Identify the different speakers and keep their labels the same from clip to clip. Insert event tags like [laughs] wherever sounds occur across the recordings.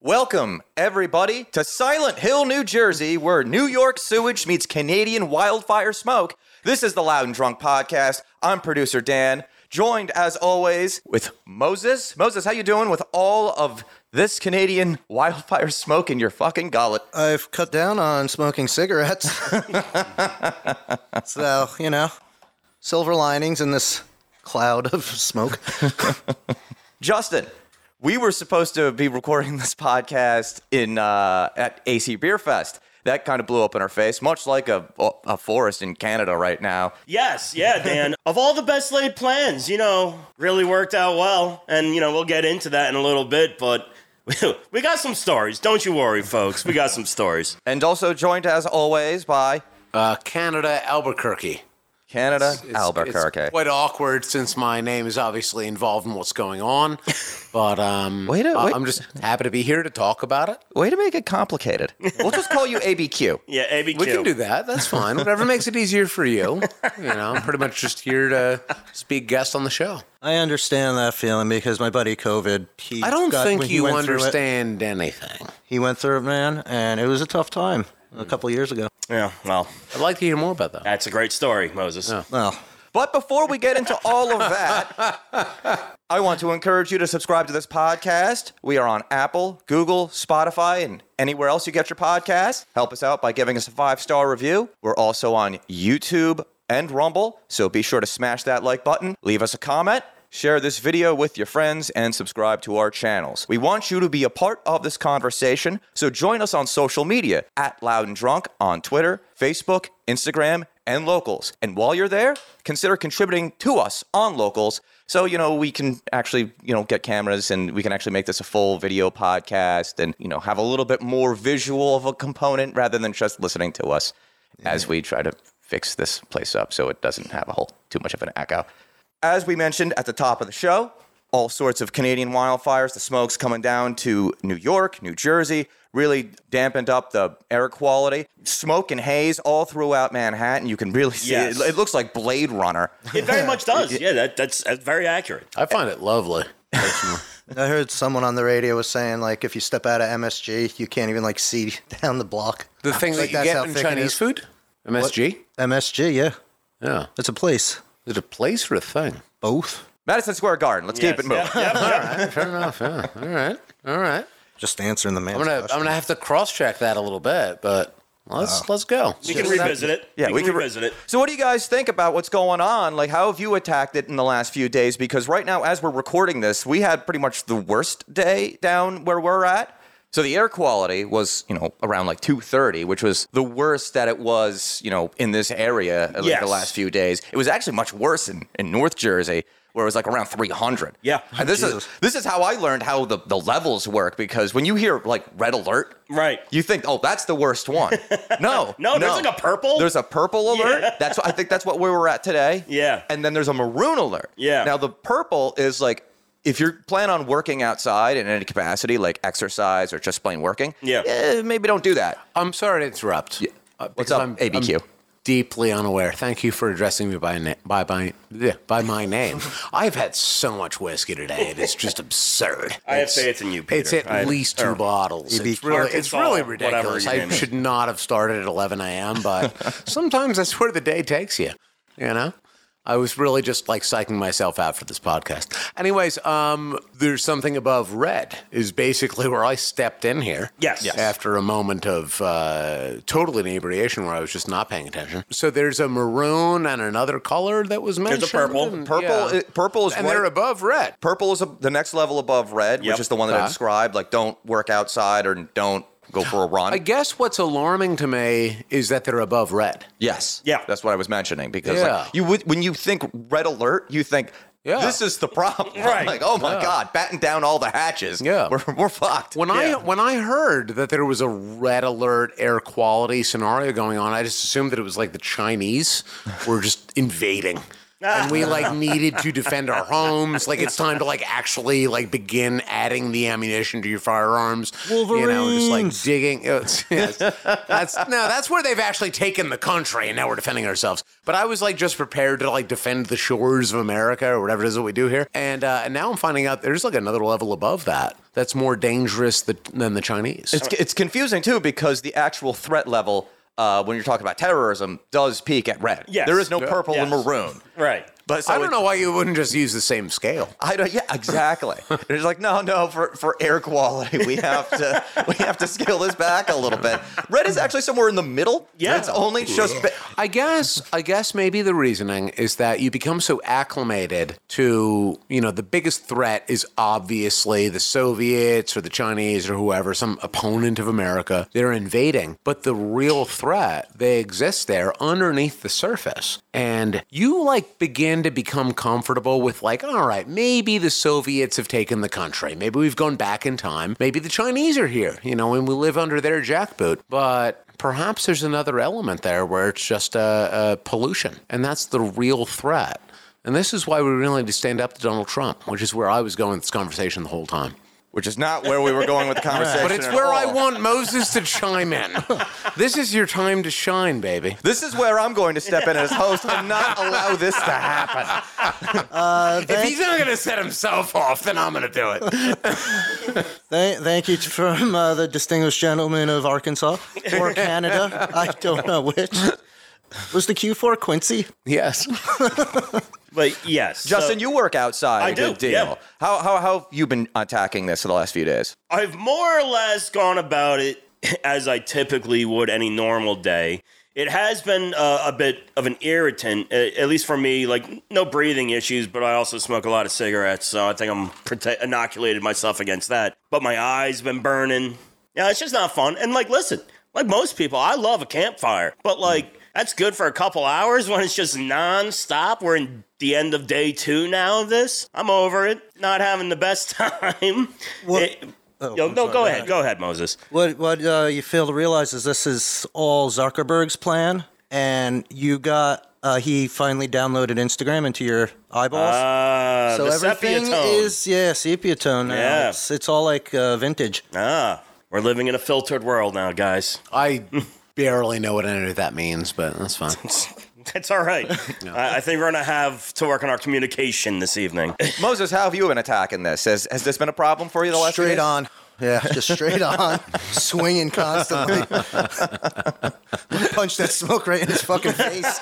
Speaker 1: Welcome, everybody, to Silent Hill, New Jersey, where New York sewage meets Canadian wildfire smoke. This is the Loud and Drunk Podcast. I'm producer Dan, joined as always with Moses. Moses, how you doing with all of this Canadian [laughs] wildfire smoke in your fucking gullet?
Speaker 2: I've cut down on smoking
Speaker 3: [laughs]
Speaker 2: cigarettes. so, you know, silver linings in this cloud of smoke.
Speaker 1: Justin, we were supposed to be recording this podcast in uh, at AC Beer Fest. That kind of blew up in our face, much like a, a forest in Canada right now.
Speaker 4: Yes, yeah, Dan. of all the best laid plans, you know, really worked out well. And, you know, we'll get into that in a little bit, but [laughs] we got some stories. Don't you worry, folks. We got some stories.
Speaker 1: And also joined, as always, by
Speaker 3: Uh, Canada, Albuquerque.
Speaker 1: Canada
Speaker 3: It's-
Speaker 1: Albuquerque.
Speaker 3: It's quite awkward since my name is obviously involved in what's
Speaker 2: [laughs]
Speaker 3: going on, but um,
Speaker 1: Wait a-
Speaker 3: I-
Speaker 1: wait-
Speaker 3: I'm just happy to be here to talk about it.
Speaker 1: Way to make it complicated. We'll just call you
Speaker 3: [laughs]
Speaker 1: ABQ.
Speaker 4: Yeah, ABQ.
Speaker 3: We can do that. That's fine. Whatever makes it easier
Speaker 2: [laughs]
Speaker 3: for you. You know, I'm pretty much just here to speak guest on the show.
Speaker 2: I understand that feeling because my buddy COVID, he
Speaker 3: I don't
Speaker 2: got-
Speaker 3: think
Speaker 2: he
Speaker 3: you
Speaker 2: went through it.
Speaker 3: understand anything.
Speaker 2: He went through it, man, and it was a tough time a couple years ago.
Speaker 4: Yeah, well,
Speaker 3: I'd like to hear more about that.
Speaker 4: that's a great story, Moses.
Speaker 2: Well,
Speaker 1: But before we get into all of that, I want to encourage you to subscribe to this podcast. We are on Apple, Google, Spotify, and anywhere else you get your podcast. Help us out by giving us a five star review. We're also on YouTube and Rumble, so be sure to smash that like button, leave us a comment. Share this video with your friends and subscribe to our channels. We want you to be a part of this conversation, so join us on social media at Loud and Drunk on Twitter, Facebook, Instagram, and locals. And while you're there, consider contributing to us on locals so you know we can actually, you know, get cameras and we can actually make this a full video podcast and you know have a little bit more visual of a component rather than just listening to us as we try to fix this place up so it doesn't have a whole too much of an echo. As we mentioned at the top of the show, all sorts of Canadian wildfires, the smoke's coming down to New York, New Jersey, really dampened up the air quality. Smoke and haze all throughout Manhattan. You can really see
Speaker 4: Yes.
Speaker 1: it. It looks like Blade
Speaker 4: [laughs]
Speaker 1: Runner.
Speaker 4: It very much does. Yeah, that, that's, that's very accurate.
Speaker 3: I find it lovely.
Speaker 2: I heard someone on the radio was saying, like, if you step out of MSG, you can't even, like, see [laughs] down the block.
Speaker 3: The thing
Speaker 2: Like
Speaker 3: that
Speaker 2: that's
Speaker 3: you
Speaker 2: how
Speaker 3: get in
Speaker 2: thick it
Speaker 3: Chinese
Speaker 2: is.
Speaker 3: food, MSG.
Speaker 2: MSG, yeah.
Speaker 3: Yeah,
Speaker 2: It's a place.
Speaker 3: is it a place or a thing?
Speaker 2: Both.
Speaker 1: Madison Square Garden. Let's keep it moving.
Speaker 4: Yes, yep, yep, yep.
Speaker 3: Fair enough. Yeah. All right. All right.
Speaker 2: Just answering the man.
Speaker 3: I'm gonna I'm gonna have to cross check that a little bit, but let's
Speaker 2: Oh.
Speaker 3: let's go.
Speaker 4: We can revisit it.
Speaker 1: Yeah,
Speaker 4: we,
Speaker 1: we
Speaker 4: can,
Speaker 1: could re-
Speaker 4: revisit it.
Speaker 1: So, what do you guys think about what's going on? Like, how have you attacked it in the last few days? Because right now, as we're recording this, we had pretty much the worst day down where we're at. So the air quality was, you know, around like 230, which was the worst that it was, you know, in this area uh, like
Speaker 4: Yes.
Speaker 1: the last few days. It was actually much worse in, in North Jersey, where it was like around 300.
Speaker 4: Yeah.
Speaker 1: And this
Speaker 2: Jesus.
Speaker 1: is this is how I learned how the, the levels work because when you hear like red alert,
Speaker 4: Right.
Speaker 1: you think, oh, that's the worst
Speaker 4: [laughs]
Speaker 1: one. No,
Speaker 4: No, there's like a purple.
Speaker 1: There's a purple alert. That's what, I think that's what we were at today.
Speaker 4: Yeah.
Speaker 1: And then there's a maroon alert.
Speaker 4: Yeah.
Speaker 1: Now the purple is like if you're plan on working outside in any capacity, like exercise or just plain working.
Speaker 4: Yeah.
Speaker 1: eh, maybe don't do that.
Speaker 3: I'm sorry to interrupt. Uh, because
Speaker 1: up, ABQ?
Speaker 3: deeply unaware. Thank you for addressing me by na- by by yeah, by my name. I've had so much whiskey today; it is just absurd.
Speaker 4: I have faith in you, Peter.
Speaker 3: It's at
Speaker 4: I-
Speaker 3: least two bottles. It's
Speaker 2: ABQ.
Speaker 3: really, it's
Speaker 4: Arkansas,
Speaker 3: really
Speaker 4: whatever
Speaker 3: ridiculous.
Speaker 4: your
Speaker 3: I
Speaker 4: name is.
Speaker 3: should not have started at 11 a.m., but
Speaker 4: [laughs]
Speaker 3: sometimes that's where the day takes you. You know, I was really just like psyching myself out for this podcast. Anyways, um, there's something above red is basically where I stepped in here.
Speaker 4: Yes. Yes.
Speaker 3: After a moment of uh, total inebriation where I was just not paying attention. So there's a maroon and another color that was mentioned.
Speaker 4: purple.
Speaker 3: and-
Speaker 1: Purple,
Speaker 3: yeah.
Speaker 1: i- purple is
Speaker 3: and
Speaker 1: right-
Speaker 3: they're above red.
Speaker 1: Purple is a, the next level above red,
Speaker 4: Yep.
Speaker 1: which is the one that I
Speaker 3: Uh-huh.
Speaker 1: described. Like don't work outside or don't go for a run.
Speaker 3: I guess what's alarming to me is that they're above red.
Speaker 1: Yes.
Speaker 4: Yeah.
Speaker 1: That's what I was mentioning because
Speaker 3: Yeah.
Speaker 1: like, you would when you think red alert, you think
Speaker 3: Yeah.
Speaker 1: this is the problem. [laughs]
Speaker 4: Right.
Speaker 1: Like, oh my God, batten down all the hatches.
Speaker 3: Yeah.
Speaker 1: We're, we're fucked.
Speaker 3: When
Speaker 4: Yeah.
Speaker 3: I when I heard that there was a red alert air quality scenario going on, I just [laughs] assumed that it was like the Chinese were just invading. and we like needed to defend our homes. Like it's time to like actually like begin adding the ammunition to your firearms. You know, just like digging. [laughs] It's- yes. That's no, that's where they've actually taken the country, and now we're defending ourselves. But I was like just prepared to like defend the shores of America or whatever it is that we do here, and uh, and now I'm finding out there's like another level above that that's more dangerous th- than the Chinese.
Speaker 1: It's, it's confusing too because the actual threat level uh, when you're talking about terrorism does peak at red.
Speaker 4: Yes.
Speaker 1: There is no purple and
Speaker 4: Yes.
Speaker 1: maroon.
Speaker 4: Right.
Speaker 1: But so
Speaker 3: I don't
Speaker 1: it-
Speaker 3: know why you wouldn't just use the same scale.
Speaker 1: I don't. Yeah, [laughs] exactly. It's like no, no. For for air quality, we have to [laughs] we have to scale this back a little bit. Red is actually somewhere in the middle.
Speaker 4: Yeah.
Speaker 1: it's only just. ba-
Speaker 3: I guess I guess maybe the reasoning is that you become so acclimated to, you know, the biggest threat is obviously the Soviets or the Chinese or whoever, some opponent of America. They're invading, but the real threat, they exist there underneath the surface. And you like begin to become comfortable with like, all right, maybe the Soviets have taken the country. Maybe we've gone back in time. Maybe the Chinese are here, you know, and we live under their jackboot. But perhaps there's another element there where it's just uh, uh, pollution, and that's the real threat. And this is why we really need to stand up to Donald Trump, which is where I was going with this conversation the whole time.
Speaker 1: Which is not where we were going [laughs] with the conversation.
Speaker 3: But it's
Speaker 1: at
Speaker 3: where I
Speaker 1: all.
Speaker 3: want Moses to chime [laughs] in. this is your time to shine, baby.
Speaker 1: This is where I'm going to step
Speaker 4: [laughs]
Speaker 1: in as host and not allow this to happen.
Speaker 3: If he's not going to set himself off, then I'm going to do it.
Speaker 2: Thank, thank you from uh, the distinguished gentleman of Arkansas or [laughs] Canada. I don't know which. Was the Q4 Quincy?
Speaker 3: [laughs] Yes.
Speaker 4: But yes.
Speaker 1: Justin,
Speaker 4: so
Speaker 1: you work outside.
Speaker 4: I
Speaker 1: a
Speaker 4: do,
Speaker 1: Good deal.
Speaker 4: yeah.
Speaker 1: How, how, how have you been attacking this for the last few days?
Speaker 4: I've more or less gone about it [laughs] as I typically would any normal day. It has been uh, a bit of an irritant, a- at least for me. Like no breathing issues, but I also smoke a lot of cigarettes, so I think I'm prote- inoculated myself against that. But my eyes been burning. Yeah, it's just not fun. And like, listen, like most people, I love a campfire, but like that's good for a couple hours when it's just nonstop. We're in the end of day two now of this. I'm over it. Not having the best [laughs] time.
Speaker 2: What-
Speaker 4: It-
Speaker 2: Oh,
Speaker 4: Yo,
Speaker 2: I'm
Speaker 4: no,
Speaker 2: sorry,
Speaker 4: go
Speaker 2: go
Speaker 4: ahead. Go ahead, Moses.
Speaker 2: What what uh, you fail to realize is this is all Zuckerberg's plan, and you got uh, he finally downloaded Instagram into your eyeballs.
Speaker 4: Uh,
Speaker 2: so
Speaker 4: the sepia
Speaker 2: everything
Speaker 4: tone.
Speaker 2: is yeah sepia tone now.
Speaker 4: Yeah.
Speaker 2: It's, it's all like uh, vintage.
Speaker 4: Ah, we're living in a filtered world now, guys. [laughs]
Speaker 3: I barely know what any of that means, but that's fine.
Speaker 4: That's all right. I, I think we're gonna have to work on our communication this evening. [laughs]
Speaker 1: Moses, how have you been attacking this? Has, has this been a problem for you the last few
Speaker 2: Straight
Speaker 1: days?
Speaker 2: on. Yeah, just straight
Speaker 3: [laughs]
Speaker 2: on, swinging constantly. Punch that smoke right in his fucking face.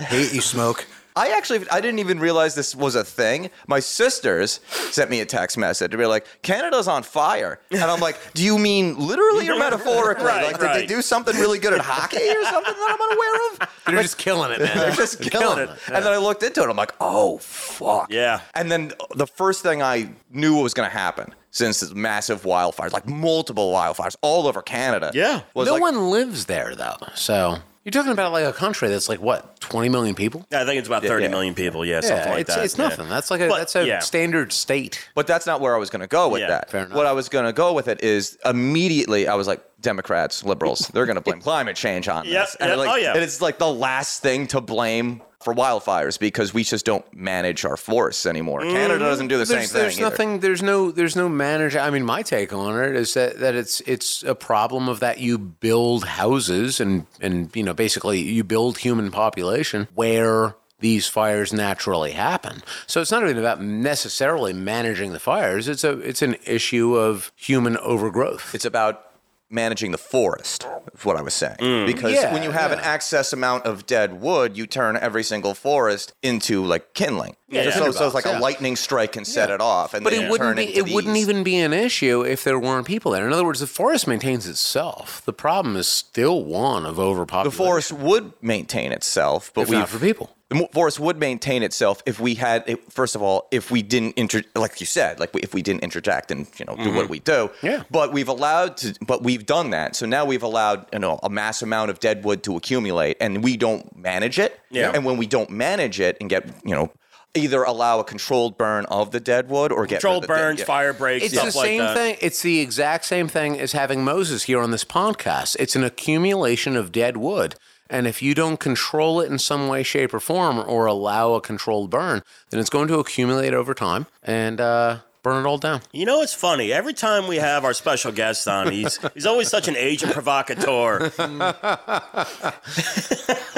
Speaker 2: Hate you, smoke.
Speaker 1: I actually I didn't even realize this was a thing. My sisters sent me a text message to be like, Canada's on fire. And I'm like, do you mean literally or metaphorically?
Speaker 4: [laughs] Right,
Speaker 1: like,
Speaker 4: right.
Speaker 1: did they do something really good at hockey or something that I'm unaware of?
Speaker 3: [laughs] They're just killing it, man.
Speaker 1: They're
Speaker 4: [laughs]
Speaker 1: just killing it. And then I looked into it. I'm like, oh fuck.
Speaker 4: Yeah.
Speaker 1: And then the first thing I knew was going to happen since this massive wildfires, like multiple wildfires all over Canada.
Speaker 4: Yeah.
Speaker 1: Was
Speaker 3: no
Speaker 1: like,
Speaker 3: one lives there though. So you're talking about like a country that's like what, 20 million people?
Speaker 4: I think it's about thirty
Speaker 1: yeah.
Speaker 4: million people. Yeah, something like
Speaker 3: it's,
Speaker 4: that.
Speaker 3: it's
Speaker 4: yeah.
Speaker 3: nothing. That's like a
Speaker 4: But,
Speaker 3: that's a
Speaker 4: yeah.
Speaker 3: standard state.
Speaker 1: But that's not where I was going to go with
Speaker 4: Yeah,
Speaker 1: that.
Speaker 3: fair enough.
Speaker 1: What I was going to go with it is immediately I was like, Democrats, liberals, they're going to
Speaker 4: [laughs]
Speaker 1: blame climate change on
Speaker 4: Yep,
Speaker 1: this. And,
Speaker 4: yep,
Speaker 1: like,
Speaker 4: oh, yeah.
Speaker 1: and it's like the last thing to blame for wildfires because we just don't manage our forests anymore.
Speaker 4: Mm-hmm.
Speaker 1: Canada doesn't do the
Speaker 3: There's,
Speaker 1: same thing.
Speaker 3: there's
Speaker 1: either.
Speaker 3: nothing. There's no. There's no manager. I mean, my take on it is that, that it's it's a problem of that you build houses and and you know basically you build human population where these fires naturally happen. So it's not even about necessarily managing the fires. It's a it's an issue of human overgrowth.
Speaker 1: It's about managing the forest, is what I was saying. Because
Speaker 3: Mm. Yeah,
Speaker 1: when you have an
Speaker 3: yeah.
Speaker 1: excess amount of dead wood, you turn every single forest into like kindling.
Speaker 4: Yeah,
Speaker 1: so, so it's like
Speaker 3: yeah.
Speaker 1: a lightning strike can set it off, and
Speaker 3: But
Speaker 1: then
Speaker 3: it
Speaker 1: turn
Speaker 3: wouldn't be.
Speaker 1: into
Speaker 3: It wouldn't
Speaker 1: these.
Speaker 3: even be an issue if there weren't people there. In other words, the forest maintains itself. The problem is still one of overpopulation.
Speaker 1: The forest would maintain itself, but
Speaker 3: if
Speaker 1: we
Speaker 3: not for people.
Speaker 1: the mo- forest would maintain itself if we had it, first of all if we didn't inter like you said like we, if we didn't interject and you know do what we do
Speaker 3: Yeah.
Speaker 1: but we've allowed to but we've done that so now we've allowed you know a mass amount of dead wood to accumulate and we don't manage it
Speaker 4: Yeah.
Speaker 1: and when we don't manage it and get you know either allow a controlled burn of the dead wood or get
Speaker 4: Control
Speaker 1: rid of the dead-
Speaker 4: burns,
Speaker 1: yeah.
Speaker 4: fire breaks,
Speaker 3: It's
Speaker 4: stuff
Speaker 3: the
Speaker 4: like
Speaker 3: same
Speaker 4: that.
Speaker 3: thing. It's the exact same thing as having Moses here on this podcast. It's an accumulation of dead wood. And if you don't control it in some way, shape, or form, or allow a controlled burn, then it's going to accumulate over time and uh, burn it all down.
Speaker 4: You know, it's funny. Every time we have our special guest on,
Speaker 3: [laughs]
Speaker 4: he's he's always such an agent provocateur.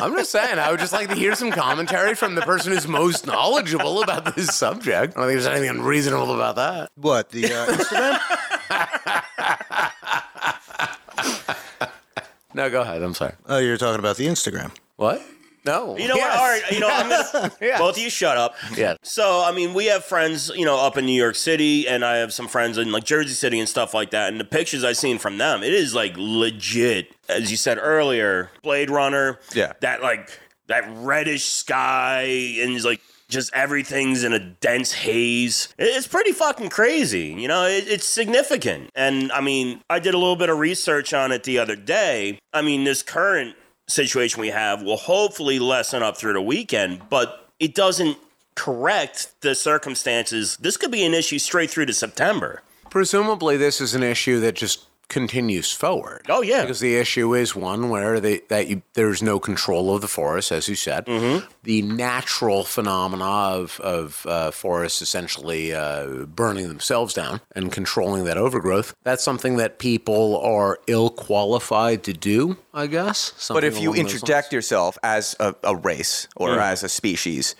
Speaker 3: I'm just saying, I would just like to hear some commentary from the person who's most knowledgeable about this subject. I don't think there's anything unreasonable about that.
Speaker 2: What the uh, Instagram?
Speaker 3: No, go ahead. I'm sorry.
Speaker 2: oh, you're talking about the Instagram.
Speaker 3: What? No.
Speaker 4: You know
Speaker 3: Yes.
Speaker 4: what? All right, you know, I'm
Speaker 3: [laughs]
Speaker 4: gonna, both of you shut up.
Speaker 3: Yeah.
Speaker 4: So, I mean, we have friends, you know, up in New York City, and I have some friends in like Jersey City and stuff like that. And the pictures I've seen from them, it is like legit, as you said earlier, Blade Runner.
Speaker 1: Yeah.
Speaker 4: That like that reddish sky and it's like just everything's in a dense haze. It- It's pretty fucking crazy. You know, it, it's significant. And I mean, I did a little bit of research on it the other day. I mean, this current situation we have will hopefully lessen up through the weekend, but it doesn't correct the circumstances. This could be an issue straight through to September.
Speaker 3: Presumably, this is an issue that just continues forward.
Speaker 4: Oh, yeah.
Speaker 3: because the issue is one where they, that you, there's no control of the forest, as you said.
Speaker 1: Mm-hmm.
Speaker 3: The natural phenomena of of uh, forests essentially uh, burning themselves down and controlling that overgrowth. That's something that people are ill qualified to do, I guess.
Speaker 1: But
Speaker 3: something
Speaker 1: if you
Speaker 3: along those lines.
Speaker 1: interject yourself as a, a race or as a species,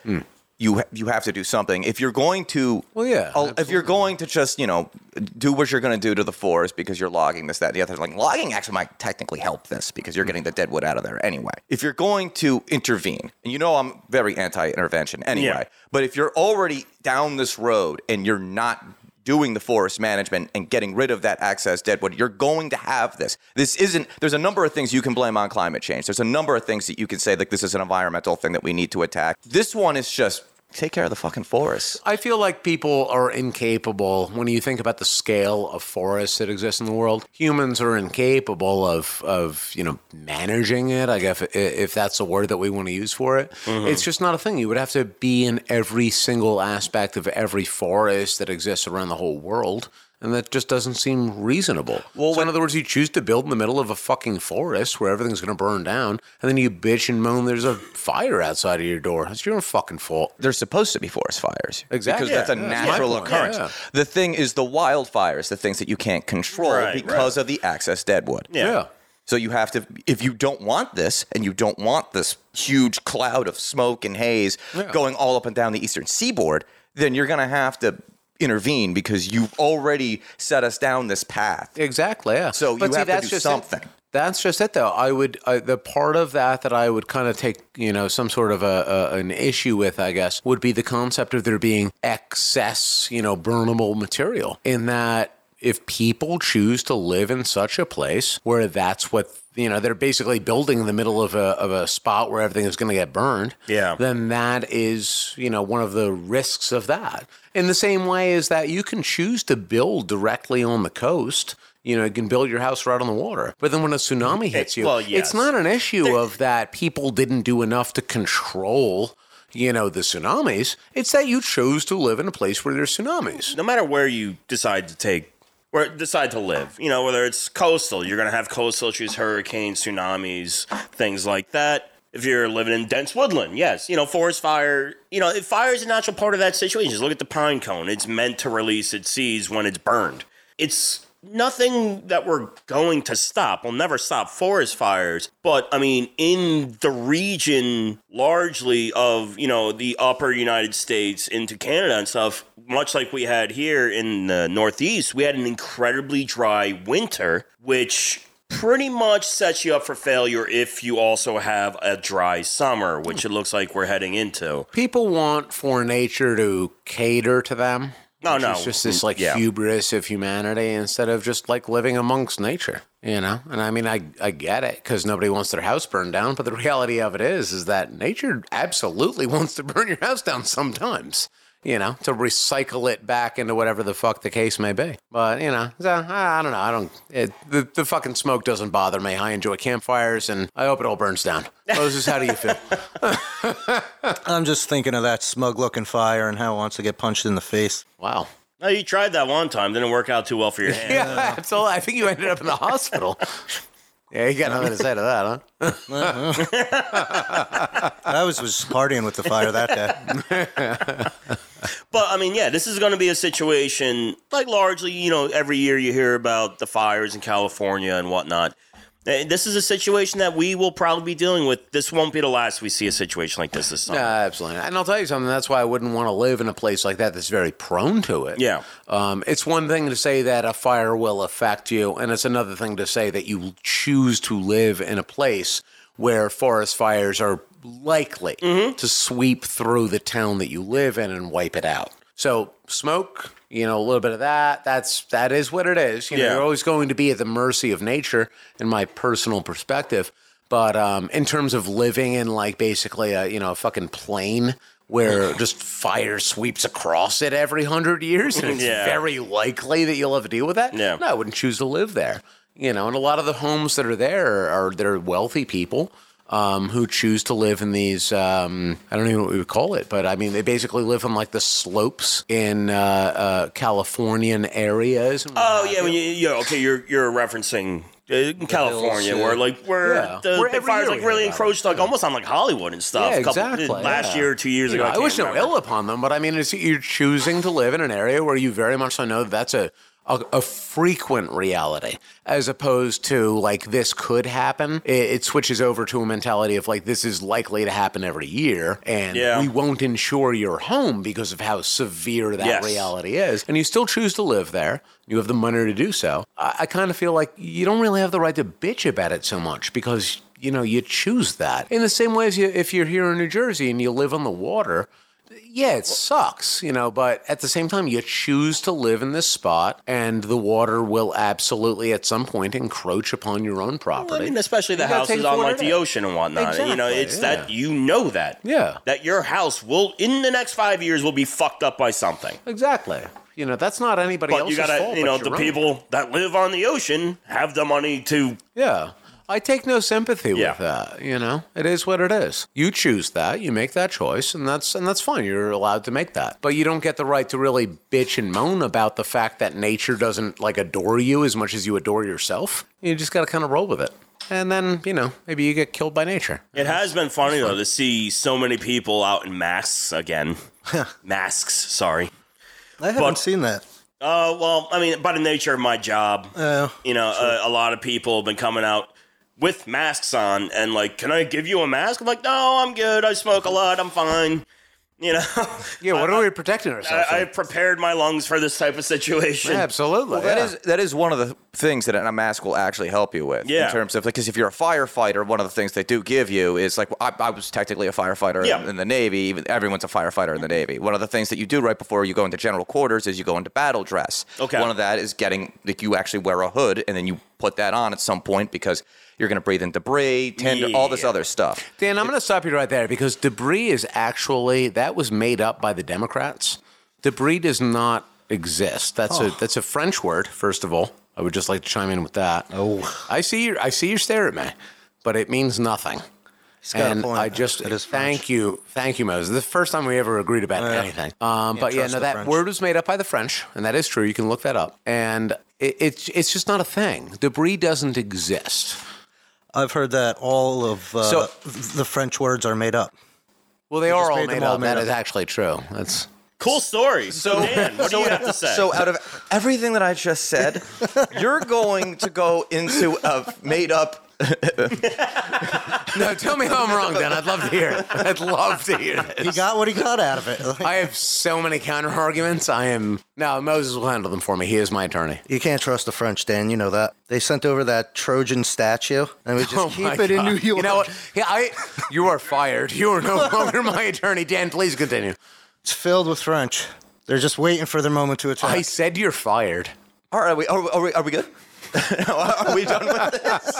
Speaker 1: you ha- you have to do something. If you're going to,
Speaker 3: Well, yeah,
Speaker 1: al- Oh, if you're going to just you know do what you're going to do to the forest because you're logging this, that, and the other, like logging actually might technically help this because you're getting the dead wood out of there anyway. If you're going to intervene, and you know I'm very anti-intervention anyway, but if you're already down this road and you're not doing the forest management and getting rid of that access deadwood, you're going to have this. This isn't, there's a number of things you can blame on climate change. There's a number of things that you can say, like, this is an environmental thing that we need to attack. This one is just take care of the fucking forest.
Speaker 3: I feel like people are incapable when you think about the scale of forests that exist in the world. Humans are incapable of of you know managing it. I guess if, if that's a word that we want to use for it, it's just not a thing. You would have to be in every single aspect of every forest that exists around the whole world. And that just doesn't seem reasonable. Well, so in other words, you choose to build in the middle of a fucking forest where everything's going to burn down, and then you bitch and moan there's a fire outside of your door. It's your own fucking fault.
Speaker 1: They're supposed to be forest fires.
Speaker 3: Exactly.
Speaker 1: Because that's a
Speaker 3: Yeah, that's my
Speaker 1: natural
Speaker 3: point.
Speaker 1: occurrence.
Speaker 3: Yeah.
Speaker 1: The thing is, the wildfires, the things that you can't control
Speaker 4: Right,
Speaker 1: because of the access deadwood.
Speaker 3: yeah.
Speaker 1: So you have to, if you don't want this, and you don't want this huge cloud of smoke and haze going all up and down the eastern seaboard, then you're going to have to intervene because you've already set us down this path.
Speaker 3: Exactly. Yeah.
Speaker 1: So you have to do
Speaker 3: just
Speaker 1: something.
Speaker 3: It. That's just it, though. I would I, the part of that that I would kind of take, you know, some sort of a, a an issue with, I guess, would be the concept of there being excess, you know, burnable material. In that, if people choose to live in such a place where that's what you know, they're basically building in the middle of a of a spot where everything is going to get burned.
Speaker 4: Yeah.
Speaker 3: Then that is, you know, one of the risks of that. In the same way as that you can choose to build directly on the coast. You know, you can build your house right on the water. But then when a tsunami hits you,
Speaker 4: well, yes.
Speaker 3: it's not an issue of that people didn't do enough to control, you know, the tsunamis. It's that you chose to live in a place where there's tsunamis.
Speaker 4: no matter where you decide to take or decide to live, you know, whether it's coastal, you're gonna have coastal issues, hurricanes, tsunamis, things like that. If you're living in dense woodland, yes, you know, forest fire, you know, it fire is a natural part of that situation. Just look at the pine cone. It's meant to release its seeds when it's burned. It's nothing that we're going to stop. We'll never stop forest fires. But I mean, in the region largely of, you know, the upper United States into Canada and stuff, much like we had here in the Northeast, we had an incredibly dry winter, which pretty much sets you up for failure if you also have a dry summer, which it looks like we're heading into.
Speaker 3: People want for nature to cater to them.
Speaker 4: No,
Speaker 3: which
Speaker 4: no.
Speaker 3: It's just this like
Speaker 4: Yeah.
Speaker 3: hubris of humanity instead of just like living amongst nature, you know? And I mean, I, I get it because nobody wants their house burned down. But the [laughs] reality of it is, is that nature absolutely [laughs] wants to burn your house down sometimes, you know, to recycle it back into whatever the fuck the case may be. But, you know, so, I, I don't know. I don't, it, the, the fucking smoke doesn't bother me. I enjoy campfires and I hope it all burns down. Moses, how do you
Speaker 4: [laughs]
Speaker 3: feel?
Speaker 2: I'm just thinking of that smug looking fire and how it wants to get punched in the face.
Speaker 3: Wow.
Speaker 4: Now, you tried that one time, didn't work out too well for your hand.
Speaker 3: Yeah, that's all. I think you ended up in the hospital. uh, [laughs] Yeah, you got nothing to say to that, [laughs] huh?
Speaker 2: I was was partying with the fire that day.
Speaker 4: But I mean, yeah, this is going to be a situation like largely, you know, every year you hear about the fires in California and whatnot. Eh, This is a situation that we will probably be dealing with. This won't be the last we see a situation like this this summer.
Speaker 3: No, absolutely. not. And I'll tell you something. That's why I wouldn't want to live in a place like that that's very prone to it.
Speaker 4: Yeah.
Speaker 3: Um, it's one thing to say that a fire will affect you, and it's another thing to say that you choose to live in a place where forest fires are likely to sweep through the town that you live in and wipe it out. So smoke, you know, a little bit of that. That's that is what it is. You know,
Speaker 4: Yeah.
Speaker 3: you're always going to be at the mercy of nature, in my personal perspective. But um, in terms of living in like basically a you know a fucking plane where just fire sweeps across it every hundred years, and it's
Speaker 4: Yeah.
Speaker 3: very likely that you'll have to deal with that.
Speaker 4: Yeah.
Speaker 3: No, I wouldn't choose to live there. You know, and a lot of the homes that are there are they're wealthy people um, who choose to live in these. Um, I don't even know what we would call it, but I mean, they basically live on like the slopes in uh, uh, Californian areas. and
Speaker 4: Oh
Speaker 3: what have
Speaker 4: yeah, when you, you okay, you're you're referencing uh, in California
Speaker 3: hills,
Speaker 4: where
Speaker 3: yeah.
Speaker 4: like where
Speaker 3: Yeah.
Speaker 4: the,
Speaker 3: Where
Speaker 4: the
Speaker 3: every
Speaker 4: fires
Speaker 3: year
Speaker 4: like
Speaker 3: we hear
Speaker 4: really
Speaker 3: about it.
Speaker 4: encroached like almost on like Hollywood and stuff.
Speaker 3: Yeah,
Speaker 4: a couple-
Speaker 3: exactly.
Speaker 4: Last
Speaker 3: yeah.
Speaker 4: year or two years
Speaker 3: You
Speaker 4: ago,
Speaker 3: know,
Speaker 4: I,
Speaker 3: I
Speaker 4: can't
Speaker 3: wish no
Speaker 4: remember.
Speaker 3: ill upon them, but I mean, it's, you're choosing to live in an area where you very much so know that's a, a a frequent reality, as opposed to like this could happen. It, it switches over to a mentality of like this is likely to happen every year, and
Speaker 4: Yeah.
Speaker 3: we won't insure your home because of how severe that
Speaker 4: Yes.
Speaker 3: reality is, and you still choose to live there. You have the money to do so. I, I kind of feel like you don't really have the right to bitch about it so much because you know you choose that in the same way as you, if you're here in New Jersey and you live on the water. Yeah, it sucks, you know, but at the same time, you choose to live in this spot, and the water will absolutely at some point encroach upon your own property.
Speaker 4: I mean, especially the
Speaker 3: You gotta
Speaker 4: houses
Speaker 3: take
Speaker 4: on
Speaker 3: for what
Speaker 4: like
Speaker 3: it
Speaker 4: the
Speaker 3: is.
Speaker 4: ocean and whatnot. You know,
Speaker 3: Exactly,
Speaker 4: it's
Speaker 3: yeah.
Speaker 4: that you know that.
Speaker 3: Yeah.
Speaker 4: That your house will in the next five years will be fucked up by something.
Speaker 3: Exactly. You know, that's not anybody
Speaker 4: But
Speaker 3: else's
Speaker 4: you gotta
Speaker 3: fault.
Speaker 4: you
Speaker 3: but
Speaker 4: know,
Speaker 3: your
Speaker 4: the
Speaker 3: own.
Speaker 4: people that live on the ocean have the money to
Speaker 3: Yeah. I take no sympathy
Speaker 4: Yeah.
Speaker 3: with that. You know, it is what it is. You choose that. You make that choice, and that's and that's fine. You're allowed to make that, but you don't get the right to really bitch and moan about the fact that nature doesn't like adore you as much as you adore yourself. You just got to kind of roll with it, and then you know maybe you get killed by nature.
Speaker 4: It has been funny though to see so many people out in masks
Speaker 3: [laughs]
Speaker 4: again. masks, sorry.
Speaker 2: I haven't
Speaker 4: But-
Speaker 2: seen that.
Speaker 4: Uh, well, I mean, by the nature of my job, you know, uh, a, a lot of people have been coming out with masks on and like, can I give you a mask? I'm like, no, I'm good. I smoke a lot. I'm fine. You know, [laughs]
Speaker 3: Yeah, what are we protecting ourselves?
Speaker 4: I, I prepared my lungs for this type of situation.
Speaker 3: from? Absolutely.
Speaker 1: Well, that
Speaker 3: yeah.
Speaker 1: is that is one of the things that a mask will actually help you with.
Speaker 4: Yeah.
Speaker 1: In terms of because if you're a firefighter, one of the things they do give you is like I, I was technically a firefighter
Speaker 4: Yeah.
Speaker 1: in the Navy. Even everyone's a firefighter in the Navy. One of the things that you do right before you go into general quarters is you go into battle dress.
Speaker 4: Okay.
Speaker 1: One of that is getting like you actually wear a hood and then you put that on at some point because you're going to breathe in debris, tinder, all this
Speaker 4: Yeah.
Speaker 1: other stuff.
Speaker 3: Dan, I'm going to stop you right there because debris is actually that was made up by the Democrats. Debris does not exist. That's a that's a French word. First of all, I would just like to chime in with that. Oh, I see your I see your stare at me, but it means nothing.
Speaker 2: got a
Speaker 3: And
Speaker 2: point.
Speaker 3: I just
Speaker 2: It is French. Oh,
Speaker 3: thank you, thank you, Moses. This is the first time we ever agreed about anything. Um, but yeah,
Speaker 2: trust
Speaker 3: no,
Speaker 2: the
Speaker 3: that
Speaker 2: French.
Speaker 3: word was made up by the French, and that is true. You can look that up, and it, it's it's just not a thing. Debris doesn't exist.
Speaker 2: I've heard that all of uh,
Speaker 1: So-
Speaker 2: the French words are made up.
Speaker 3: Well, they, are
Speaker 2: just
Speaker 3: all
Speaker 2: made
Speaker 3: made,
Speaker 2: them all
Speaker 3: up.
Speaker 2: made
Speaker 3: That
Speaker 2: up.
Speaker 3: is actually true. That's
Speaker 4: Cool story. So, Dan, what do you have to say?
Speaker 1: So out of everything that I just said, you're going to go into a made up
Speaker 3: No, tell me how I'm wrong, Dan. I'd love to hear it. I'd love to hear
Speaker 2: He
Speaker 3: this.
Speaker 2: got what he got out of it. Like,
Speaker 3: I have so many counter arguments. I am no Moses will handle them for me. He is my attorney.
Speaker 2: you can't trust the French, Dan. You know that. They sent over that Trojan statue, and
Speaker 3: [laughs]
Speaker 2: we just keep
Speaker 3: Oh my
Speaker 2: it in
Speaker 3: God.
Speaker 2: New York.
Speaker 3: You know what? Yeah, I. You are fired. You are no longer my attorney, Dan. Please continue.
Speaker 2: It's filled with French. They're just waiting for their moment to attack.
Speaker 3: I said you're fired.
Speaker 1: All right, are we are, we- are we are we good? [laughs] are we done with this?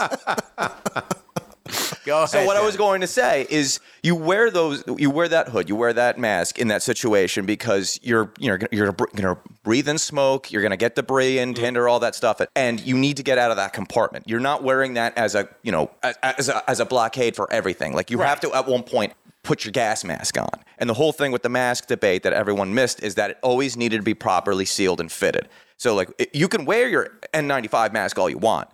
Speaker 3: Go
Speaker 1: So
Speaker 3: ahead.
Speaker 1: what I
Speaker 3: Dan.
Speaker 1: was going to say is you wear those you wear that hood, you wear that mask in that situation because you're you know you're going to breathe in smoke, you're going to get debris and tinder all that stuff and you need to get out of that compartment. You're not wearing that as a, you know, as as a, as a blockade for everything. Like you have to at one point put your gas mask on. And the whole thing with the mask debate that everyone missed is that it always needed to be properly sealed and fitted. So like it- you can wear your N95 mask all you
Speaker 4: [laughs]
Speaker 1: want,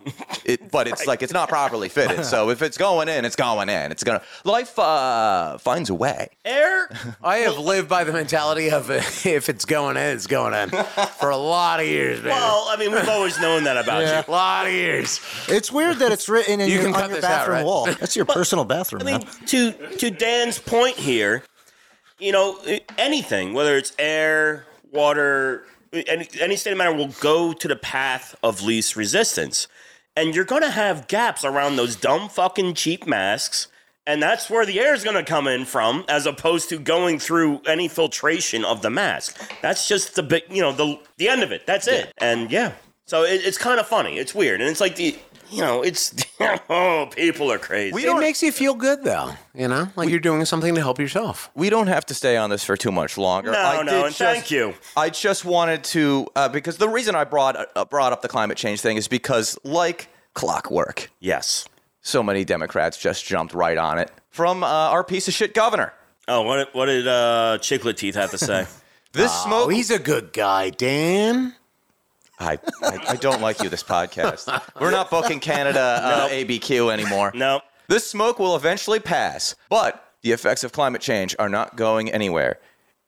Speaker 1: it, but it's like it's not properly fitted. So if it's going in, it's going in. It's gonna life uh, finds a way.
Speaker 4: Air.
Speaker 3: I have lived by the mentality of uh, [laughs] if it's going in, it's going in for a lot of years, man.
Speaker 4: Well, I mean, we've always known that about
Speaker 2: Yeah.
Speaker 4: you.
Speaker 3: a lot of years.
Speaker 2: It's weird that it's written in
Speaker 3: You
Speaker 2: your,
Speaker 3: can
Speaker 2: on
Speaker 3: cut
Speaker 2: your
Speaker 3: this out,
Speaker 2: bathroom
Speaker 3: right? [laughs]
Speaker 2: wall. That's your personal bathroom.
Speaker 4: I mean,
Speaker 2: man.
Speaker 4: to to Dan's point here, you know, anything, whether it's air, water, any any state of matter, will go to the path of least resistance, and you're gonna have gaps around those dumb fucking cheap masks. And that's where the air is going to come in from, as opposed to going through any filtration of the mask. That's just the big, you know, the the end of it. That's it. And yeah, so it, it's kind of funny. It's weird, and it's like the, you know, it's [laughs] oh, people are crazy.
Speaker 1: We
Speaker 3: It
Speaker 1: don't
Speaker 3: makes you feel good, though. You know, like you're doing something to help yourself.
Speaker 1: we don't have to stay on this for too much longer.
Speaker 4: No,
Speaker 1: I
Speaker 4: no,
Speaker 1: did
Speaker 4: and thank you.
Speaker 1: I just wanted to uh, because the reason I brought uh, brought up the climate change thing is because like clockwork,
Speaker 4: Yes.
Speaker 1: so many Democrats just jumped right on it from uh, our piece of shit governor.
Speaker 4: Oh, what did- what did uh, Chiclet Teeth have to
Speaker 3: [laughs]
Speaker 4: say?
Speaker 1: This
Speaker 3: Oh,
Speaker 1: smoke.
Speaker 3: he's a good guy, Dan.
Speaker 1: I, I, I don't like you. This podcast. We're not booking Canada uh, ABQ anymore.
Speaker 4: no.
Speaker 1: This smoke will eventually pass, but the effects of climate change are not going anywhere.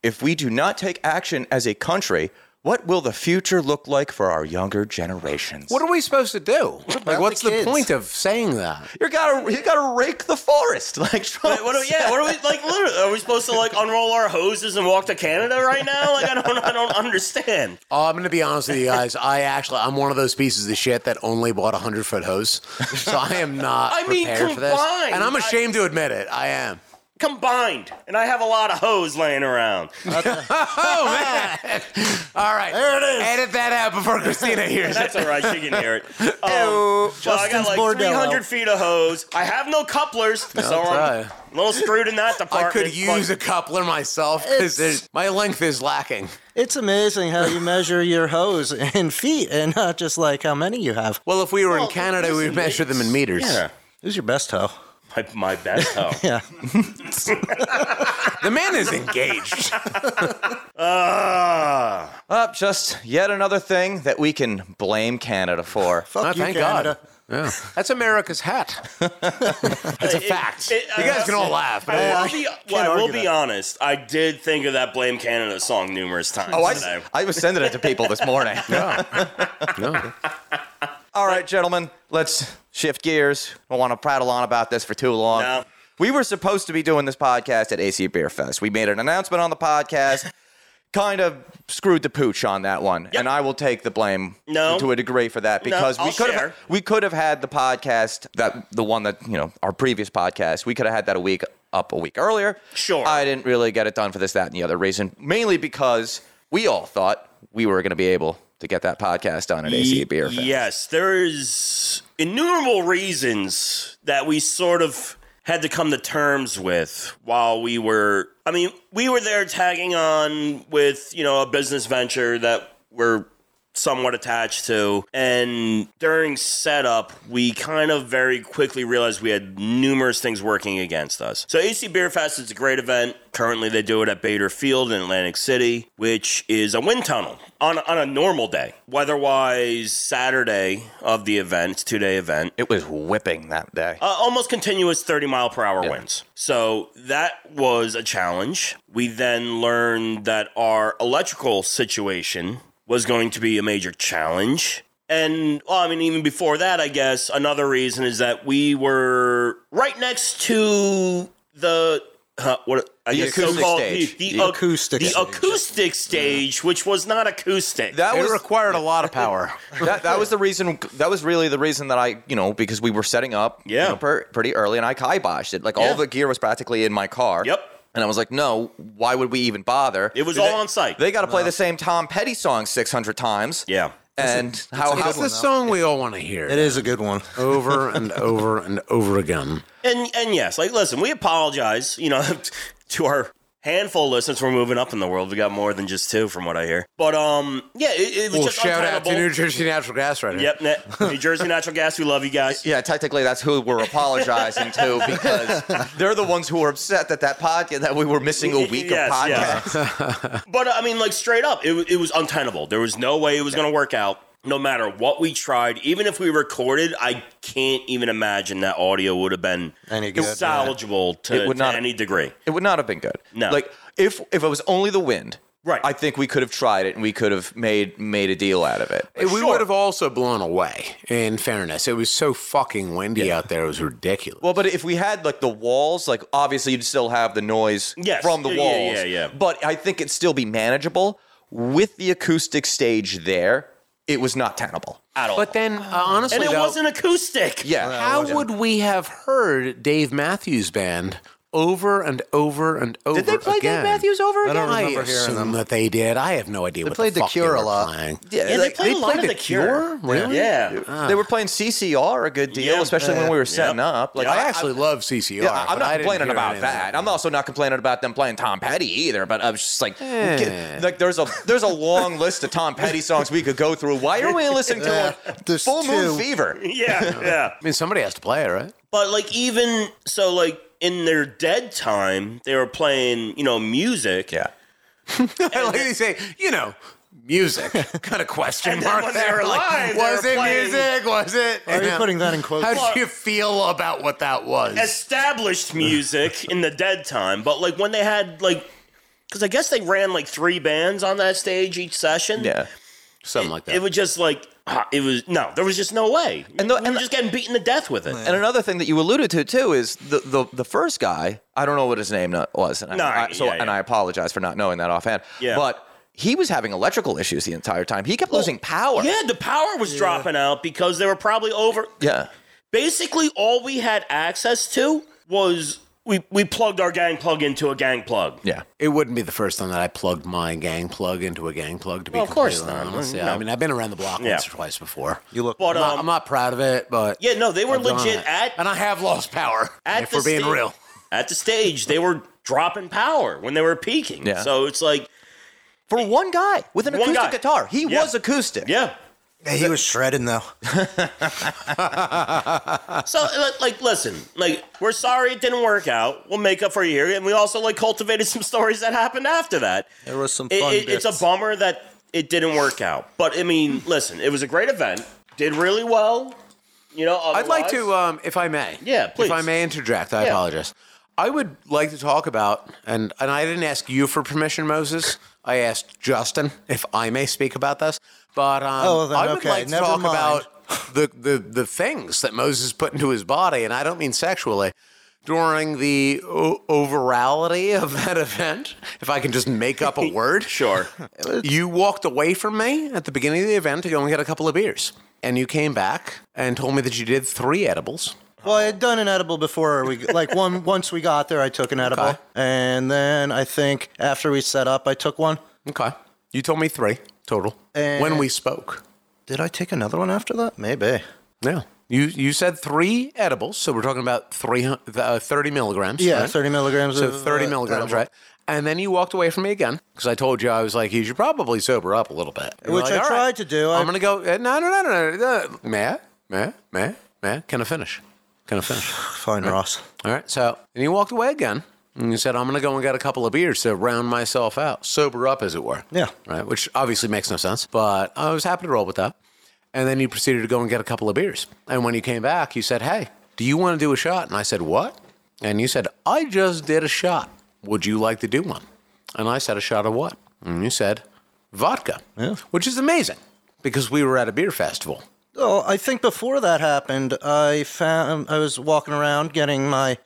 Speaker 1: If we do not take action as a country, what will the future look like for our younger generations?
Speaker 3: What are we supposed to do? Like, what's the,
Speaker 2: kids?
Speaker 3: point of saying that?
Speaker 1: you gotta you gotta rake the forest [laughs] like Trump.
Speaker 4: Wait, what are, yeah, what are we like? Literally, are we supposed to like unroll our hoses and walk to Canada right now? Like, I don't, I don't understand.
Speaker 3: Oh, I'm going to be honest with you [laughs] guys. I actually, I'm one of those pieces of shit that only bought a hundred foot hose, so [laughs] I am not
Speaker 4: I mean,
Speaker 3: prepared for this,
Speaker 4: combined,
Speaker 3: and I'm
Speaker 4: I-
Speaker 3: ashamed to admit it. I am.
Speaker 4: Combined, and I have a lot of hose laying around.
Speaker 3: [laughs] Oh man! All right, there it is. Edit that out before [laughs] Christina hears it.
Speaker 4: That's all right. She can hear
Speaker 3: [laughs]
Speaker 4: it. Um, so I got
Speaker 2: Justin's
Speaker 4: like
Speaker 2: Bordello.
Speaker 4: 300 feet of hose. I have no couplers, so
Speaker 3: tell
Speaker 4: I'm
Speaker 3: ya.
Speaker 4: a little screwed in that
Speaker 3: I
Speaker 4: department.
Speaker 3: could use a coupler myself
Speaker 2: It's-
Speaker 3: because my length is lacking.
Speaker 2: it's amazing how you measure your hose in feet and not just like how many you have.
Speaker 3: Well, if we were
Speaker 4: Well,
Speaker 3: in Canada,
Speaker 4: listen,
Speaker 3: we'd measure them in meters.
Speaker 4: Yeah,
Speaker 2: Who's your best hoe?
Speaker 4: my, my best
Speaker 3: [laughs]
Speaker 4: hoe.
Speaker 2: Yeah.
Speaker 3: The man is [laughs] engaged.
Speaker 4: Ah.
Speaker 1: Up, Oh, just yet another thing that we can blame Canada for.
Speaker 2: Fuck
Speaker 3: Oh,
Speaker 2: you,
Speaker 3: thank
Speaker 2: Canada.
Speaker 3: God. Yeah. That's America's hat. It's a fact.
Speaker 4: it- uh,
Speaker 3: you guys
Speaker 4: I-
Speaker 3: can all laugh. But
Speaker 4: I
Speaker 3: I-
Speaker 4: will be,
Speaker 2: can't
Speaker 4: well, I will
Speaker 2: argue
Speaker 4: be
Speaker 2: that.
Speaker 4: honest. I did think of that "Blame Canada" song numerous times
Speaker 1: Oh,
Speaker 4: today.
Speaker 1: I, I was sending it to people this morning.
Speaker 3: no.
Speaker 1: All right, gentlemen, let's shift gears. Don't want to prattle on about this for too long.
Speaker 4: No.
Speaker 1: We were supposed to be doing this podcast at AC Beer Fest. We made an announcement on the
Speaker 4: [laughs]
Speaker 1: podcast, kind of screwed the pooch on that one, and I will take the blame
Speaker 4: No.
Speaker 1: to a degree for that because we
Speaker 4: I'll
Speaker 1: could have
Speaker 4: share.
Speaker 1: we could have had the podcast that the one that you know our previous podcast we could have had that a week up a week earlier.
Speaker 4: Sure.
Speaker 1: I didn't really get it done for this, that, and the other reason, mainly because we all thought we were going to be able to get that podcast done at AC Beer Fest.
Speaker 4: Yes, there is innumerable reasons that we sort of had to come to terms with while we were. I mean, we were there tagging on with you know a business venture that we're somewhat attached to, and during setup, we kind of very quickly realized we had numerous things working against us. So AC Beer Fest is a great event. Currently, they do it at Bader Field in Atlantic City, which is a wind tunnel on on a normal day. Weather-wise, Saturday of the event, it's a two-day event.
Speaker 1: It was whipping that
Speaker 4: [laughs]
Speaker 1: day.
Speaker 4: Uh, almost continuous 30 mile per hour winds. So that was a challenge. We then learned that our electrical situation was going to be a major challenge. And well, I mean, even before that, I guess another reason is that we were right next to the uh, what I guess
Speaker 1: acoustic
Speaker 4: so-called-
Speaker 1: stage.
Speaker 4: the,
Speaker 1: The
Speaker 4: ac-
Speaker 2: acoustic
Speaker 4: the
Speaker 2: stage.
Speaker 4: acoustic stage, which was not acoustic.
Speaker 1: that
Speaker 3: It
Speaker 1: was
Speaker 3: required a lot of power.
Speaker 1: that, that was the reason. That was really the reason that I, you know, because we were setting up, you
Speaker 4: Yeah.
Speaker 1: know, per, pretty early, and I kiboshed it. Like all
Speaker 4: Yeah.
Speaker 1: the gear was practically in my car.
Speaker 4: Yep.
Speaker 1: And I was like, no, why would we even bother?
Speaker 4: It was
Speaker 1: They-
Speaker 4: all on site.
Speaker 1: They got to play the same Tom Petty song six hundred times.
Speaker 4: yeah.
Speaker 1: And how, how
Speaker 3: It's the song we all want to hear.
Speaker 2: It is a good one.
Speaker 3: Over and over and over again.
Speaker 4: And and yes, like listen, we apologize, you know, [laughs] to our handful of listeners we're moving up in the world. We got more than just two, from what I hear. But um, yeah, it, it was
Speaker 3: Well,
Speaker 4: just
Speaker 3: shout out to
Speaker 4: untenable.
Speaker 3: New Jersey Natural Gas right here.
Speaker 4: Yep, net- New
Speaker 3: [laughs]
Speaker 4: Jersey Natural Gas. We love you
Speaker 1: [laughs]
Speaker 4: guys.
Speaker 1: Yeah, technically that's who we're apologizing
Speaker 4: [laughs]
Speaker 1: to because they're the ones who are upset that that podcast that we were missing a week
Speaker 4: Yes,
Speaker 1: of
Speaker 4: yeah.
Speaker 1: podcasts.
Speaker 4: [laughs]
Speaker 3: [laughs]
Speaker 4: But I mean, like straight up, it, wa- it was untenable. There was no way it was going to work out. No matter what we tried, even if we recorded, I can't even imagine that audio would have been
Speaker 2: Any good, yeah.
Speaker 4: salvageable to,
Speaker 1: It would
Speaker 4: to
Speaker 1: not-
Speaker 4: any degree.
Speaker 1: It would not have been good.
Speaker 4: No.
Speaker 1: Like if if it was only the wind,
Speaker 4: Right.
Speaker 1: I think we could have tried it and we could have made made a deal out of it.
Speaker 3: It- We
Speaker 4: Sure.
Speaker 3: would have also blown away, in fairness. It was so fucking windy out there. It was ridiculous.
Speaker 1: Well, but if we had like the walls, like obviously you'd still have the noise
Speaker 4: Yes.
Speaker 1: from the
Speaker 4: Yeah,
Speaker 1: walls.
Speaker 4: yeah, yeah, yeah.
Speaker 1: But I think it'd still be manageable with the acoustic stage there. It was not tenable.
Speaker 4: At all.
Speaker 3: but then, uh, honestly,
Speaker 4: and it
Speaker 3: though,
Speaker 4: wasn't acoustic.
Speaker 1: Yeah.
Speaker 3: how would we have heard Dave Matthews Band over and over and over
Speaker 1: they play Dave
Speaker 3: again?
Speaker 1: Matthews
Speaker 3: over
Speaker 2: I don't again? remember
Speaker 3: I
Speaker 2: hearing
Speaker 3: assume
Speaker 2: them.
Speaker 3: that they did. I have no idea
Speaker 2: They
Speaker 3: what
Speaker 2: played The
Speaker 3: the, fuck
Speaker 2: Cure
Speaker 3: they
Speaker 2: a
Speaker 3: were
Speaker 2: lot.
Speaker 3: playing.
Speaker 1: Yeah,
Speaker 4: Yeah, they
Speaker 1: like,
Speaker 4: played a lot of
Speaker 3: played
Speaker 4: the
Speaker 3: The
Speaker 4: Cure.
Speaker 3: Cure? Really?
Speaker 4: Yeah.
Speaker 1: they were playing CCR a good deal,
Speaker 4: Ah. Yeah.
Speaker 1: especially when we were setting up. Like
Speaker 3: I
Speaker 1: I-
Speaker 3: actually love CCR.
Speaker 1: Yeah, I- I'm
Speaker 3: but I
Speaker 1: not
Speaker 3: didn't
Speaker 1: complaining
Speaker 3: hear
Speaker 1: about
Speaker 3: any of
Speaker 1: that. I'm also not complaining about them playing Tom Petty either. But I was just like,
Speaker 3: Eh.
Speaker 1: like there's a there's a long list of Tom Petty songs we could go through. Why are we listening [laughs] to
Speaker 2: Yeah,
Speaker 1: a
Speaker 2: there's
Speaker 1: Full Moon
Speaker 2: two.
Speaker 1: Fever?
Speaker 4: Yeah. Yeah.
Speaker 3: I mean, somebody has to play it, right?
Speaker 4: [laughs] But like even so, like in their dead time, they were playing you know music.
Speaker 1: Yeah,
Speaker 3: I [laughs] like they say, you know, [laughs] music. kind of question
Speaker 4: And then
Speaker 3: mark
Speaker 4: when they
Speaker 3: there.
Speaker 4: were alive,
Speaker 3: like,
Speaker 4: they
Speaker 3: was
Speaker 4: were
Speaker 3: it
Speaker 4: playing-
Speaker 3: music? Was it?
Speaker 2: Why are you
Speaker 3: Yeah.
Speaker 2: putting that in quotes?
Speaker 3: How did you feel about what that was?
Speaker 4: Established music in the dead time, but like when they had like, because I guess they ran like three bands on that stage each session.
Speaker 1: yeah.
Speaker 3: Something like that.
Speaker 4: It was just like ah, it was no, there was just no way.
Speaker 1: And
Speaker 4: And
Speaker 1: the-
Speaker 4: we
Speaker 1: and
Speaker 4: were
Speaker 1: the-
Speaker 4: just getting beaten to death with it.
Speaker 1: And another thing that you alluded to too is the the, the first guy. I don't know what his name not- was, and I,
Speaker 4: No,
Speaker 1: I- so
Speaker 4: yeah, yeah.
Speaker 1: and I apologize for not knowing that offhand.
Speaker 4: Yeah.
Speaker 1: but he was having electrical issues the entire time. He kept losing power.
Speaker 4: Yeah, the power was dropping out because they were probably over.
Speaker 1: yeah.
Speaker 4: Basically, all we had access to was we we plugged our gang plug into a gang plug.
Speaker 1: Yeah.
Speaker 3: It wouldn't be the first time that I plugged my gang plug into a gang plug. To be
Speaker 4: Well, of course
Speaker 3: completely
Speaker 4: not.
Speaker 3: honest,
Speaker 4: No.
Speaker 2: Mm-hmm.
Speaker 3: yeah. I mean, I've been around the block
Speaker 4: Yeah.
Speaker 3: once or twice before.
Speaker 2: You look.
Speaker 4: But
Speaker 3: I'm, not,
Speaker 4: um,
Speaker 3: I'm not proud of it, but
Speaker 4: yeah, no, they were
Speaker 3: I've done
Speaker 4: legit
Speaker 3: it.
Speaker 4: at
Speaker 3: and I have lost power.
Speaker 4: at
Speaker 3: if
Speaker 4: the
Speaker 3: we're being
Speaker 4: sta-
Speaker 3: real,
Speaker 4: At the stage, they were dropping power when they were peaking.
Speaker 1: Yeah.
Speaker 4: So it's like,
Speaker 1: For one guy with an
Speaker 4: One
Speaker 1: acoustic
Speaker 4: guy.
Speaker 1: guitar, he
Speaker 4: Yeah.
Speaker 1: was acoustic.
Speaker 4: yeah.
Speaker 2: Yeah, he was shredding though.
Speaker 4: So li- like, listen, like we're sorry it didn't work out. We'll make up for you here, and we also like cultivated some stories that happened after that.
Speaker 2: There was some
Speaker 4: It-
Speaker 2: fun.
Speaker 4: it- it's a bummer that it didn't work out, but I mean, listen, it was a great event. Did really well. You know,
Speaker 3: I'd like
Speaker 4: otherwise.
Speaker 3: to, um, if I may.
Speaker 4: Yeah, please.
Speaker 3: If I may interject, I
Speaker 4: Yeah.
Speaker 3: apologize. I would like to talk about, and, and I didn't ask you for permission, Moses. I asked Justin if I may speak about this. But um,
Speaker 2: Oh, then
Speaker 3: I would
Speaker 2: okay,
Speaker 3: like to
Speaker 2: never
Speaker 3: talk
Speaker 2: mind.
Speaker 3: about the, the, the things that Moses put into his body, and I don't mean sexually, during the o- overality of that [laughs] event, if I can just make up a
Speaker 2: [laughs]
Speaker 3: word.
Speaker 4: Sure.
Speaker 3: You walked away from me at the beginning of the event to go and get a couple of beers. And you came back and told me that you did three edibles.
Speaker 2: Well, I had done an edible before we [laughs] like one once we got there. I took an edible,
Speaker 3: Okay.
Speaker 2: and then I think after we set up, I took one.
Speaker 3: Okay. You told me three total
Speaker 2: And-
Speaker 3: when we spoke.
Speaker 2: Did I take another one after that? Maybe.
Speaker 3: Yeah. You you said three edibles, so we're talking about three hun- uh, 30 milligrams.
Speaker 2: Yeah,
Speaker 3: right?
Speaker 2: 30 milligrams.
Speaker 3: So
Speaker 2: of,
Speaker 3: 30
Speaker 2: uh,
Speaker 3: milligrams,
Speaker 2: edible.
Speaker 3: right? And then you walked away from me again because I told you I was like, you should probably sober up a little bit. You were
Speaker 2: Which
Speaker 3: like,
Speaker 2: I
Speaker 3: "All
Speaker 2: tried to do. I-
Speaker 3: I'm going to go. eh, No, no, no, no, no. no. Matt, Matt, Matt, Matt, can I finish? Can I finish?
Speaker 2: Fine, Ross.
Speaker 3: All right. So, and you walked away again. And you said, I'm going to go and get a couple of beers to round myself out, sober up, as it were.
Speaker 2: Yeah.
Speaker 3: Right. Which obviously makes no sense, but I was happy to roll with that. And then you proceeded to go and get a couple of beers. And when you came back, you said, Hey, do you want to do a shot? And I said, What? And you said, I just did a shot. Would you like to do one? And I said, A shot of what? And you said, Vodka. Yeah. Which is amazing because we were at a beer festival.
Speaker 2: Well, I think before that happened, I found I was walking around getting my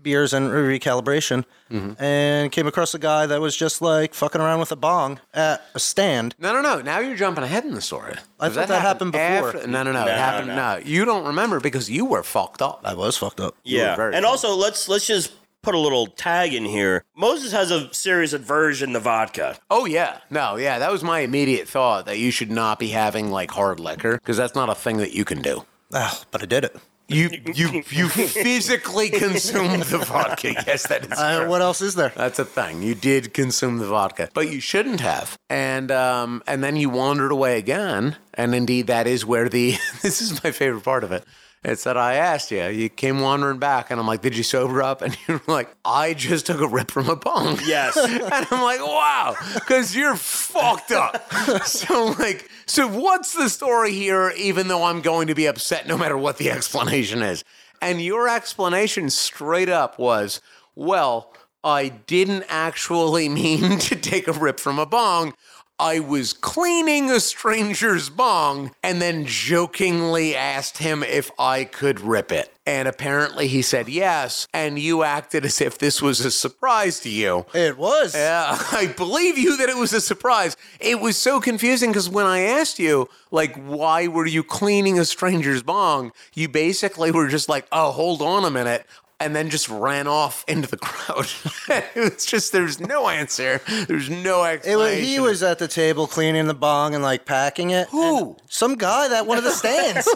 Speaker 2: beers and re- recalibration, Mm-hmm. and came across a guy that was just like fucking around with a bong at a stand.
Speaker 3: No, no, no. Now you're jumping ahead in the story.
Speaker 2: I
Speaker 3: Does
Speaker 2: thought that happened before.
Speaker 3: after- no, no, no.
Speaker 4: No,
Speaker 3: it happened.
Speaker 4: no.
Speaker 3: No. You don't remember because you were fucked up.
Speaker 2: I was fucked up.
Speaker 3: were
Speaker 4: Yeah.
Speaker 3: very
Speaker 4: And
Speaker 3: funny.
Speaker 4: also, let's let's just put a little tag in here. Moses has a serious aversion to vodka.
Speaker 3: Oh, yeah. No, yeah. That was my immediate thought that you should not be having like hard liquor because that's not a thing that you can do.
Speaker 2: Ah, but I did it.
Speaker 3: You you you physically consumed the vodka. Yes, that is.
Speaker 2: Uh,
Speaker 3: true.
Speaker 2: what else is there?
Speaker 3: [laughs] That's a thing. You did consume the vodka, but you shouldn't have. And um, and then you wandered away again. And indeed, that is where the [laughs] this is my favorite part of it. It's that I asked you. You came wandering back, and I'm like, "Did you sober up?" [laughs] And you're like, "I just took a rip from a bong."
Speaker 4: Yes.
Speaker 3: [laughs] and I'm like, "Wow," because you're fucked up. [laughs] so like, so what's the story here? Even though I'm going to be upset no matter what the [laughs] explanation is, and your explanation straight up was, "Well, I didn't actually [laughs] mean to take a rip from a bong. I was cleaning a stranger's bong and then jokingly asked him if I could rip it. And apparently he said yes, and you acted as if this was a surprise to you.
Speaker 2: It was.
Speaker 3: Yeah, Uh, [laughs] I believe you that it was a surprise. It was so confusing because when I asked you, like, why were you cleaning a stranger's bong, you basically were just like, oh, hold on a minute. And then just ran off into the [laughs] crowd. it was just, there's no answer. There's no
Speaker 2: It was,
Speaker 3: explanation.
Speaker 2: he was at the table cleaning the bong and like packing it.
Speaker 3: Who?
Speaker 2: And Some guy that one of
Speaker 4: [laughs]
Speaker 2: the stands.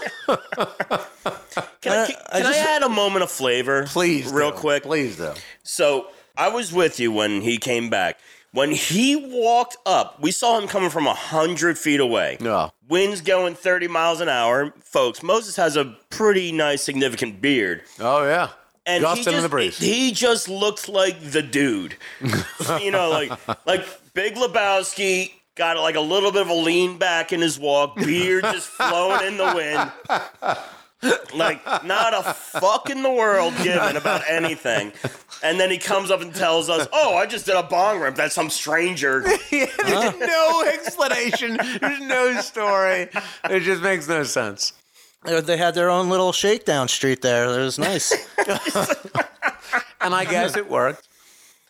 Speaker 4: Can, I, can,
Speaker 2: I
Speaker 4: can I
Speaker 2: just-
Speaker 4: add a moment of flavor?
Speaker 3: Uh, Please,
Speaker 4: Real
Speaker 3: though.
Speaker 4: quick.
Speaker 3: Please, though.
Speaker 4: So I was with you when he came back. When he walked up, we saw him coming from 100 feet away.
Speaker 3: Yeah.
Speaker 4: Wind's going 30 miles an hour. Folks, Moses has a pretty nice, significant beard.
Speaker 3: Oh yeah.
Speaker 4: And
Speaker 3: Gustin
Speaker 4: he just,
Speaker 3: in the breeze.
Speaker 4: He just looked like the dude. [laughs] you know, like like Big Lebowski got like a little bit of a lean back in his walk, beard just flowing in the wind. Like not a fuck in the world given about anything. And then he comes up and tells us, "Oh, I just did a bong rip. That's some stranger."
Speaker 3: [laughs] There's no explanation. There's no story. It just makes no sense.
Speaker 2: They- they had their own little shakedown street there. It was
Speaker 4: [laughs]
Speaker 2: nice.
Speaker 3: And I guess it worked.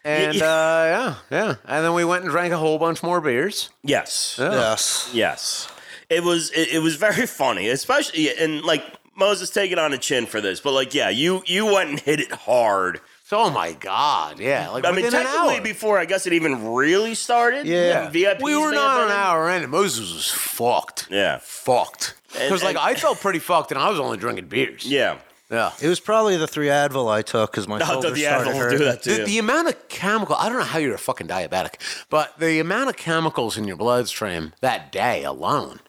Speaker 3: And uh, yeah, yeah. And then we went and drank a whole bunch more beers.
Speaker 4: Yes.
Speaker 2: yes.
Speaker 4: Yes, it was. It, it was very funny, especially and like Moses taking on a chin for this. But like, yeah, you you went and hit it hard.
Speaker 3: So, oh my god, yeah. Like
Speaker 4: I mean,
Speaker 3: within an
Speaker 4: technically,
Speaker 3: hour.
Speaker 4: before I guess it even really started.
Speaker 2: Yeah.
Speaker 4: VIP.
Speaker 3: we were not an hour in, and Moses was fucked.
Speaker 4: Yeah.
Speaker 3: fucked.
Speaker 4: And-
Speaker 3: Because like
Speaker 4: and-
Speaker 3: I felt pretty fucked, and I was only drinking beers.
Speaker 4: Yeah,
Speaker 3: yeah.
Speaker 2: It was probably the three Advil I took because my
Speaker 4: I'll
Speaker 2: shoulders
Speaker 4: the
Speaker 2: started
Speaker 4: adults
Speaker 2: hurting.
Speaker 4: do that
Speaker 3: The,
Speaker 4: too.
Speaker 3: the amount of chemical, I don't know how you're a fucking diabetic, but the amount of chemicals in your bloodstream that day alone,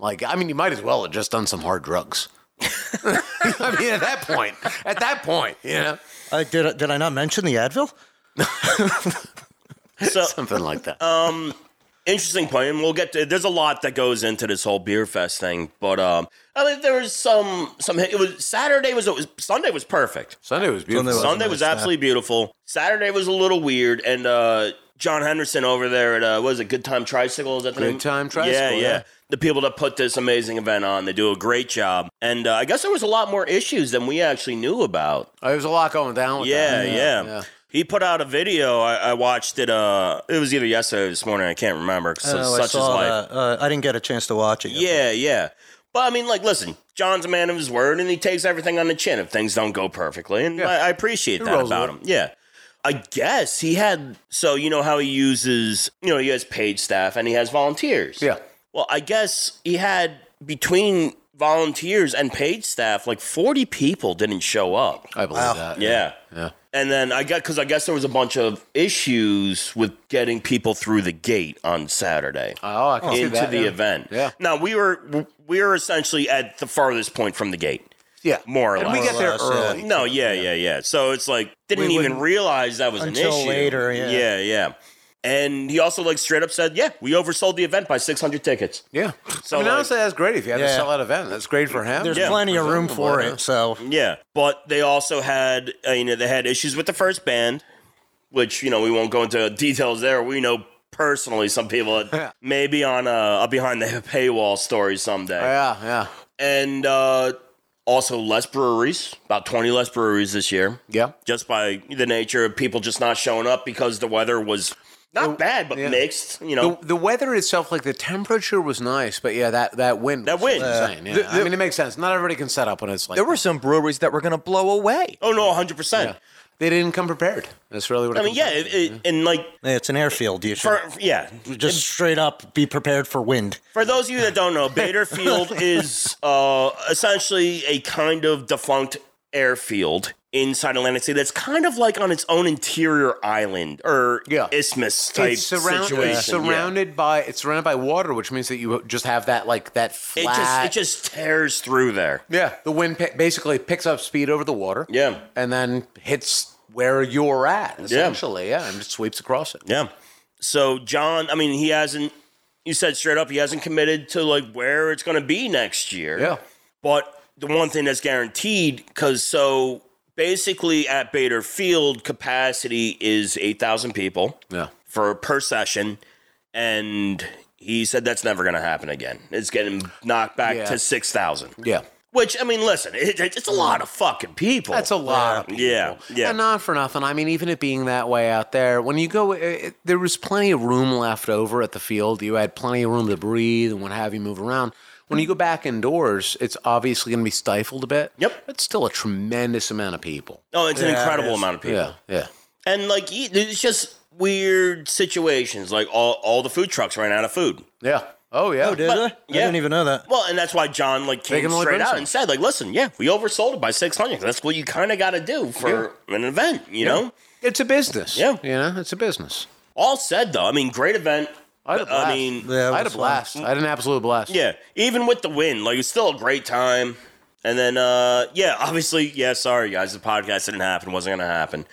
Speaker 3: like, I mean, you might as well have just done some hard drugs. [laughs] I mean, at that point, at that point, you know,
Speaker 2: I did. I- Did I not mention the Advil?
Speaker 4: so
Speaker 3: something like that.
Speaker 4: Uh, interesting point, and we'll get to. There's a lot that goes into this whole beer fest thing, but um, I mean, there was some some. It was Saturday was, it was Sunday was perfect.
Speaker 3: Sunday was beautiful.
Speaker 2: Sunday was-
Speaker 4: Sunday was absolutely beautiful. Saturday was a little weird, and uh, John Henderson over there at uh, what is it, Good Time Tricycle? Is that the
Speaker 3: Good
Speaker 4: name?
Speaker 3: Time Tricycle,
Speaker 4: Yeah, yeah,
Speaker 3: yeah.
Speaker 4: The people that put this amazing event on, they do a great job. And uh, I guess there was a lot more issues than we actually knew about.
Speaker 3: There was a lot going down with
Speaker 4: Yeah,
Speaker 3: that.
Speaker 4: yeah. He put out a video. I, I watched it. Uh, it was either yesterday or this morning. I can't remember. 'cause
Speaker 2: Oh,
Speaker 4: such
Speaker 2: I
Speaker 4: is
Speaker 2: saw
Speaker 4: life.
Speaker 2: that. Uh, I didn't get a chance to watch it. yet.
Speaker 4: Yeah, yeah. But I mean, like, listen, John's a man of his word, and he takes everything on the chin if things don't go perfectly, and I, I appreciate that
Speaker 3: rolls
Speaker 4: about
Speaker 3: with
Speaker 4: him. Yeah. I guess he had so you know how he uses you know he has paid staff and he has volunteers.
Speaker 3: Yeah.
Speaker 4: Well, I guess he had between volunteers and paid staff like 40 people didn't show up.
Speaker 3: I believe
Speaker 2: Wow.
Speaker 3: that.
Speaker 4: Yeah.
Speaker 3: Yeah.
Speaker 4: And then I got because I guess there was a bunch of issues with getting people through the gate on Saturday
Speaker 3: Oh, I can see
Speaker 4: into
Speaker 3: that.
Speaker 4: the
Speaker 3: yeah.
Speaker 4: event.
Speaker 3: Yeah.
Speaker 4: Now we were we were essentially at the farthest point from the gate,
Speaker 3: Yeah.
Speaker 4: more or
Speaker 3: And
Speaker 4: less.
Speaker 3: we get there
Speaker 2: More or less,
Speaker 3: early.
Speaker 4: no, yeah, yeah, yeah. So it's like didn't
Speaker 2: We
Speaker 4: even
Speaker 2: wouldn't-
Speaker 4: realize that was
Speaker 2: Until
Speaker 4: an issue
Speaker 2: later, yeah.
Speaker 4: yeah, yeah. And he also like straight up said, "Yeah, we oversold the event by 600 tickets."
Speaker 3: Yeah.
Speaker 4: So,
Speaker 3: So I mean,
Speaker 4: like-
Speaker 3: honestly, that's great if you have
Speaker 2: Yeah.
Speaker 3: a sellout event. That's great for him.
Speaker 2: There's
Speaker 4: Yeah.
Speaker 2: plenty of room for
Speaker 3: Yeah.
Speaker 2: it. So
Speaker 4: Yeah, but they also had uh, you know they had issues with the first band, which you know we won't go into details there. We know personally some people that may be on a, a behind the paywall story someday.
Speaker 3: Yeah, yeah.
Speaker 4: and uh, also less breweries, about 20 less breweries this year,
Speaker 3: Yeah.
Speaker 4: just by the nature of people just not showing up because the weather was not bad, but mixed, you know.
Speaker 3: The, the weather itself, like the temperature was nice, but yeah, that, that wind.
Speaker 4: That
Speaker 3: was
Speaker 4: wind.
Speaker 3: Insane. Yeah. I mean, it makes sense. Not everybody can set up when it's like.
Speaker 1: There were some breweries that were going to blow away.
Speaker 4: oh, no, 100%.
Speaker 3: They didn't come prepared. That's really what
Speaker 4: I mean, yeah, it, it, and like
Speaker 2: It's an airfield. You
Speaker 4: for
Speaker 2: should
Speaker 4: yeah,
Speaker 2: just straight up be prepared for wind.
Speaker 4: For those of you that don't know, Bader Field
Speaker 3: [laughs]
Speaker 4: is uh, essentially a kind of defunct airfield inside Atlantic City that's kind of like on its own interior island or
Speaker 3: Yeah.
Speaker 4: isthmus type
Speaker 3: It's surround-
Speaker 4: situation.
Speaker 3: it's surrounded by it's surrounded by water, which means that you just have that like that
Speaker 4: yeah. It just
Speaker 3: flat.
Speaker 4: it just tears through there.
Speaker 3: yeah. The wind pi- basically picks up speed over the water.
Speaker 4: Yeah.
Speaker 3: and then hits where you're at essentially. Yeah, and just sweeps across it.
Speaker 4: Yeah. So John, I mean, he hasn't. You said straight up, he hasn't committed to like where it's going to be next year.
Speaker 3: Yeah.
Speaker 4: But the one thing that's guaranteed, because so basically at Bader Field, capacity is 8,000 people
Speaker 3: Yeah.
Speaker 4: for per session. And he said that's never going to happen again. It's getting knocked back
Speaker 3: Yeah.
Speaker 4: to 6,000.
Speaker 3: Yeah.
Speaker 4: Which, I mean, listen, it, it's a lot of fucking people.
Speaker 3: That's a lot. Of people.
Speaker 4: Yeah. Yeah.
Speaker 3: And uh, not for nothing. I mean, even it being that way out there, when you go, it, it- there was plenty of room left over at the field. You had plenty of room to breathe and what have you, move around. When you go back indoors, it's obviously going to be stifled a bit.
Speaker 4: Yep.
Speaker 3: It's still a tremendous amount of people.
Speaker 4: oh, it's an
Speaker 2: Yeah, it
Speaker 4: incredible
Speaker 2: is.
Speaker 4: amount of people.
Speaker 3: Yeah. Yeah.
Speaker 4: And like, e- it's just weird situations. Like, all, all the food trucks ran out of food.
Speaker 3: Yeah. Oh, yeah.
Speaker 2: Oh, did they? I
Speaker 4: yeah.
Speaker 2: didn't even know that.
Speaker 4: Well, and that's why John like
Speaker 3: They
Speaker 4: came
Speaker 3: can only
Speaker 4: straight
Speaker 3: bring
Speaker 4: out
Speaker 3: some.
Speaker 4: and said, like, listen, yeah, we oversold it by six hundred. That's what you kind of got to do for an event, you know.
Speaker 3: It's a business.
Speaker 4: Yeah.
Speaker 3: You know, it's a business.
Speaker 4: All said though, I mean, great event.
Speaker 3: I had a blast.
Speaker 4: I mean,
Speaker 2: Yeah, it
Speaker 3: I had a
Speaker 2: was fun.
Speaker 3: blast. I had an absolute blast.
Speaker 4: yeah, even with the win, like it's still a great time. And then, uh, yeah, obviously, yeah, sorry guys, the podcast didn't happen, wasn't gonna happen.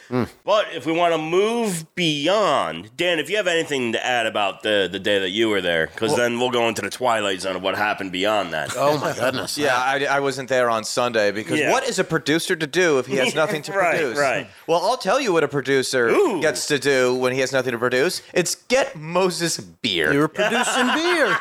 Speaker 4: But if we want to move beyond, Dan, if you have anything to add about the the day that you were there, because then we'll go into the twilight zone of what happened beyond that.
Speaker 3: Oh, my goodness.
Speaker 1: Yeah, I, I wasn't there on Sunday because
Speaker 4: Yeah.
Speaker 1: what is a producer to do if he
Speaker 4: [laughs]
Speaker 1: has nothing to
Speaker 4: Right,
Speaker 1: produce?
Speaker 4: right.
Speaker 1: Well, I'll tell you what a producer
Speaker 4: Ooh.
Speaker 1: gets to do when he has nothing to produce. It's get Moses beer.
Speaker 2: You were
Speaker 4: [laughs]
Speaker 2: producing beer.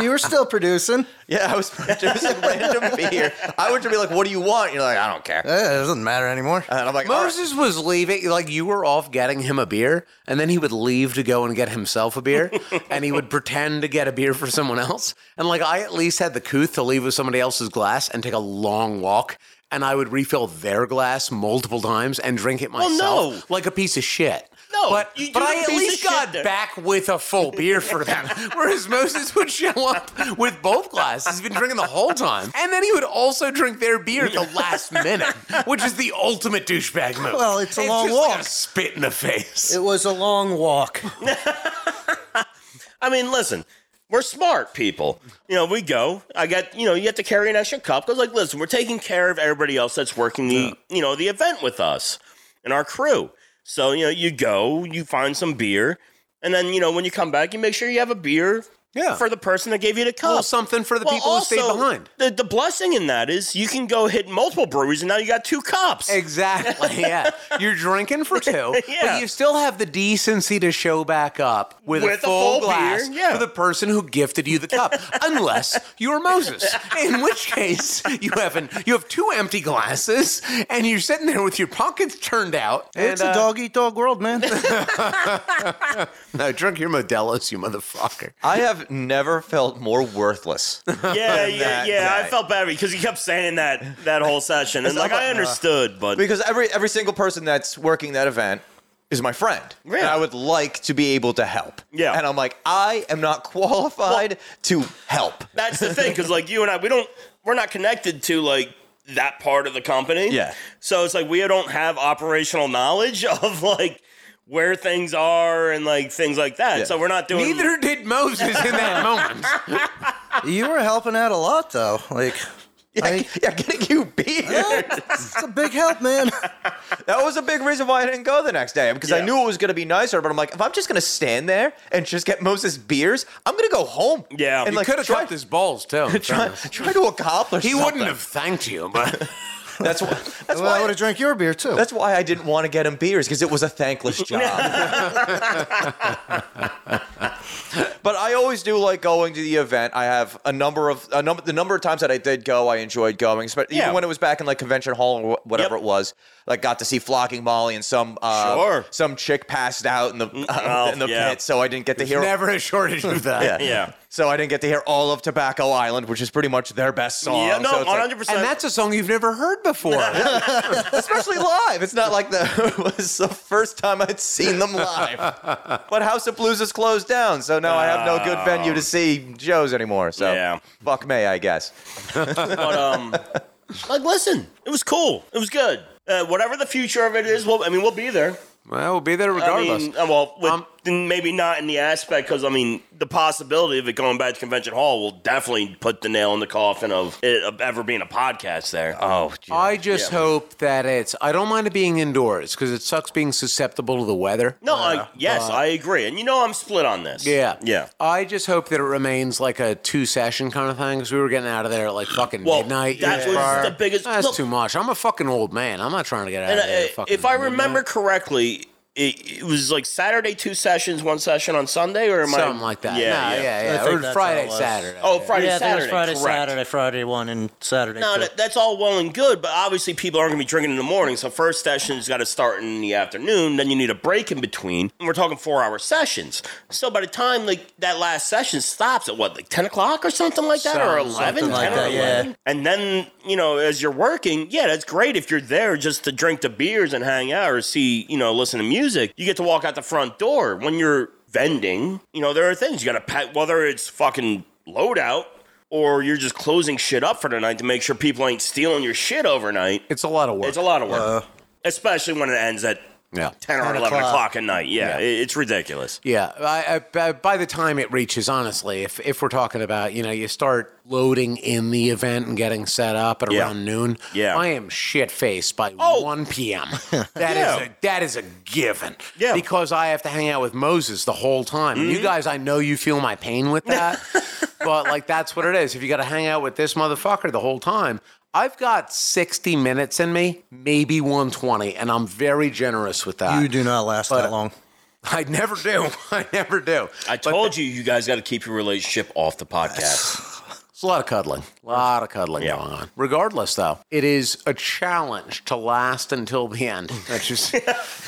Speaker 2: You were still producing.
Speaker 1: [laughs] yeah, I was producing [laughs] random beer. I would be like, "What do you want?" You're like, "I don't care."
Speaker 2: Eh, it doesn't matter anymore.
Speaker 1: And I'm like, "All right."
Speaker 3: Moses was leaving, like you were off getting him a beer, and then he would leave to go and get himself
Speaker 4: [laughs]
Speaker 3: a beer, and he would pretend to get a beer for someone else. And like I at least had the couth to leave with somebody else's glass and take a long walk, and I would refill their glass multiple times and drink it myself,
Speaker 4: no.
Speaker 3: like a piece of shit.
Speaker 4: No,
Speaker 3: but
Speaker 4: you
Speaker 3: but
Speaker 4: do the
Speaker 3: I at
Speaker 4: piece of
Speaker 3: least
Speaker 4: shit
Speaker 3: got
Speaker 4: there.
Speaker 3: back with a full beer for
Speaker 2: [laughs]
Speaker 3: them, whereas Moses would show up with both glasses. He's been drinking the whole time, and then he would also drink their beer at the last minute, which is the ultimate douchebag move.
Speaker 2: Well, it's a long
Speaker 3: just like
Speaker 2: walk.
Speaker 3: a spit in the face.
Speaker 2: It was a long walk.
Speaker 4: I mean, listen, we're smart people. You know, we go. I got you know, you have to carry an extra cup because, like, listen, we're taking care of everybody else that's working the you know the event with us and our crew. So you know, you go, you find some beer, and then you know when you come back, you make sure you have a beer.
Speaker 3: Yeah.
Speaker 4: For the person that gave you the cup.
Speaker 3: Well, something for the people who stayed behind.
Speaker 4: The, the blessing in that is you can go hit multiple breweries and now you got two cups.
Speaker 3: Exactly. Yeah, you're drinking for two,
Speaker 4: Yeah.
Speaker 3: but you still have the decency to show back up with,
Speaker 4: With a
Speaker 3: a
Speaker 4: full
Speaker 3: full, glass
Speaker 4: beer, yeah.
Speaker 3: for the person who gifted you the cup, unless you're Moses, in which case you have an, you have two empty glasses and you're sitting there with your pockets turned out.
Speaker 2: [laughs] It's
Speaker 3: and,
Speaker 2: a
Speaker 3: uh,
Speaker 2: dog eat dog world, man.
Speaker 3: No, drink your Modelo's, you motherfucker.
Speaker 1: I have never felt more
Speaker 4: [laughs]
Speaker 1: worthless.
Speaker 3: [laughs]
Speaker 4: Yeah, yeah,
Speaker 1: That
Speaker 4: yeah. I
Speaker 1: guy.
Speaker 4: felt bad because he kept saying that that whole session, and like
Speaker 3: uh,
Speaker 4: I understood, but
Speaker 1: because every every single person that's working that event is my friend.
Speaker 4: Really?
Speaker 1: And I would like to be able to help.
Speaker 4: Yeah.
Speaker 1: And I'm like, I am not qualified to help.
Speaker 4: That's the thing, because like you and I, we don't, we're not connected to like that part of the company.
Speaker 1: Yeah.
Speaker 4: So it's like we don't have operational knowledge [laughs] of like where things are and like things like that. So we're not doing.
Speaker 3: Neither did Moses in that moment.
Speaker 2: you were helping out a lot, though. Like,
Speaker 1: [laughs] Yeah,
Speaker 2: I-
Speaker 1: yeah, getting you
Speaker 4: [laughs]
Speaker 1: beer.
Speaker 2: [laughs] it's a big help, man.
Speaker 1: That was a big reason why I didn't go the next day because I
Speaker 4: Yeah.
Speaker 1: knew it was going to be nicer. But I'm like, if I'm just going to stand there and just get Moses beers, I'm going to go home.
Speaker 4: Yeah.
Speaker 1: and [laughs]
Speaker 4: You
Speaker 1: like
Speaker 3: Could have
Speaker 1: try,
Speaker 3: dropped his balls too.
Speaker 1: try, try to accomplish.
Speaker 3: He
Speaker 1: something.
Speaker 3: wouldn't have thanked you, but
Speaker 1: That's why. That's
Speaker 2: [laughs] Well, I would
Speaker 1: why.
Speaker 2: have drank your beer too.
Speaker 1: That's why I didn't want to get him beers because it was a thankless
Speaker 4: [laughs]
Speaker 1: job. but I always do like going to the event. I have a number of a number the number of times that I did go, I enjoyed going. But
Speaker 4: Yeah.
Speaker 1: even when it was back in like convention hall or wh- whatever
Speaker 4: Yep.
Speaker 1: it was, like got to see Flocking Molly and some uh,
Speaker 4: Sure.
Speaker 1: some chick passed out in the uh,
Speaker 4: oh,
Speaker 1: in the
Speaker 4: yeah.
Speaker 1: pit, so I didn't get to hear.
Speaker 3: never a shortage of that.
Speaker 1: yeah.
Speaker 4: yeah.
Speaker 1: so I didn't get to hear all of Tobacco Island, which is pretty much their best song.
Speaker 4: yeah,
Speaker 1: So
Speaker 4: no,
Speaker 1: it's like-
Speaker 4: one hundred
Speaker 3: And
Speaker 4: percent.
Speaker 3: that's a song you've never heard before.
Speaker 1: especially live. It's not like the [laughs] it was the first time I'd seen them
Speaker 4: [laughs]
Speaker 1: live. But House of Blues is closed down, so now I have no good venue to see shows anymore. So
Speaker 4: Oh. Yeah.
Speaker 1: fuck me, I guess.
Speaker 4: But
Speaker 3: [laughs]
Speaker 4: um, like, listen, it was cool. It was good. Uh, whatever the future of it is, well, I mean, we'll be there.
Speaker 3: well, we'll be there regardless.
Speaker 4: I mean, uh, well, with,
Speaker 3: Um,
Speaker 4: maybe not in the aspect because I mean, the possibility of it going back to convention hall will definitely put the nail in the coffin of it of ever being a podcast there. Oh, gee.
Speaker 3: I just
Speaker 4: Yeah.
Speaker 3: hope that it's. I don't mind it being indoors because it sucks being susceptible to the weather.
Speaker 4: no, I, yes, I agree, and you know I'm split on this.
Speaker 3: Yeah.
Speaker 4: yeah.
Speaker 3: I just hope that it remains like a two session kind of thing because we were getting out of there at like fucking
Speaker 4: Well,
Speaker 3: midnight.
Speaker 4: that
Speaker 3: yeah.
Speaker 4: was
Speaker 3: prior.
Speaker 4: the biggest-
Speaker 3: That's
Speaker 4: look-
Speaker 3: too much. I'm a fucking old man. I'm not trying to get out
Speaker 4: And
Speaker 3: of there.
Speaker 4: uh,
Speaker 3: at fucking
Speaker 4: if I
Speaker 3: midnight.
Speaker 4: remember correctly, it, it was like Saturday two sessions, one session on Sunday, or am I
Speaker 3: something like that.
Speaker 4: Yeah,
Speaker 3: Nah,
Speaker 4: yeah.
Speaker 3: yeah,
Speaker 2: I
Speaker 3: yeah.
Speaker 2: think
Speaker 3: Or
Speaker 2: that's how
Speaker 3: Friday,
Speaker 2: it was.
Speaker 3: Saturday.
Speaker 4: Oh, Friday,
Speaker 2: yeah, I think it
Speaker 4: Saturday,
Speaker 2: was Friday,
Speaker 4: correct.
Speaker 2: Saturday, Friday one, and Saturday.
Speaker 4: No,
Speaker 2: two.
Speaker 4: that, that's all well and good, but obviously people aren't going to be drinking in the morning. So first session's got to start in the afternoon. Then you need a break in between. And we're talking four-hour sessions. So by the time like that last session stops at what, like ten o'clock or something like that, or
Speaker 3: Something
Speaker 4: eleven,
Speaker 2: like
Speaker 4: 10 or
Speaker 2: that, yeah.
Speaker 4: 11? And then you know, as you're working, yeah, that's great if you're there just to drink the beers and hang out or see, you know, listen to music. You get to walk out the front door when you're vending. You know, there are things you got to pack, whether it's fucking loadout or you're just closing shit up for the night to make sure people ain't stealing your shit overnight.
Speaker 3: it's a lot of work.
Speaker 4: It's a lot of work, especially when it ends at
Speaker 3: yeah.
Speaker 4: ten or
Speaker 2: 10
Speaker 4: eleven
Speaker 2: o'clock.
Speaker 4: o'clock at night. Yeah, it- it's ridiculous.
Speaker 3: Yeah, I, I, I, by the time it reaches, honestly, if if we're talking about, you know, you start loading in the event and getting set up at
Speaker 4: Yeah.
Speaker 3: around noon.
Speaker 4: Yeah.
Speaker 3: I am shit faced by
Speaker 4: Oh. [laughs]
Speaker 3: 1 p.m. That is
Speaker 4: Yeah.
Speaker 3: a, that is a given.
Speaker 4: Yeah. Mm-hmm.
Speaker 3: because I have to hang out with Moses the whole time. You guys, I know you feel my pain
Speaker 4: [laughs]
Speaker 3: with that, but like that's what it is. If you got to hang out with this motherfucker the whole time. I've got 60 minutes in me, maybe 120, and I'm very generous with that.
Speaker 2: you do not last
Speaker 3: But-
Speaker 2: that long.
Speaker 3: I never do. [laughs] I never do.
Speaker 4: I
Speaker 3: But
Speaker 4: told you, you guys got to keep your relationship off the podcast.
Speaker 3: It's a lot of cuddling. A lot of cuddling
Speaker 4: Yeah.
Speaker 3: going on. Regardless, though, it is a challenge to last until the end. [laughs] That's just,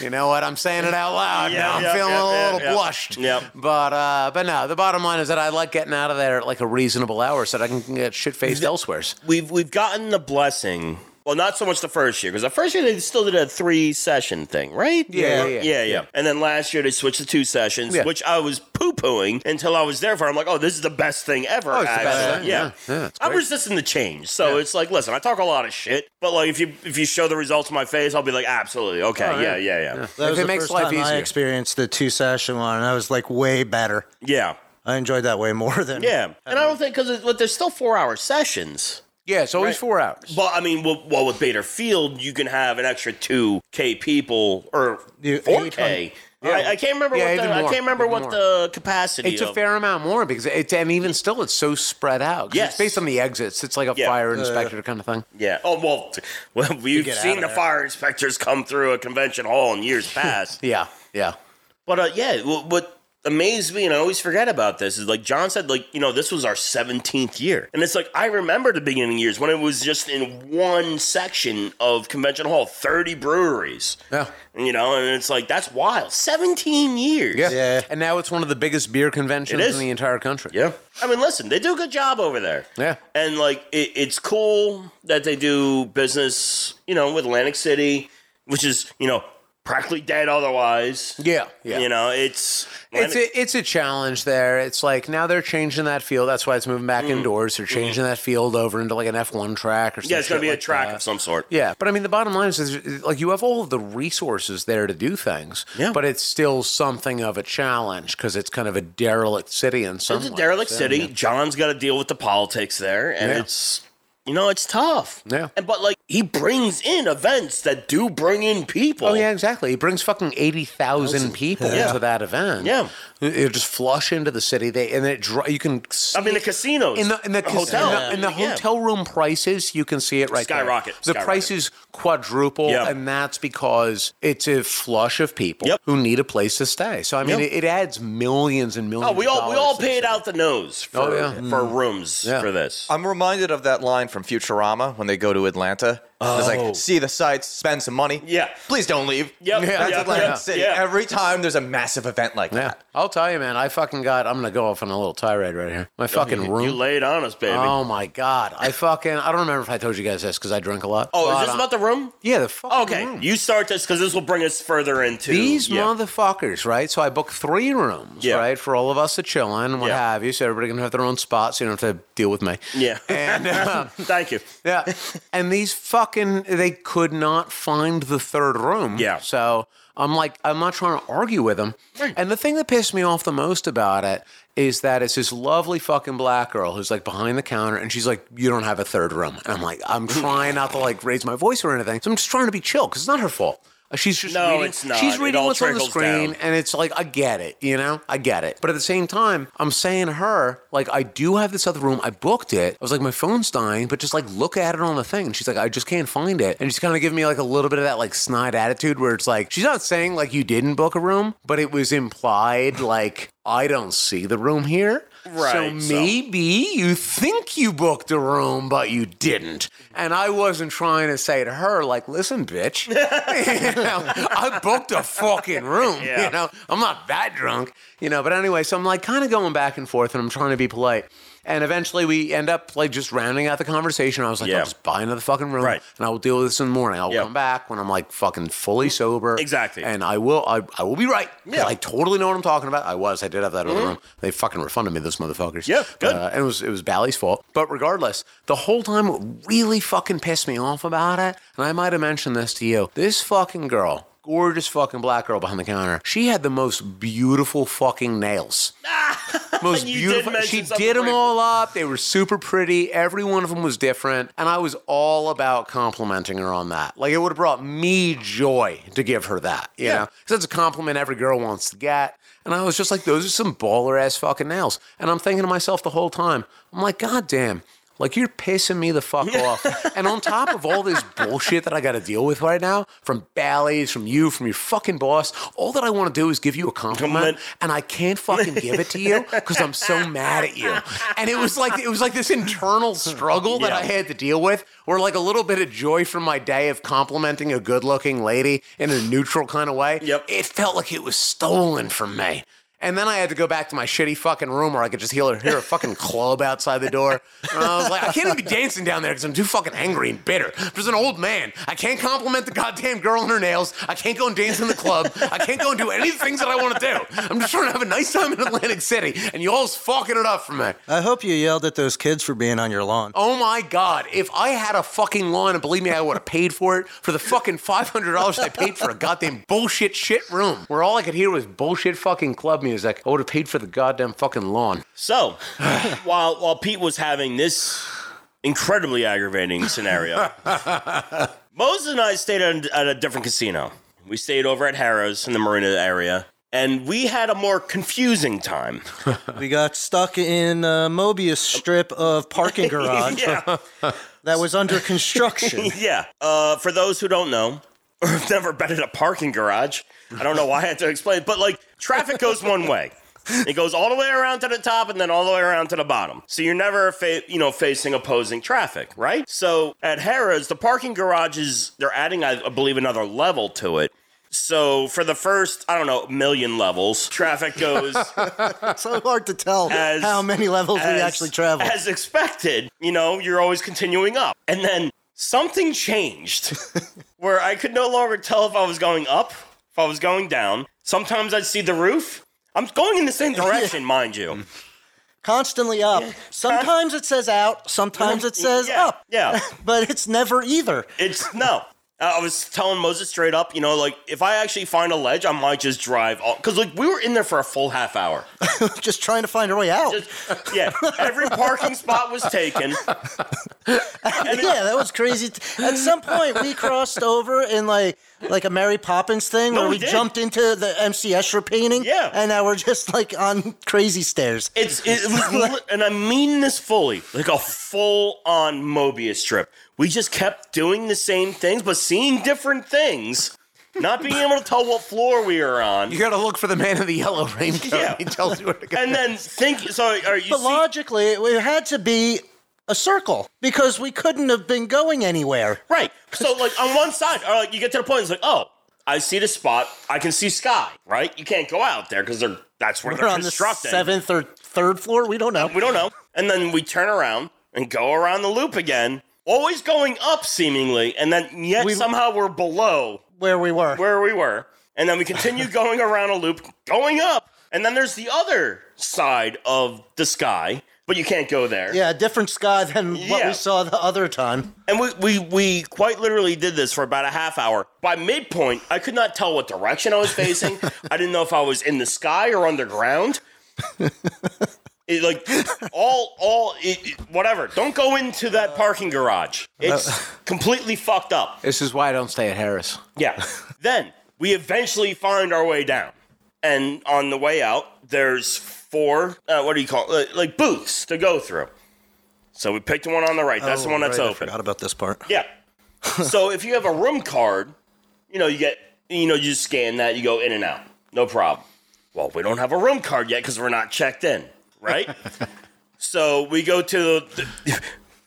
Speaker 3: you know what? I'm saying it out loud.
Speaker 4: Yeah,
Speaker 3: now I'm
Speaker 4: yeah,
Speaker 3: feeling
Speaker 4: yeah,
Speaker 3: a
Speaker 4: yeah,
Speaker 3: little
Speaker 4: yeah.
Speaker 3: blushed.
Speaker 4: Yep.
Speaker 3: But uh, but no, the bottom line is that I like getting out of there at like a reasonable hour so that I can get shit faced elsewhere.
Speaker 4: we've we've gotten the blessing. Well, not so much the first year because the first year they still did a three session thing, right?
Speaker 3: Yeah, yeah, yeah.
Speaker 4: yeah, yeah. And then last year they switched to two sessions,
Speaker 3: Yeah.
Speaker 4: which I was poo pooing until I was there for. it. I'm like, oh, this is the best thing ever.
Speaker 3: Oh, it's the best
Speaker 4: actually.
Speaker 3: thing.
Speaker 4: Yeah,
Speaker 3: Yeah, yeah, it's
Speaker 4: I'm
Speaker 3: great.
Speaker 4: resisting the change, so it's like, listen, I talk a lot of shit, but like if you if you show the results in my face, I'll be like, absolutely, okay,
Speaker 3: Oh,
Speaker 4: yeah, yeah, yeah, yeah.
Speaker 2: That
Speaker 3: If
Speaker 2: was
Speaker 3: it
Speaker 2: the
Speaker 3: makes
Speaker 2: first
Speaker 3: life
Speaker 2: time I
Speaker 3: easier.
Speaker 2: experienced the two session one, and I was like way better.
Speaker 4: yeah.
Speaker 2: I enjoyed that way more than
Speaker 4: and I don't think because like, there's still four hour sessions.
Speaker 3: Yeah, it's always four hours.
Speaker 4: Well, I mean, well, well, with Bader Field, you can have an extra two K people or
Speaker 2: You-
Speaker 4: four
Speaker 2: 800.
Speaker 4: K. I, I can't remember
Speaker 3: Yeah,
Speaker 4: what the,
Speaker 3: even
Speaker 4: I
Speaker 3: more.
Speaker 4: can't remember
Speaker 3: Even
Speaker 4: what
Speaker 3: more.
Speaker 4: the capacity.
Speaker 3: It's a
Speaker 4: of-
Speaker 3: fair amount more because it's and even still it's so spread out. 'Cause
Speaker 4: Yes.
Speaker 3: it's based on the exits. It's like a
Speaker 4: Yeah.
Speaker 3: fire inspector kind of thing.
Speaker 4: Yeah. Oh well, t- well we've
Speaker 2: get out
Speaker 4: seen
Speaker 2: of
Speaker 4: the
Speaker 2: there.
Speaker 4: fire inspectors come through a convention hall in
Speaker 3: [laughs]
Speaker 4: years past.
Speaker 3: Yeah, yeah.
Speaker 4: But uh, yeah, what, what amazed me, and I always forget about this, is like John said, like you know, this was our seventeenth year, and it's like I remember the beginning years when it was just in one section of convention hall, thirty breweries.
Speaker 3: Yeah.
Speaker 4: You know, and it's like that's wild. Seventeen years.
Speaker 3: Yeah.
Speaker 2: Yeah.
Speaker 3: And now it's one of the biggest beer conventions
Speaker 4: It is.
Speaker 3: in the entire country.
Speaker 4: Yeah. I mean, listen, they do a good job over there.
Speaker 3: Yeah.
Speaker 4: And like, it, it's cool that they do business, you know, with Atlantic City, which is, you know, practically dead otherwise.
Speaker 3: Yeah. Yeah.
Speaker 4: You know, it's.
Speaker 3: it's a, it's a challenge there. It's like now they're changing that field. That's why it's moving back indoors. They're changing that field over into like an F1 track or something.
Speaker 4: Mm-hmm. yeah, it's going to be a track of some sort.
Speaker 3: Yeah, but I mean, the bottom line is, is like you have all of the resources there to do things,
Speaker 4: Yeah.
Speaker 3: but it's still something of a challenge because it's kind of a derelict city in some
Speaker 4: It's a
Speaker 3: ways.
Speaker 4: derelict
Speaker 3: Yeah.
Speaker 4: city. John's got to deal with the politics there, and
Speaker 3: Yeah.
Speaker 4: it's you know it's tough.
Speaker 3: Yeah.
Speaker 4: And but like he brings in events that do bring in people.
Speaker 3: Oh yeah, exactly. He brings fucking eighty thousand people
Speaker 4: Yeah.
Speaker 3: to that event.
Speaker 4: Yeah.
Speaker 3: it just flush into the city. They and it dr- you can
Speaker 4: I mean the casinos
Speaker 3: in the in the, cas-
Speaker 4: hotel
Speaker 3: in the, in the
Speaker 4: Yeah.
Speaker 3: hotel room prices you can see it right there.
Speaker 4: Skyrocket,
Speaker 3: the
Speaker 4: skyrocket.
Speaker 3: prices quadruple
Speaker 4: Yeah.
Speaker 3: and that's because it's a flush of people
Speaker 4: Yep.
Speaker 3: who need a place to stay so i mean
Speaker 4: Yeah.
Speaker 3: it, it adds millions and millions
Speaker 4: Oh, we all we
Speaker 3: of
Speaker 4: all
Speaker 3: dollars to
Speaker 4: paid
Speaker 3: the
Speaker 4: out the nose for
Speaker 3: Oh, yeah.
Speaker 4: for rooms
Speaker 3: Yeah.
Speaker 4: for this.
Speaker 1: I'm reminded of that line from Futurama when they go to Atlanta It's like, see the sights, spend some money.
Speaker 4: Oh. Yeah.
Speaker 1: Please don't leave.
Speaker 4: Yep,
Speaker 1: That's
Speaker 4: yep,
Speaker 1: Atlantic
Speaker 4: yep,
Speaker 1: City.
Speaker 4: yeah.
Speaker 1: Every time there's a massive event like
Speaker 3: Yeah,
Speaker 1: that.
Speaker 3: I'll tell you, man. I fucking got. I'm gonna go off on a little tirade right here. My fucking room.
Speaker 4: You laid on us, baby.
Speaker 3: Oh my god! I fucking I don't remember if I told you guys this because I drunk a lot.
Speaker 4: oh,
Speaker 3: But,
Speaker 4: is this
Speaker 3: um,
Speaker 4: about the room?
Speaker 3: yeah the fucking
Speaker 4: Okay,
Speaker 3: room.
Speaker 4: you start this because this will bring us further into
Speaker 3: Mm. These
Speaker 4: yeah.
Speaker 3: motherfuckers, right? So I booked three rooms,
Speaker 4: Yeah.
Speaker 3: right, for all of us to chill in and what
Speaker 4: Yeah.
Speaker 3: have you. So everybody can have their own spot, so you don't have to deal with me.
Speaker 4: Yeah.
Speaker 3: [laughs] and uh,
Speaker 4: [laughs] Thank you.
Speaker 3: yeah,
Speaker 4: [laughs]
Speaker 3: and these fucking they could not find the third room.
Speaker 4: Yeah.
Speaker 3: So I'm like, I'm not trying to argue with them. And the thing that pissed me off the most about it is that it's this lovely fucking black girl who's like behind the counter, and she's like, "You don't have a third room." And I'm like, I'm trying not to like raise my voice or anything. So I'm just trying to be chill because it's not her fault. She's just
Speaker 4: No,
Speaker 3: reading,
Speaker 4: it's not.
Speaker 3: She's
Speaker 4: It
Speaker 3: reading
Speaker 4: all
Speaker 3: what's on the
Speaker 4: trickles
Speaker 3: screen,
Speaker 4: down.
Speaker 3: and it's like I get it, you know, I get it. But at the same time, I'm saying to her like I do have this other room. I booked it. I was like my phone's dying, but just like look at it on the thing. And she's like I just can't find it, and she's kind of giving me like a little bit of that like snide attitude where it's like she's not saying like you didn't book a room, but it was implied like I don't see the room here.
Speaker 4: Right,
Speaker 3: So
Speaker 4: so-
Speaker 3: maybe you think you booked a room, but you didn't. And I wasn't trying to say to her, like, listen, bitch, [laughs] you know, I booked a fucking room.
Speaker 4: Yeah.
Speaker 3: You know, I'm not that drunk. You know, but anyway, so I'm like kind of going back and forth and I'm trying to be polite. And eventually we end up like just rounding out the conversation. I was like,
Speaker 4: Yeah.
Speaker 3: I'll just buy another fucking room
Speaker 4: Right.
Speaker 3: and I will deal with this in the morning. I'll
Speaker 4: Yeah.
Speaker 3: come back when I'm like fucking fully sober.
Speaker 4: Exactly.
Speaker 3: And I will I, I will be right. 'Cause
Speaker 4: Yeah. Mm-hmm.
Speaker 3: I totally know what I'm talking about. I was. I did have that other room. They fucking refunded me, those motherfuckers.
Speaker 4: Yeah, good.
Speaker 3: Uh, and it was it was Bally's fault. But regardless, the whole time what really fucking pissed me off about it, and I might have mentioned this to you. This fucking girl, gorgeous fucking black girl behind the counter, she had the most beautiful fucking
Speaker 4: [laughs]
Speaker 3: nails. most
Speaker 4: You did
Speaker 3: beautiful.
Speaker 4: mention
Speaker 3: she
Speaker 4: something
Speaker 3: did them
Speaker 4: like-
Speaker 3: all up. They were super pretty. Every one of them was different, and I was all about complimenting her on that. Like it would have brought me joy to give her that. You yeah, because that's a compliment every girl wants to get. And I was just like, those are some baller ass fucking nails. And I'm thinking to myself the whole time, I'm like, God damn. Like you're pissing me the fuck off. and on top of all this bullshit that I got to deal with right now from Bally's, from you, from your fucking boss, all that I want to do is give you a compliment
Speaker 4: Compliment.
Speaker 3: and I can't fucking give it to you because I'm so mad at you. And it was like it was like this internal struggle that
Speaker 4: Yeah.
Speaker 3: I had to deal with, where like a little bit of joy from my day of complimenting a good-looking lady in a neutral kind of way.
Speaker 4: Yep.
Speaker 3: It felt like it was stolen from me. And then I had to go back to my shitty fucking room where I could just hear, hear a fucking club outside the door. And I was like, I can't even be dancing down there because I'm too fucking angry and bitter. I'm just an old man. I can't compliment the goddamn girl on her nails. I can't go and dance in the club. I can't go and do any of the things that I want to do. I'm just trying to have a nice time in Atlantic City, and y'all's fucking it up for me.
Speaker 2: I hope you yelled at those kids for being on your lawn.
Speaker 3: Oh my God. If I had a fucking lawn, and believe me, I would have paid for it for the fucking $500 I paid for a goddamn bullshit shit room where all I could hear was bullshit fucking club music, I would have paid for the goddamn fucking lawn.
Speaker 4: So,
Speaker 3: [sighs]
Speaker 4: while while Pete was having this incredibly aggravating
Speaker 3: [laughs]
Speaker 4: scenario, Moses and I stayed at a, at a different casino. We stayed over at Harrah's in the Marina area, and we had a more confusing
Speaker 3: [laughs]
Speaker 4: time.
Speaker 2: We got stuck in a Mobius strip of [laughs] parking garage
Speaker 4: Yeah,
Speaker 2: that was under [laughs] construction.
Speaker 4: [laughs] yeah. Uh, for those who don't know [laughs] or have never been in a parking garage, I don't know why I had to explain, but like traffic goes one way. It goes all the way around to the top and then all the way around to the bottom. So you're never fa- you know facing opposing traffic, right? So at Harrah's, the parking garages they're adding, I I believe, another level to it. So for the first, I don't know, million levels, traffic goes
Speaker 2: It's so hard to tell
Speaker 4: As-
Speaker 2: how many levels we
Speaker 4: as-
Speaker 2: actually traveled.
Speaker 4: As expected, you know, you're always continuing up. And then
Speaker 2: [laughs]
Speaker 4: something changed where I could no longer tell if I was going up, if I was going down. Sometimes I'd see the roof. I'm going in
Speaker 2: [laughs]
Speaker 4: the same direction, mind you.
Speaker 2: Constantly up. Sometimes it says out, sometimes it says
Speaker 4: yeah,
Speaker 2: up. [laughs]
Speaker 4: Yeah.
Speaker 2: But it's never either. [laughs]
Speaker 4: It's no. I I was telling Moses straight up, you know, like if I actually find a ledge, I might just drive all because like we were in there for a full half hour.
Speaker 2: Just trying to find our way out.
Speaker 4: yeah, every parking spot was taken.
Speaker 2: yeah, that was crazy. At some point, we crossed over in like like a Mary Poppins thing
Speaker 4: No,
Speaker 2: where
Speaker 4: we
Speaker 2: we
Speaker 4: did.
Speaker 2: jumped into the MC Escher painting.
Speaker 4: Yeah.
Speaker 2: and now we're just like on crazy stairs.
Speaker 4: It's it was,
Speaker 2: [laughs]
Speaker 4: li- and I mean this fully, like a full on Mobius strip. We just kept doing the same things, but seeing different things, not being able to tell what floor we were on,
Speaker 3: You gotta look for the man in the yellow [laughs] raincoat.
Speaker 4: Yeah.
Speaker 3: He tells you where to go.
Speaker 4: and then think. So, are you?
Speaker 2: But
Speaker 4: see-
Speaker 2: logically, it had to be a circle because we couldn't have been going anywhere.
Speaker 4: Right. So like on one side, or like you get to the point, it's like, oh, I see the spot, I can see sky. Right. You can't go out there because they're that's where
Speaker 2: We're
Speaker 4: they're
Speaker 2: on the
Speaker 4: constructing.
Speaker 2: seventh or third floor. We don't know.
Speaker 4: We don't know. And then we turn around and go around the loop again, always going up seemingly, and then yet
Speaker 2: We-
Speaker 4: somehow we're below
Speaker 2: where we were.
Speaker 4: where we were. And then we continue going around a loop, going up. And then there's the other side of the sky, but you can't go there.
Speaker 2: yeah, different sky than what
Speaker 4: Yeah.
Speaker 2: we saw the other time.
Speaker 4: And we, we, we quite literally did this for about a half hour. By midpoint, I could not tell what direction I was facing. I didn't know if I was in the sky or underground. It, like all all it, it- whatever. Don't go into that parking garage. It's completely fucked up.
Speaker 3: [laughs] This is why I don't stay at Harris.
Speaker 4: Yeah. [laughs] then we eventually find our way down, and on the way out, there's four. Uh, what do you call it? like booths to go through? So we picked the one on the right. That's the
Speaker 2: Oh,
Speaker 4: one that's
Speaker 2: right, I
Speaker 4: open.
Speaker 2: forgot about this part. [laughs]
Speaker 4: Yeah. so if you have a room card, you know, you get, you know, you just scan that, you go in and out. No problem. Well, we don't have a room card yet because we're not checked in,
Speaker 2: [laughs]
Speaker 4: right? so we go to the, the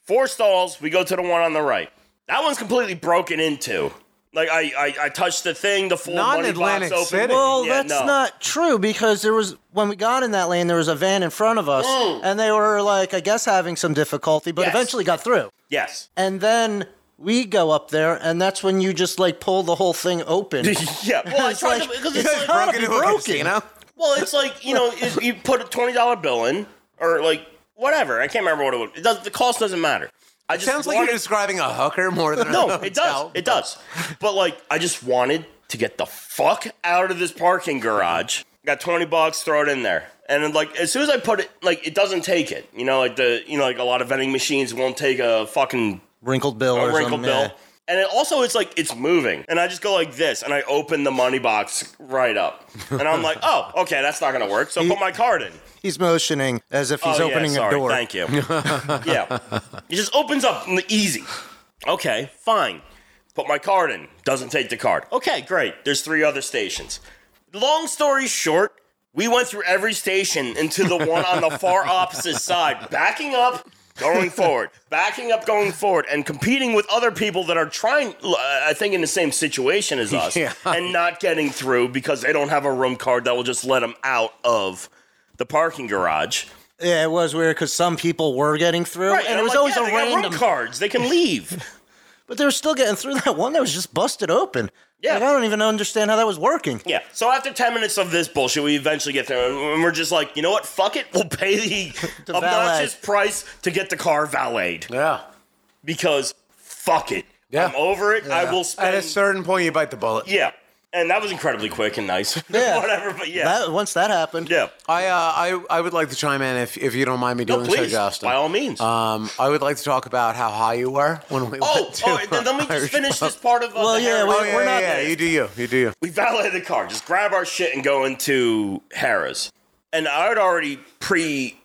Speaker 4: four stalls, we go to the one on the right. That one's completely broken into. Like I, I, I touched the thing, the full
Speaker 3: Not in
Speaker 4: money
Speaker 3: Atlantic
Speaker 4: box open.
Speaker 3: City.
Speaker 2: Well,
Speaker 4: Yeah,
Speaker 2: that's
Speaker 4: no.
Speaker 2: not true because there was when we got in that lane, there was a van in front of us, and they were like, I guess, having some difficulty, but
Speaker 4: Mm. Yes.
Speaker 2: eventually got through.
Speaker 4: Yes. [laughs]
Speaker 2: And then we go up there, and that's when you just like pull the whole thing
Speaker 4: [laughs]
Speaker 2: open.
Speaker 4: Yeah. Well, I
Speaker 2: It's
Speaker 4: tried
Speaker 2: like-
Speaker 4: to
Speaker 2: [laughs]
Speaker 4: because
Speaker 2: it's
Speaker 4: it's like,
Speaker 2: gotta be broken.
Speaker 4: Well, it's like you know, if you put a twenty dollar bill in, or like whatever. I can't remember what it was. It does, the cost doesn't matter. I just
Speaker 3: Sounds like
Speaker 4: wanted,
Speaker 3: you're describing a hooker more
Speaker 4: [laughs]
Speaker 3: than
Speaker 4: no.
Speaker 3: a
Speaker 4: It does.
Speaker 3: hotel.
Speaker 4: It does. But like, I just wanted to get the fuck out of this parking garage. Got twenty bucks, throw it in there, and then, like as soon as I put it, like it doesn't take it. You know, like the you know, like a lot of vending machines won't take a fucking
Speaker 2: Wrinkled bill
Speaker 4: a
Speaker 2: or
Speaker 4: wrinkled
Speaker 2: something.
Speaker 4: bill.
Speaker 2: yeah.
Speaker 4: And it also, it's like it's moving, and I just go like this, and I open the money box right up, and I'm like, [laughs] oh, okay, that's not gonna work. So put my card in.
Speaker 2: He's motioning as if he's
Speaker 4: Oh, yeah,
Speaker 2: opening
Speaker 4: sorry.
Speaker 2: a door.
Speaker 4: Thank you.
Speaker 2: [laughs]
Speaker 4: yeah, it just opens up n- easy. Okay, fine. Put my card in. Doesn't take the card. Okay, great. There's three other stations. Long story short, we went through every station into the one on the
Speaker 2: [laughs]
Speaker 4: far opposite side, backing up, going forward, backing up, going forward, and competing with other people that are trying, l- I think, in the same situation
Speaker 2: [laughs]
Speaker 4: as us,
Speaker 3: Yeah.
Speaker 4: and not getting through because they don't have a room card that will just let them out of the parking garage.
Speaker 2: Yeah, it was weird because some people were getting through,
Speaker 4: Right,
Speaker 2: and, it
Speaker 4: I'm
Speaker 2: was
Speaker 4: like,
Speaker 2: always
Speaker 4: yeah,
Speaker 2: a
Speaker 4: they got room
Speaker 2: random.
Speaker 4: cards. They can leave.
Speaker 2: But they were still getting through [laughs] that one that was just busted open.
Speaker 4: Yeah.
Speaker 2: Like, I don't even understand how that was working.
Speaker 4: yeah. So after ten minutes of this bullshit, we eventually get there, and we're just like, you know what? Fuck it. We'll pay the,
Speaker 2: The
Speaker 4: obnoxious price to get the car valeted
Speaker 3: Yeah.
Speaker 4: because fuck it.
Speaker 3: Yeah.
Speaker 4: I'm over it. I will
Speaker 3: At
Speaker 4: spend.
Speaker 3: a certain point, you bite the bullet.
Speaker 4: yeah. And that was incredibly quick and nice. [laughs]
Speaker 2: Yeah.
Speaker 4: Whatever. But yeah.
Speaker 2: That, once that happened,
Speaker 4: yeah.
Speaker 3: I, uh, I I would like to chime in if, if you don't mind me
Speaker 4: No,
Speaker 3: doing so,
Speaker 4: please.
Speaker 3: Justin.
Speaker 4: By all means.
Speaker 3: Um, I would like to talk about how high you were when we
Speaker 4: oh,
Speaker 3: went to. [laughs]
Speaker 4: oh and then let me just
Speaker 3: Irish
Speaker 4: finish
Speaker 3: pub.
Speaker 4: this part of. Uh,
Speaker 2: Well,
Speaker 4: the
Speaker 2: yeah,
Speaker 4: Harris.
Speaker 2: we-
Speaker 3: Oh, yeah,
Speaker 2: We're
Speaker 3: yeah,
Speaker 2: not-
Speaker 3: yeah, you do you. You do you.
Speaker 4: we valeted the car. Just grab our shit and go into Harris. And I had already pre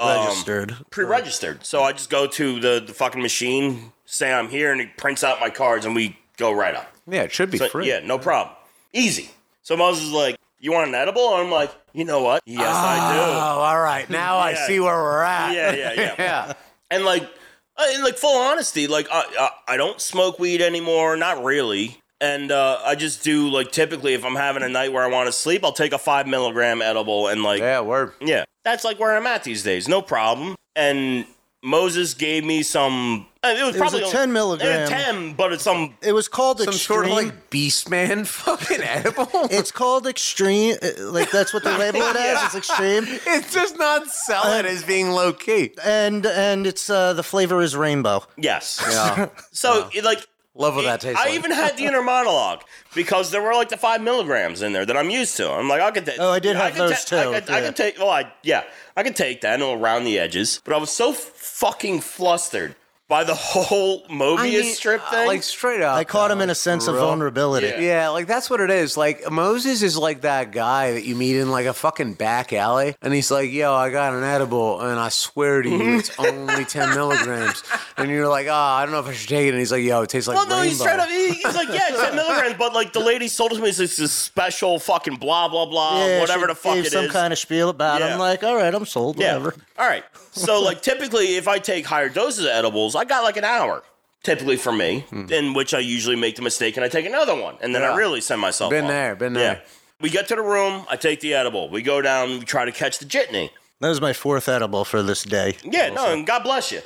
Speaker 2: registered.
Speaker 4: pre-registered. So I just go to the, the fucking machine, say I'm here, and it prints out my cards, and we go right up.
Speaker 3: Yeah, it should be
Speaker 4: So,
Speaker 3: free.
Speaker 4: yeah, no problem, easy. So Moses is like, "You want an edible?" And I'm like, "You know what? Yes, I
Speaker 3: Oh, all right. Now I
Speaker 4: Yeah.
Speaker 3: see where we're at.
Speaker 4: Yeah, yeah, yeah.
Speaker 3: [laughs] yeah.
Speaker 4: do." And like, uh, and like full honesty, like I, I I don't smoke weed anymore, not really. And uh, I just do like typically if I'm having a night where I want to sleep, I'll take a five milligram edible and like
Speaker 3: Yeah, word.
Speaker 4: Yeah. That's like where I'm at these days. No problem. And Moses gave me some. uh, It was
Speaker 2: It was
Speaker 4: probably
Speaker 2: a
Speaker 4: only-
Speaker 2: 10 milligram.
Speaker 4: uh, Ten, but it's some.
Speaker 2: It was called
Speaker 3: Some
Speaker 2: extreme.
Speaker 3: sort of like beast man [laughs] fucking edible.
Speaker 2: it's called extreme. uh, Like that's
Speaker 4: [laughs]
Speaker 2: what they label it as. It's extreme,
Speaker 3: [laughs] It's just not selling as being low key.
Speaker 2: and and it's uh, the flavor is rainbow.
Speaker 4: Yes.
Speaker 3: Yeah.
Speaker 4: So it, like.
Speaker 3: [laughs] Love what that
Speaker 4: it-
Speaker 3: tastes
Speaker 4: I
Speaker 3: like.
Speaker 4: even had the inner monologue because there were like the five milligrams in there that I'm used to. I'm like, I could take.
Speaker 2: Oh, I did have
Speaker 4: could
Speaker 2: those
Speaker 4: ta- I
Speaker 2: too,
Speaker 4: could- I
Speaker 2: yeah.
Speaker 4: could take. Well, I yeah, I could take that and it'll round the edges. But I was so fucking flustered. by the [laughs] whole Mobius
Speaker 3: I mean,
Speaker 4: strip
Speaker 3: uh,
Speaker 4: thing.
Speaker 3: Like straight up.
Speaker 2: I caught him
Speaker 3: though,
Speaker 2: in a
Speaker 3: like,
Speaker 2: sense
Speaker 3: for
Speaker 2: of
Speaker 3: real.
Speaker 2: vulnerability.
Speaker 4: Yeah.
Speaker 3: Yeah, like that's what it is. Like Moses is like that guy that you meet in like a fucking back alley, and he's like, "Yo, I got an edible, and I swear to
Speaker 4: [laughs]
Speaker 3: you, it's only ten milligrams." And you're like, "Ah, I don't know if I should take it." And he's like, "Yo, it tastes like
Speaker 4: well, no,
Speaker 3: rainbow."
Speaker 4: he's straight up. He, he's like, yeah, it's 10 milligrams, but like the lady sold it to me. It's this special fucking blah blah blah,
Speaker 2: Yeah,
Speaker 4: Um, whatever
Speaker 2: she
Speaker 4: the fuck
Speaker 2: gave
Speaker 4: it
Speaker 2: some
Speaker 4: is.
Speaker 2: kind of spiel about it.
Speaker 4: Yeah.
Speaker 2: I'm like, all right, I'm sold.
Speaker 4: Yeah.
Speaker 2: Whatever.
Speaker 4: All right. So
Speaker 3: [laughs]
Speaker 4: like typically if I take higher doses of edibles, I got like an hour typically for me, in which I usually make the mistake and I take another one and then I
Speaker 3: Hmm. Yeah.
Speaker 4: really send myself
Speaker 3: Been
Speaker 4: on.
Speaker 3: there, been there.
Speaker 4: We get to the room, I take the edible. We go down, we try to catch the jitney.
Speaker 2: That was my fourth edible for this day.
Speaker 4: Yeah, no, and God bless
Speaker 3: [laughs]
Speaker 4: you.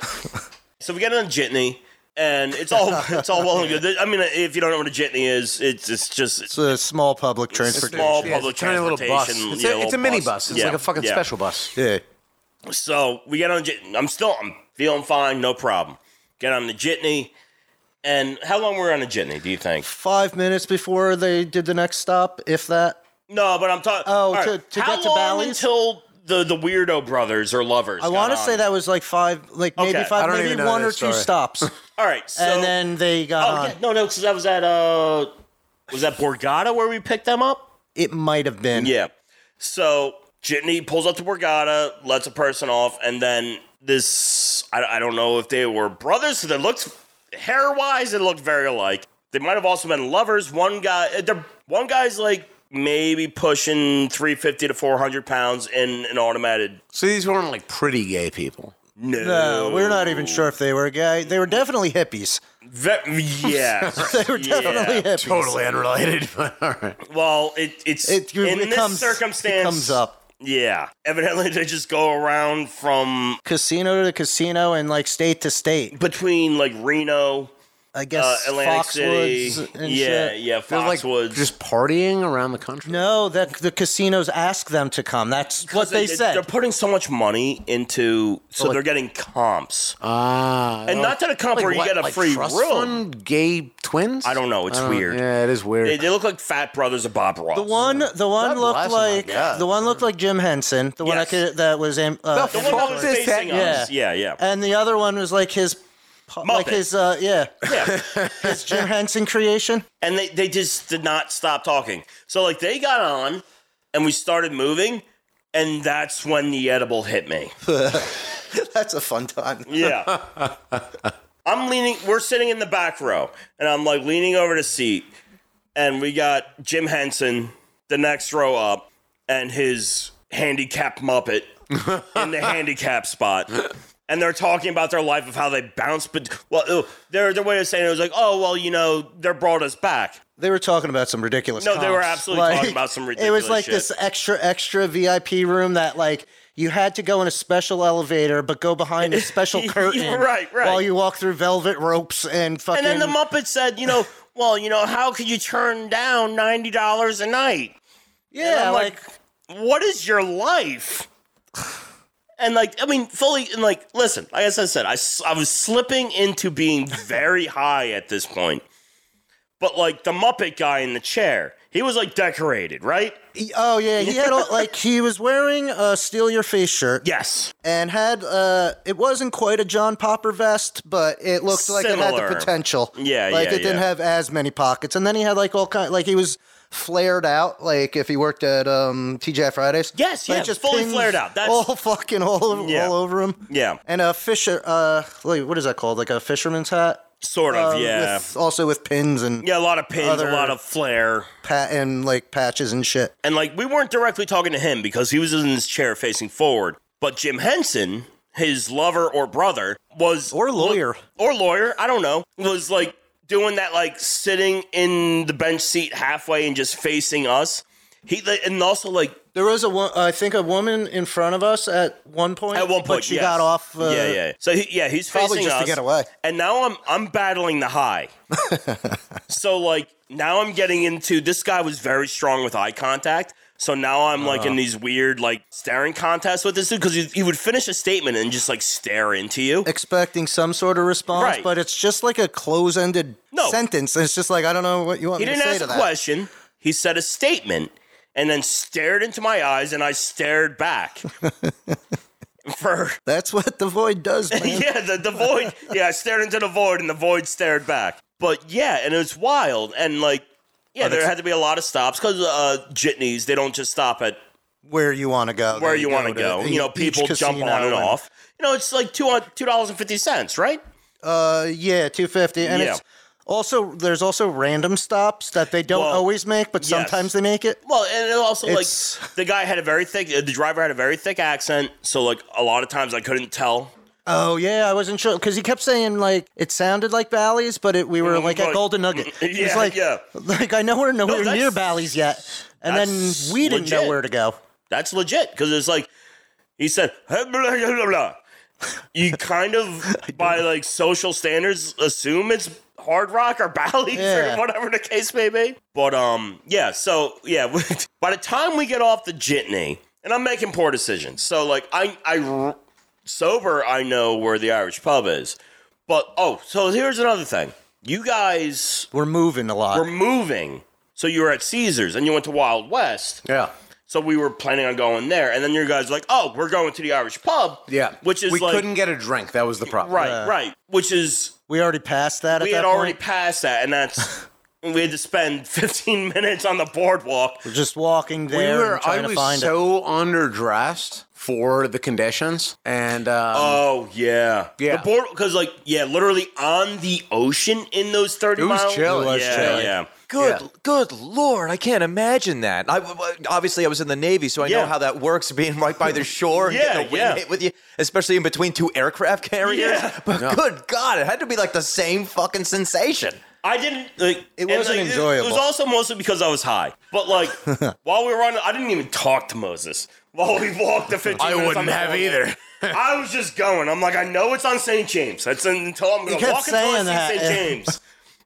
Speaker 4: so we get on a jitney and it's all it's all well and good. I mean, if you don't know what a jitney is, it's it's just
Speaker 2: It's a small public transportation.
Speaker 4: small
Speaker 3: Yeah, it's
Speaker 4: public
Speaker 3: a tiny little bus.
Speaker 4: transportation,
Speaker 3: It's
Speaker 4: yeah,
Speaker 3: a, it's a
Speaker 4: little
Speaker 3: mini
Speaker 4: bus.
Speaker 3: bus. It's
Speaker 4: Yeah,
Speaker 3: like a fucking
Speaker 4: yeah.
Speaker 3: special bus.
Speaker 2: Yeah.
Speaker 4: So we get on. jit- I'm still. I'm feeling fine. No problem. Get on the jitney. And how long were we on the jitney? Do you think?
Speaker 2: Five minutes before they did the next stop, if that.
Speaker 4: No, but I'm talking.
Speaker 2: Oh, to- to
Speaker 4: how
Speaker 2: get to
Speaker 4: long
Speaker 2: Bally's?
Speaker 4: until the the weirdo brothers or lovers?
Speaker 2: I want to say that was like five, like
Speaker 4: Okay,
Speaker 2: maybe
Speaker 4: I
Speaker 2: five,
Speaker 3: don't
Speaker 2: maybe
Speaker 3: even know
Speaker 2: one or
Speaker 3: this
Speaker 2: two
Speaker 4: [laughs]
Speaker 3: story.
Speaker 2: stops,
Speaker 4: All right. So,
Speaker 2: and then uh, they got
Speaker 4: Oh,
Speaker 2: on.
Speaker 4: yeah, no, no, because that was at uh, was that Borgata where we picked them up?
Speaker 2: It might have been.
Speaker 4: Yeah. So Jitney pulls up to Borgata, lets a person off, and then this I, I don't know if they were brothers. So they looked hair wise, they looked very alike. They might have also been lovers. One guy, uh, they're, one guy's like maybe pushing 350 to 400 pounds in an automated.
Speaker 3: So these weren't like pretty gay people.
Speaker 4: No,
Speaker 2: No, we're not even sure if they were gay. They were definitely hippies. [laughs]
Speaker 4: [laughs] Ve- yeah,
Speaker 2: They were definitely
Speaker 4: Yeah.
Speaker 2: hippies.
Speaker 3: Totally unrelated, [laughs] but all right.
Speaker 4: Well, it, it's
Speaker 2: It,
Speaker 4: in
Speaker 2: it
Speaker 4: this
Speaker 2: comes,
Speaker 4: circumstance
Speaker 2: it comes up.
Speaker 4: Yeah, evidently they just go around from
Speaker 2: Casino to casino and like state to state.
Speaker 4: between like Reno
Speaker 2: I guess
Speaker 4: uh, Atlantic
Speaker 2: Foxwoods
Speaker 4: City.
Speaker 2: and
Speaker 4: yeah,
Speaker 2: shit.
Speaker 4: yeah,
Speaker 3: They're like
Speaker 4: Foxwoods.
Speaker 3: just partying around the country.
Speaker 2: No, that the casinos ask them to come. That's what they, said.
Speaker 4: They're putting so much money into, so
Speaker 3: like-
Speaker 4: they're getting comps.
Speaker 3: Ah,
Speaker 4: And not to the comp where you get a free
Speaker 3: trust
Speaker 4: room.
Speaker 3: fund gay twins.
Speaker 4: I don't know. It's weird.
Speaker 3: Yeah, it is weird.
Speaker 4: They, they look like fat brothers of Bob Ross.
Speaker 2: the one, the one
Speaker 3: God
Speaker 2: looked
Speaker 3: bless 'em, I
Speaker 2: like
Speaker 3: guess.
Speaker 2: the one looked like Jim Henson. The one I
Speaker 4: Yes.
Speaker 2: could, that was um, uh,
Speaker 3: The
Speaker 4: The one that was
Speaker 3: Fuck this
Speaker 4: facing
Speaker 3: hat.
Speaker 4: us. Yeah, yeah.
Speaker 2: and the other one was like his, pu- like
Speaker 4: Muppet.
Speaker 2: his, uh, yeah,
Speaker 4: [laughs] yeah.
Speaker 2: his
Speaker 4: [laughs]
Speaker 2: Jim Henson creation.
Speaker 4: and they, they just did not stop talking. So, like, they got on and we started moving, and that's when the edible hit me.
Speaker 2: That's a fun time.
Speaker 4: Yeah. I'm leaning, we're sitting in the back row, and I'm like leaning over the seat, and we got Jim Henson, the next row up, and his handicapped Muppet in the handicap spot. And they're talking about their life of how they bounced, but well, ew, their, their way of saying it was like, oh, well, you know, they brought us back.
Speaker 2: They were talking about some ridiculous.
Speaker 4: No, they were
Speaker 2: comps.
Speaker 4: absolutely talking about some
Speaker 2: It was
Speaker 4: ridiculous
Speaker 2: like
Speaker 4: shit.
Speaker 2: this extra, extra VIP room that like you had to go in a special elevator, but go
Speaker 4: [laughs]
Speaker 2: behind a special curtain,
Speaker 4: Right, right.
Speaker 2: While you walk through velvet ropes and fucking.
Speaker 4: And then the Muppet said,
Speaker 2: [laughs]
Speaker 4: you know, well, you know, how could you turn down $90 a night?
Speaker 2: yeah,
Speaker 4: I'm
Speaker 2: like,
Speaker 4: like, what is your life? And like, I mean, fully, and like, listen, like as I said, I, s- I was slipping
Speaker 2: [laughs]
Speaker 4: into being very high at this point. But like the Muppet guy in the chair, he was like decorated, right?
Speaker 2: he- oh yeah, he had all, like he was wearing a steal your face shirt
Speaker 4: Yes.
Speaker 2: and had uh, it wasn't quite a John Popper vest, but it looked like it had
Speaker 4: Similar.
Speaker 2: the potential.
Speaker 4: Yeah,
Speaker 2: like
Speaker 4: yeah,
Speaker 2: it didn't
Speaker 4: yeah.
Speaker 2: have as many pockets. And then he had like all kind, like he was flared out, like if he worked at um, TJ Fridays.
Speaker 4: Yes,
Speaker 2: like
Speaker 4: yeah, fully
Speaker 2: pins
Speaker 4: flared out. That's-
Speaker 2: all fucking all over,
Speaker 4: Yeah.
Speaker 2: all over him.
Speaker 4: Yeah.
Speaker 2: And a fisher, uh, like, what is that called? Like a fisherman's hat.
Speaker 4: Sort of,
Speaker 2: Um,
Speaker 4: yeah.
Speaker 2: with- also with pins and
Speaker 4: yeah, a lot of pins,
Speaker 2: other-
Speaker 4: a lot of flair.
Speaker 2: pat and like patches and shit.
Speaker 4: And like we weren't directly talking to him because he was in his chair facing forward. But Jim Henson, his lover or brother, was
Speaker 2: Or lawyer.
Speaker 4: or lawyer, I don't know, was like doing that like sitting in the bench seat halfway and just facing us. He like, and also like
Speaker 2: There was a wo- I think a woman in front of us at one point.
Speaker 4: at one point
Speaker 2: but she
Speaker 4: yes.
Speaker 2: got off. Uh,
Speaker 4: yeah, yeah. So he, yeah, he's
Speaker 2: probably
Speaker 4: facing
Speaker 2: just
Speaker 4: us.
Speaker 2: to get away.
Speaker 4: And now I'm I'm battling
Speaker 2: [laughs]
Speaker 4: the high. so like now I'm getting into this guy was very strong with eye contact. So now I'm like
Speaker 2: Uh-huh.
Speaker 4: in these weird like staring contests with this dude because he, he would finish a statement and just like stare into you.
Speaker 2: expecting some sort of response,
Speaker 4: Right.
Speaker 2: but it's just like a close-ended
Speaker 4: No.
Speaker 2: sentence. And it's just like I don't know what you want
Speaker 4: He
Speaker 2: me
Speaker 4: didn't
Speaker 2: to say to
Speaker 4: ask a
Speaker 2: that.
Speaker 4: question. He said
Speaker 2: [laughs]
Speaker 4: a statement and then stared into my eyes and I stared back. for
Speaker 2: That's [laughs] what the void
Speaker 4: [laughs]
Speaker 2: does, man.
Speaker 4: yeah, the, the void. Yeah, I stared into the void, and the void stared back. But yeah, and it's wild, and like,
Speaker 2: Oh,
Speaker 4: yeah, there had to be a lot of stops because uh, jitneys they don't just stop at
Speaker 2: Where you want to go?
Speaker 4: where
Speaker 2: they
Speaker 4: you want to go. You know,
Speaker 2: each
Speaker 4: people jump on
Speaker 2: casino
Speaker 4: and,
Speaker 2: and-
Speaker 4: off. You know, it's like two uh, two dollars and fifty cents, right?
Speaker 2: Uh, yeah, two fifty, and
Speaker 4: Yeah.
Speaker 2: it's also there's also random stops that they don't
Speaker 4: Well,
Speaker 2: always make, but
Speaker 4: yes.
Speaker 2: sometimes they make it.
Speaker 4: Well, and it also
Speaker 2: It's-
Speaker 4: like the guy had a very thick. The driver had a very thick accent, so like a lot of times I couldn't tell.
Speaker 2: Oh yeah, I wasn't sure because he kept saying like it sounded like Bally's, but it, we were like at
Speaker 4: Mm-hmm. but-
Speaker 2: Golden
Speaker 4: [laughs]
Speaker 2: Nugget. He's
Speaker 4: Yeah,
Speaker 2: like,
Speaker 4: yeah.
Speaker 2: like I know we're nowhere
Speaker 4: that's-
Speaker 2: near Bally's yet, and then
Speaker 4: that's
Speaker 2: we didn't know
Speaker 4: legit.
Speaker 2: where to go.
Speaker 4: That's legit because it's like he said "Hey, blah, blah, blah, blah." You kind of by like social standards assume it's hard rock or Bally's
Speaker 2: Yeah.
Speaker 4: or whatever the case may be. But um, yeah. So yeah, [laughs] by the time we get off the jitney, and I'm making poor decisions. So like I I sober, I know where the Irish pub is. But oh, so here's another thing. You guys
Speaker 2: We're moving a lot.
Speaker 4: were moving. So you were at Caesars and you went to Wild West.
Speaker 3: Yeah.
Speaker 4: So we were planning on going there, and then your guys like, "Oh, we're going to the Irish pub."
Speaker 3: Yeah.
Speaker 4: which is
Speaker 3: we
Speaker 4: like
Speaker 3: couldn't get a drink. That was the problem.
Speaker 4: right, right. Which is
Speaker 2: we already passed that.
Speaker 4: we
Speaker 2: at
Speaker 4: had
Speaker 2: that
Speaker 4: already
Speaker 2: point.
Speaker 4: passed that, and that's we had to spend [laughs] 15 minutes on the boardwalk.
Speaker 2: We're just walking
Speaker 3: We
Speaker 2: there,
Speaker 3: were.
Speaker 2: and
Speaker 3: I
Speaker 2: trying to
Speaker 3: was
Speaker 2: find it.
Speaker 3: so underdressed for the conditions, and um,
Speaker 4: Oh yeah,
Speaker 3: Yeah.
Speaker 4: The board because like yeah, literally on the ocean in those 30
Speaker 3: It was
Speaker 4: miles.
Speaker 3: chilly. It was
Speaker 4: yeah,
Speaker 3: chilly.
Speaker 4: yeah.
Speaker 1: Good,
Speaker 3: Yeah.
Speaker 1: good lord! I can't imagine that. I obviously I was in the Navy, so I know
Speaker 4: Yeah.
Speaker 1: how that works. Being right by the shore, and
Speaker 4: Yeah,
Speaker 1: getting the wind
Speaker 4: yeah.
Speaker 1: hit with you, especially in between two aircraft carriers.
Speaker 4: Yeah.
Speaker 1: But good God, it had to be like the same fucking sensation.
Speaker 4: I didn't. Like,
Speaker 2: It
Speaker 4: and,
Speaker 2: wasn't
Speaker 4: like, It,
Speaker 2: enjoyable.
Speaker 4: was also mostly because I was high. But like
Speaker 3: [laughs]
Speaker 4: while we were on, I didn't even talk to Moses while we walked the 15.
Speaker 3: I
Speaker 4: minutes on
Speaker 3: wouldn't
Speaker 4: the
Speaker 3: have
Speaker 4: boardwalk.
Speaker 3: either.
Speaker 4: I was just going. I'm like, I know it's on St. James. That's until I'm going to
Speaker 2: kept
Speaker 4: walk until I
Speaker 2: saying that,
Speaker 4: see St.
Speaker 2: yeah.
Speaker 4: James.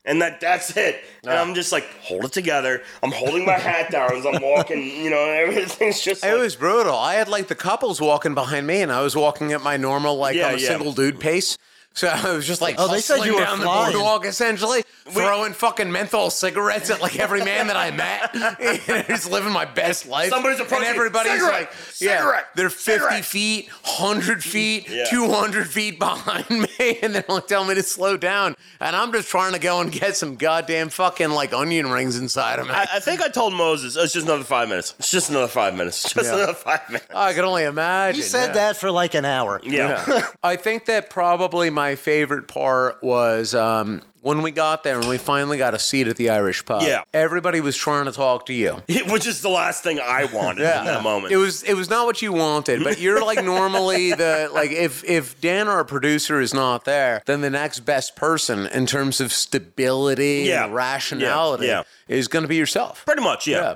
Speaker 4: And that that's it. And I'm just like, hold it together. I'm holding my hat down as I'm walking, you know, and everything's just
Speaker 3: It
Speaker 4: like-
Speaker 3: was brutal. I had like the couples walking behind me, and I was walking at my normal, like
Speaker 4: Yeah,
Speaker 3: I'm a
Speaker 4: yeah.
Speaker 3: single dude pace. So I was just like,
Speaker 2: Oh, they said
Speaker 3: hustling
Speaker 2: you were
Speaker 3: down
Speaker 2: flying.
Speaker 3: the boardwalk, essentially throwing fucking menthol cigarettes at like every man that I met. [laughs] just living my best life.
Speaker 4: Somebody's approaching,
Speaker 3: And everybody's
Speaker 4: "Cigarette,
Speaker 3: like,
Speaker 4: cigarette,
Speaker 3: yeah, they're 50
Speaker 4: cigarette."
Speaker 3: feet, 100 feet,
Speaker 4: Yeah.
Speaker 3: 200 feet behind [laughs] me, and they're like telling me to slow down. And I'm just trying to go and get some goddamn fucking like onion rings inside of me.
Speaker 4: I, I think I told Moses, it's just another five minutes. It's just another five minutes. It's Just
Speaker 3: Yeah. Uh,
Speaker 4: another five minutes.
Speaker 3: I can only imagine.
Speaker 2: He said
Speaker 3: yeah.
Speaker 2: that for like an hour.
Speaker 4: Yeah.
Speaker 3: I think that probably my favorite part was um, when we got there and we finally got a seat at the Irish pub.
Speaker 4: Yeah.
Speaker 3: everybody was trying to talk to you.
Speaker 4: [laughs] Which is the last thing I wanted in that moment.
Speaker 3: It was it was not what you wanted, but you're
Speaker 4: [laughs]
Speaker 3: like normally the like if if Dan our producer is not there, then the next best person in terms of stability
Speaker 4: Yeah.
Speaker 3: and rationality
Speaker 4: Yeah.
Speaker 3: is going to be yourself.
Speaker 4: Pretty much, yeah.
Speaker 3: Yeah.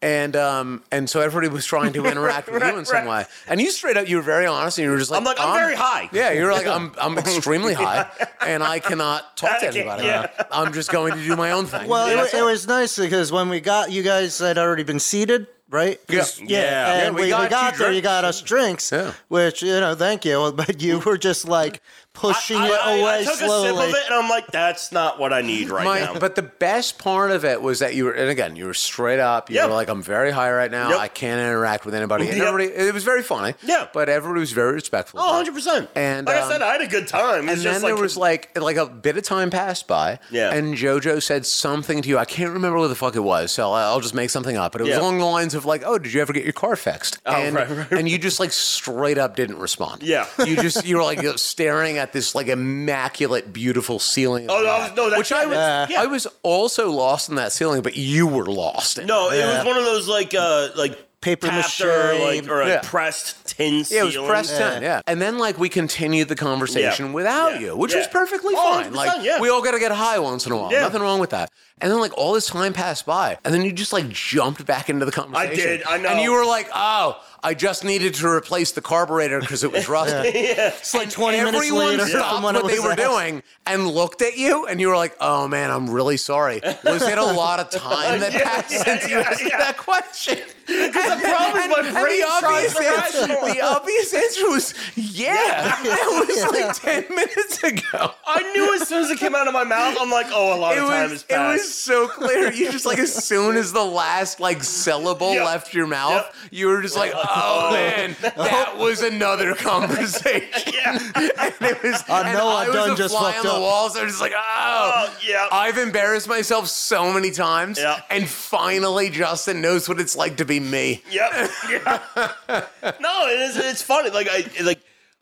Speaker 3: And um and so everybody was trying
Speaker 4: [laughs]
Speaker 3: to interact with you in some way. And you straight up you were very honest and you were just like
Speaker 4: I'm like, I'm very high.
Speaker 3: Yeah, you're like I'm
Speaker 4: [laughs]
Speaker 3: I'm extremely high and I cannot talk to
Speaker 4: I can't-
Speaker 3: anybody.
Speaker 4: yeah.
Speaker 3: I'm just going to do my own thing.
Speaker 2: Well,
Speaker 4: Yeah.
Speaker 2: it, wa- it was nice because when we got, you guys had already been seated, right? 'Cause-
Speaker 4: Yeah. Yeah.
Speaker 2: And
Speaker 4: Yeah,
Speaker 2: we,
Speaker 4: we
Speaker 2: we
Speaker 4: got
Speaker 2: got,
Speaker 4: you
Speaker 2: there, you
Speaker 4: drinks.
Speaker 2: got us drinks,
Speaker 3: Yeah.
Speaker 2: which, you know, thank you. [laughs] But you were just like pushing
Speaker 4: I,
Speaker 2: it
Speaker 4: I- I
Speaker 2: away
Speaker 4: took
Speaker 2: slowly.
Speaker 4: a sip of it and I'm like, that's not what I need right
Speaker 3: My-
Speaker 4: now.
Speaker 3: But the best part of it was that you were, and again, you were straight up. You
Speaker 4: Yep.
Speaker 3: were like, "I'm very high right now.
Speaker 4: Yep.
Speaker 3: I can't interact with anybody." And
Speaker 4: Yep.
Speaker 3: everybody, it was very funny.
Speaker 4: Yeah.
Speaker 3: but everybody was very respectful.
Speaker 4: Oh, 100%.
Speaker 3: And,
Speaker 4: like I
Speaker 3: um,
Speaker 4: said, I had a good time. It's
Speaker 3: And
Speaker 4: just
Speaker 3: then
Speaker 4: like,
Speaker 3: there was like like a bit of time passed by,
Speaker 4: Yeah.
Speaker 3: and JoJo said something to you. I can't remember what the fuck it was, so I- I'll just make something up. But it was
Speaker 4: Yeah.
Speaker 3: along the lines of like, "Oh, did you ever get your car fixed?"
Speaker 4: Oh,
Speaker 3: and,
Speaker 4: right, right.
Speaker 3: and you just like straight up didn't respond.
Speaker 4: Yeah.
Speaker 3: you just you were like [laughs] staring at this like immaculate, beautiful ceiling.
Speaker 4: Oh, no, I was- no, that's
Speaker 3: which I was
Speaker 2: Yeah.
Speaker 3: I was also lost in that ceiling, but you were lost.
Speaker 4: No, it
Speaker 2: Yeah.
Speaker 4: was one of those like uh like
Speaker 2: Paper
Speaker 4: tapped
Speaker 2: mache.
Speaker 4: or like or like
Speaker 3: Yeah.
Speaker 4: pressed tin
Speaker 3: Yeah, it
Speaker 4: ceiling.
Speaker 3: was press 10. Yeah. And then, like, we continued the conversation
Speaker 4: Yeah.
Speaker 3: without
Speaker 4: Yeah.
Speaker 3: you, which
Speaker 4: Yeah.
Speaker 3: was perfectly
Speaker 4: Oh,
Speaker 3: fine.
Speaker 4: 100%,
Speaker 3: Like,
Speaker 4: yeah.
Speaker 3: we all got to get high once in a while.
Speaker 4: Yeah.
Speaker 3: Nothing wrong with that. And then, like, all this time passed by. And then you just, like, jumped back into the conversation.
Speaker 4: did, I know.
Speaker 3: And you were like, oh, I just needed to replace the carburetor because it
Speaker 4: [laughs]
Speaker 3: was rusted.
Speaker 2: it's like 20 minutes
Speaker 3: Everyone
Speaker 2: later
Speaker 3: stopped
Speaker 2: from when
Speaker 3: what
Speaker 2: it
Speaker 3: they
Speaker 2: was
Speaker 4: [laughs]
Speaker 3: were
Speaker 2: asked.
Speaker 3: doing and looked at you, and you were like, "Oh man, I'm really sorry. Was it a lot
Speaker 4: [laughs]
Speaker 3: of time that
Speaker 4: Yeah,
Speaker 3: passed
Speaker 4: yeah,
Speaker 3: since you
Speaker 4: yeah,
Speaker 3: asked me
Speaker 4: yeah.
Speaker 3: that
Speaker 4: [laughs]
Speaker 3: question?" Because the
Speaker 4: problem is my brain
Speaker 3: the
Speaker 4: tries
Speaker 3: obvious,
Speaker 4: to
Speaker 3: answer,
Speaker 4: rationalize.
Speaker 3: the obvious answer was, "Yeah, that was
Speaker 2: Yeah.
Speaker 3: like ten minutes ago."
Speaker 4: I knew as as soon as it came out of my mouth, I'm like, oh, a lot
Speaker 3: It
Speaker 4: of time
Speaker 3: was,
Speaker 4: has
Speaker 3: it
Speaker 4: passed.
Speaker 3: was so clear. You just like as soon as the last like syllable
Speaker 4: Yep.
Speaker 3: left your mouth, you were just like, "Oh
Speaker 4: [laughs]
Speaker 3: man, that was another conversation." [laughs] and it was.
Speaker 2: I
Speaker 3: and
Speaker 2: know
Speaker 3: I
Speaker 2: I've
Speaker 3: was
Speaker 2: done
Speaker 3: a
Speaker 2: Uh, just
Speaker 3: fly
Speaker 2: fucked
Speaker 3: on the
Speaker 2: up.
Speaker 3: walls. I was just like, "Oh,
Speaker 4: Oh, yep.
Speaker 3: I've embarrassed myself so many times,
Speaker 4: Yep.
Speaker 3: and finally, Justin knows what it's like to be me.
Speaker 4: [laughs] Yep. Yeah. no, it is. It's funny. Like I like.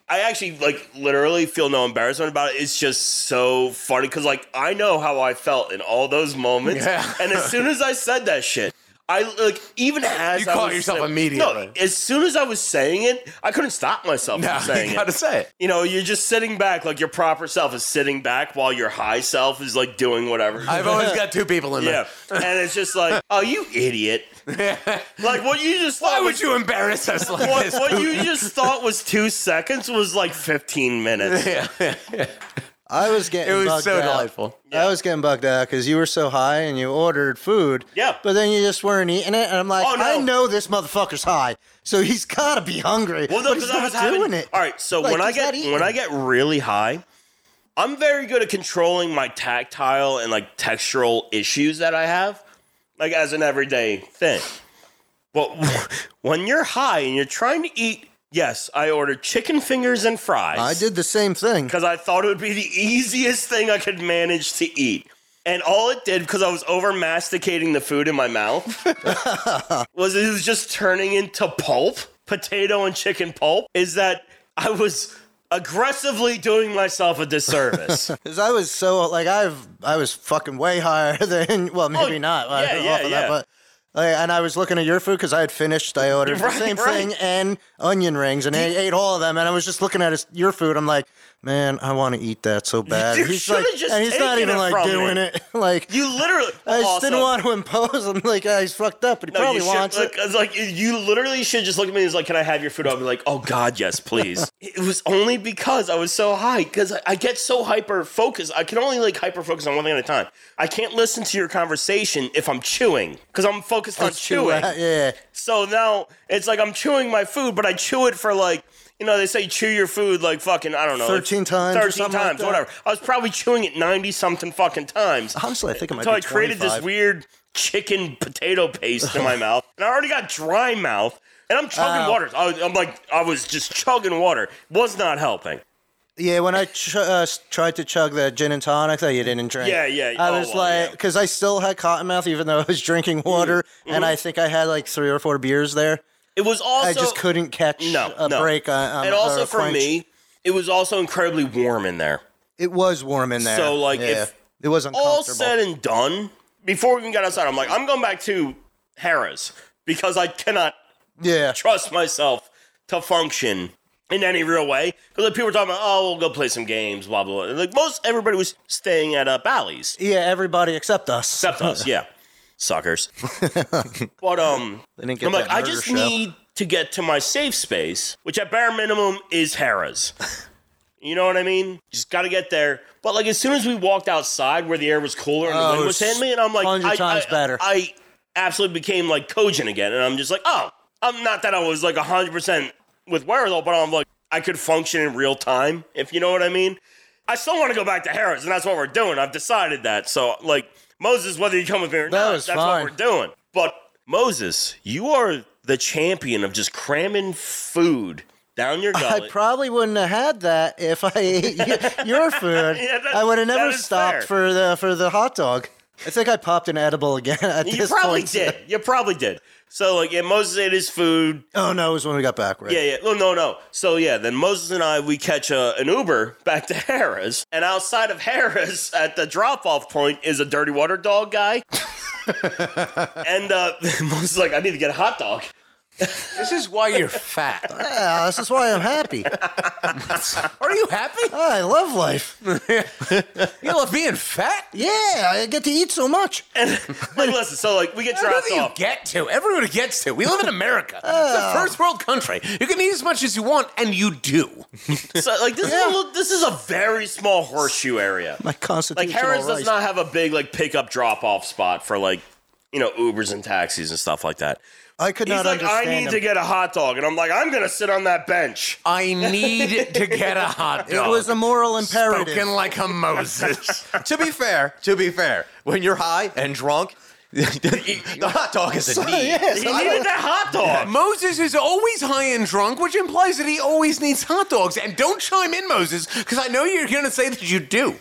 Speaker 4: I actually like literally feel no embarrassment about it. It's just so funny because like I know how I felt in all those moments,
Speaker 3: Yeah.
Speaker 4: and as soon as I said that shit, I like even as
Speaker 3: You
Speaker 4: I
Speaker 3: caught
Speaker 4: was
Speaker 3: yourself
Speaker 4: saying-
Speaker 3: immediately.
Speaker 4: No, as soon as I was saying it, I couldn't stop myself
Speaker 3: No,
Speaker 4: from saying
Speaker 3: [laughs] you
Speaker 4: it.
Speaker 3: gotta say it.
Speaker 4: You know, you're just sitting back, like your proper self is sitting back while your high self is like doing whatever.
Speaker 3: I've always got two people in me.
Speaker 4: yeah, and it's just like, oh, you idiot!
Speaker 3: [laughs]
Speaker 4: like what you just
Speaker 3: Why
Speaker 4: thought
Speaker 3: would
Speaker 4: was-
Speaker 3: you embarrass us like
Speaker 4: what,
Speaker 3: this? [laughs]
Speaker 4: what you just thought was two seconds was like 15 minutes.
Speaker 2: I was getting
Speaker 3: it was
Speaker 2: bugged
Speaker 3: so
Speaker 2: out.
Speaker 3: delightful.
Speaker 2: I was getting bugged out because you were so high and you ordered food.
Speaker 4: Yeah.
Speaker 2: But then you just weren't eating it, and I'm like,
Speaker 4: Oh, no.
Speaker 2: I know this motherfucker's high, so he's gotta be hungry.
Speaker 4: Well, no,
Speaker 2: but he's
Speaker 4: because I
Speaker 2: not
Speaker 4: was
Speaker 2: doing
Speaker 4: having,
Speaker 2: it.
Speaker 4: All right, so
Speaker 2: Like,
Speaker 4: when I
Speaker 2: he's
Speaker 4: get
Speaker 2: not eating.
Speaker 4: when I get really high, I'm very good at controlling my tactile and like textural issues that I have, like as an everyday thing. But [laughs] when you're high and you're trying to eat, yes, I ordered chicken fingers and fries.
Speaker 2: I did the same thing.
Speaker 4: because I thought it would be the easiest thing I could manage to eat. And all it did, because I was over masticating the food in
Speaker 2: [laughs]
Speaker 4: my mouth, was it was just turning into pulp, potato and chicken pulp. Is that I was aggressively doing myself
Speaker 2: [laughs]
Speaker 4: a disservice.
Speaker 2: Because I was so like I've I was fucking way higher [laughs] than well maybe
Speaker 4: Oh,
Speaker 2: not I
Speaker 4: yeah,
Speaker 2: was
Speaker 4: yeah,
Speaker 2: off of that
Speaker 4: yeah.
Speaker 2: but like, and I was looking at your food because I had finished I ordered
Speaker 4: [laughs] Right,
Speaker 2: the same
Speaker 4: right.
Speaker 2: thing and onion rings and I ate all of them and I was just looking at his, your food I'm like man I want to eat that so bad
Speaker 4: [laughs] You
Speaker 2: And he's
Speaker 4: should've
Speaker 2: like
Speaker 4: just
Speaker 2: and he's not
Speaker 4: taken
Speaker 2: even
Speaker 4: it
Speaker 2: like
Speaker 4: from
Speaker 2: doing
Speaker 4: me.
Speaker 2: it [laughs] like
Speaker 4: you literally.
Speaker 2: I just didn't
Speaker 4: also-
Speaker 2: want to impose I'm like "Ah, he's fucked up but he
Speaker 4: No,
Speaker 2: probably
Speaker 4: you should.
Speaker 2: wants
Speaker 4: Like,
Speaker 2: it
Speaker 4: it's like you- you literally should just look at me and was like, "Can I have your food?" I'll be like, "Oh God,
Speaker 2: [laughs]
Speaker 4: yes, please." it was only because I was so high because I, I get so hyper focused. I can only like hyper focus on one thing at a time. I can't listen to your conversation if I'm chewing because I'm focused on chewing.
Speaker 2: yeah
Speaker 4: So now it's like I'm chewing my food, but I chew it for like. You know, they say chew your food like fucking, I don't know.
Speaker 2: 13 times or
Speaker 4: 13
Speaker 2: something like
Speaker 4: times,
Speaker 2: that.
Speaker 4: whatever. I was probably chewing it 90 something fucking times.
Speaker 2: honestly I think it might
Speaker 4: So
Speaker 2: be
Speaker 4: I created this
Speaker 2: 25.
Speaker 4: weird chicken potato paste
Speaker 2: [laughs]
Speaker 4: in my mouth, and I already got dry mouth, and I'm chugging
Speaker 2: Ow.
Speaker 4: water. I, was- I'm like, I was just chugging water. Was not helping.
Speaker 2: Yeah, when I ch- uh, s- tried to chug the gin and tonic that you didn't drink.
Speaker 4: Yeah, yeah.
Speaker 2: I
Speaker 4: Oh,
Speaker 2: was
Speaker 4: well,
Speaker 2: like,
Speaker 4: yeah.
Speaker 2: because I still had cotton mouth, even though I was drinking water, and I think I had like three or four beers there.
Speaker 4: It was also
Speaker 2: I just couldn't catch
Speaker 4: no,
Speaker 2: a
Speaker 4: no.
Speaker 2: break. Uh, um,
Speaker 4: and
Speaker 2: or
Speaker 4: also
Speaker 2: a
Speaker 4: for
Speaker 2: quench.
Speaker 4: me, it was also incredibly warm in there.
Speaker 2: it was warm in there.
Speaker 4: So, like,
Speaker 2: yeah.
Speaker 4: if
Speaker 2: it was
Speaker 4: All
Speaker 2: uncomfortable.
Speaker 4: said and done, before we even got outside, I'm like, I'm going back to Harris because I cannot
Speaker 2: yeah,
Speaker 4: trust myself to function in any real way. Because like people were talking about, oh, we'll go play some games, blah blah. blah. Like most everybody was staying at uh, Bally's
Speaker 2: yeah, everybody except us.
Speaker 4: except us. Yeah, suckers. but um,
Speaker 2: They didn't get
Speaker 4: I'm like,
Speaker 2: that
Speaker 4: I
Speaker 2: murder
Speaker 4: just
Speaker 2: show.
Speaker 4: need to get to my safe space, which at bare minimum is
Speaker 2: [laughs]
Speaker 4: Harrah's. You know what I mean? Just got to get there. But like as soon as we walked outside where the air was cooler and
Speaker 2: Oh,
Speaker 4: the wind was hitting me, and I'm like,
Speaker 2: 100
Speaker 4: I,
Speaker 2: times
Speaker 4: I-
Speaker 2: better.
Speaker 4: I absolutely became like cogent again, and I'm just like, oh, I'm not that I was like 100 percent with wherewithal, but I'm like, I could function in real time, if you know what I mean. I still want to go back to Harris, and that's what we're doing. I've decided that. So like Moses, whether you come with me or
Speaker 2: That
Speaker 4: not,
Speaker 2: was
Speaker 4: that's
Speaker 2: fine.
Speaker 4: what we're doing. But Moses, you are the champion of just cramming food down your
Speaker 2: [laughs]
Speaker 4: gullet.
Speaker 2: I probably wouldn't have had that if I
Speaker 4: [laughs]
Speaker 2: ate y- your food.
Speaker 4: Yeah, that-
Speaker 2: I would have never
Speaker 4: that is
Speaker 2: stopped
Speaker 4: fair.
Speaker 2: for the for the hot dog. I think I popped an edible again at
Speaker 4: you
Speaker 2: this
Speaker 4: probably
Speaker 2: point.
Speaker 4: did. You probably did. So like, yeah, Moses ate his food.
Speaker 2: Oh no, it was when we got back, right?
Speaker 4: Yeah, yeah. Oh no, no. So yeah, then Moses and I we catch a, an Uber back to [laughs] Harris, and outside of Harris at the drop-off point is a dirty water dog
Speaker 2: [laughs]
Speaker 4: guy. and uh, [laughs] Moses is like, I need to get a hot dog.
Speaker 3: This is why you're fat. [laughs]
Speaker 2: Yeah, this is why I'm
Speaker 4: [laughs]
Speaker 2: happy.
Speaker 3: Are you happy?
Speaker 2: I love life.
Speaker 3: You love being fat?
Speaker 2: Yeah, I get to eat so much.
Speaker 4: And like, listen, so like
Speaker 2: [laughs]
Speaker 4: we get dropped
Speaker 3: Whatever you
Speaker 4: off.
Speaker 3: get to, everybody gets to. We live in [laughs] America. It's a first world country. You can eat as much as you want, and you do.
Speaker 4: So like this is a little, this is a very small horseshoe area.
Speaker 2: My
Speaker 4: Like
Speaker 2: constitutional
Speaker 4: Harris does
Speaker 2: rights.
Speaker 4: not have a big like pickup drop off spot for like you know, Ubers and taxis and stuff like that.
Speaker 2: I could
Speaker 4: He's
Speaker 2: not
Speaker 4: like, I
Speaker 2: understand.
Speaker 4: need
Speaker 2: him.
Speaker 4: to get a hot dog, and I'm like, I'm gonna sit on that bench.
Speaker 3: I need to get a [laughs] hot dog.
Speaker 2: it was a moral imperative.
Speaker 4: [laughs]
Speaker 2: [laughs]
Speaker 3: spoken like a [laughs] Moses.
Speaker 1: to be fair, to be fair, when you're high and drunk, [laughs] the hot dog is a need.
Speaker 4: He needed that
Speaker 2: [laughs]
Speaker 4: hot dog.
Speaker 3: Moses is always high and drunk, which implies that he always needs hot dogs. And don't chime in, Moses, because I know you're going to say that you do.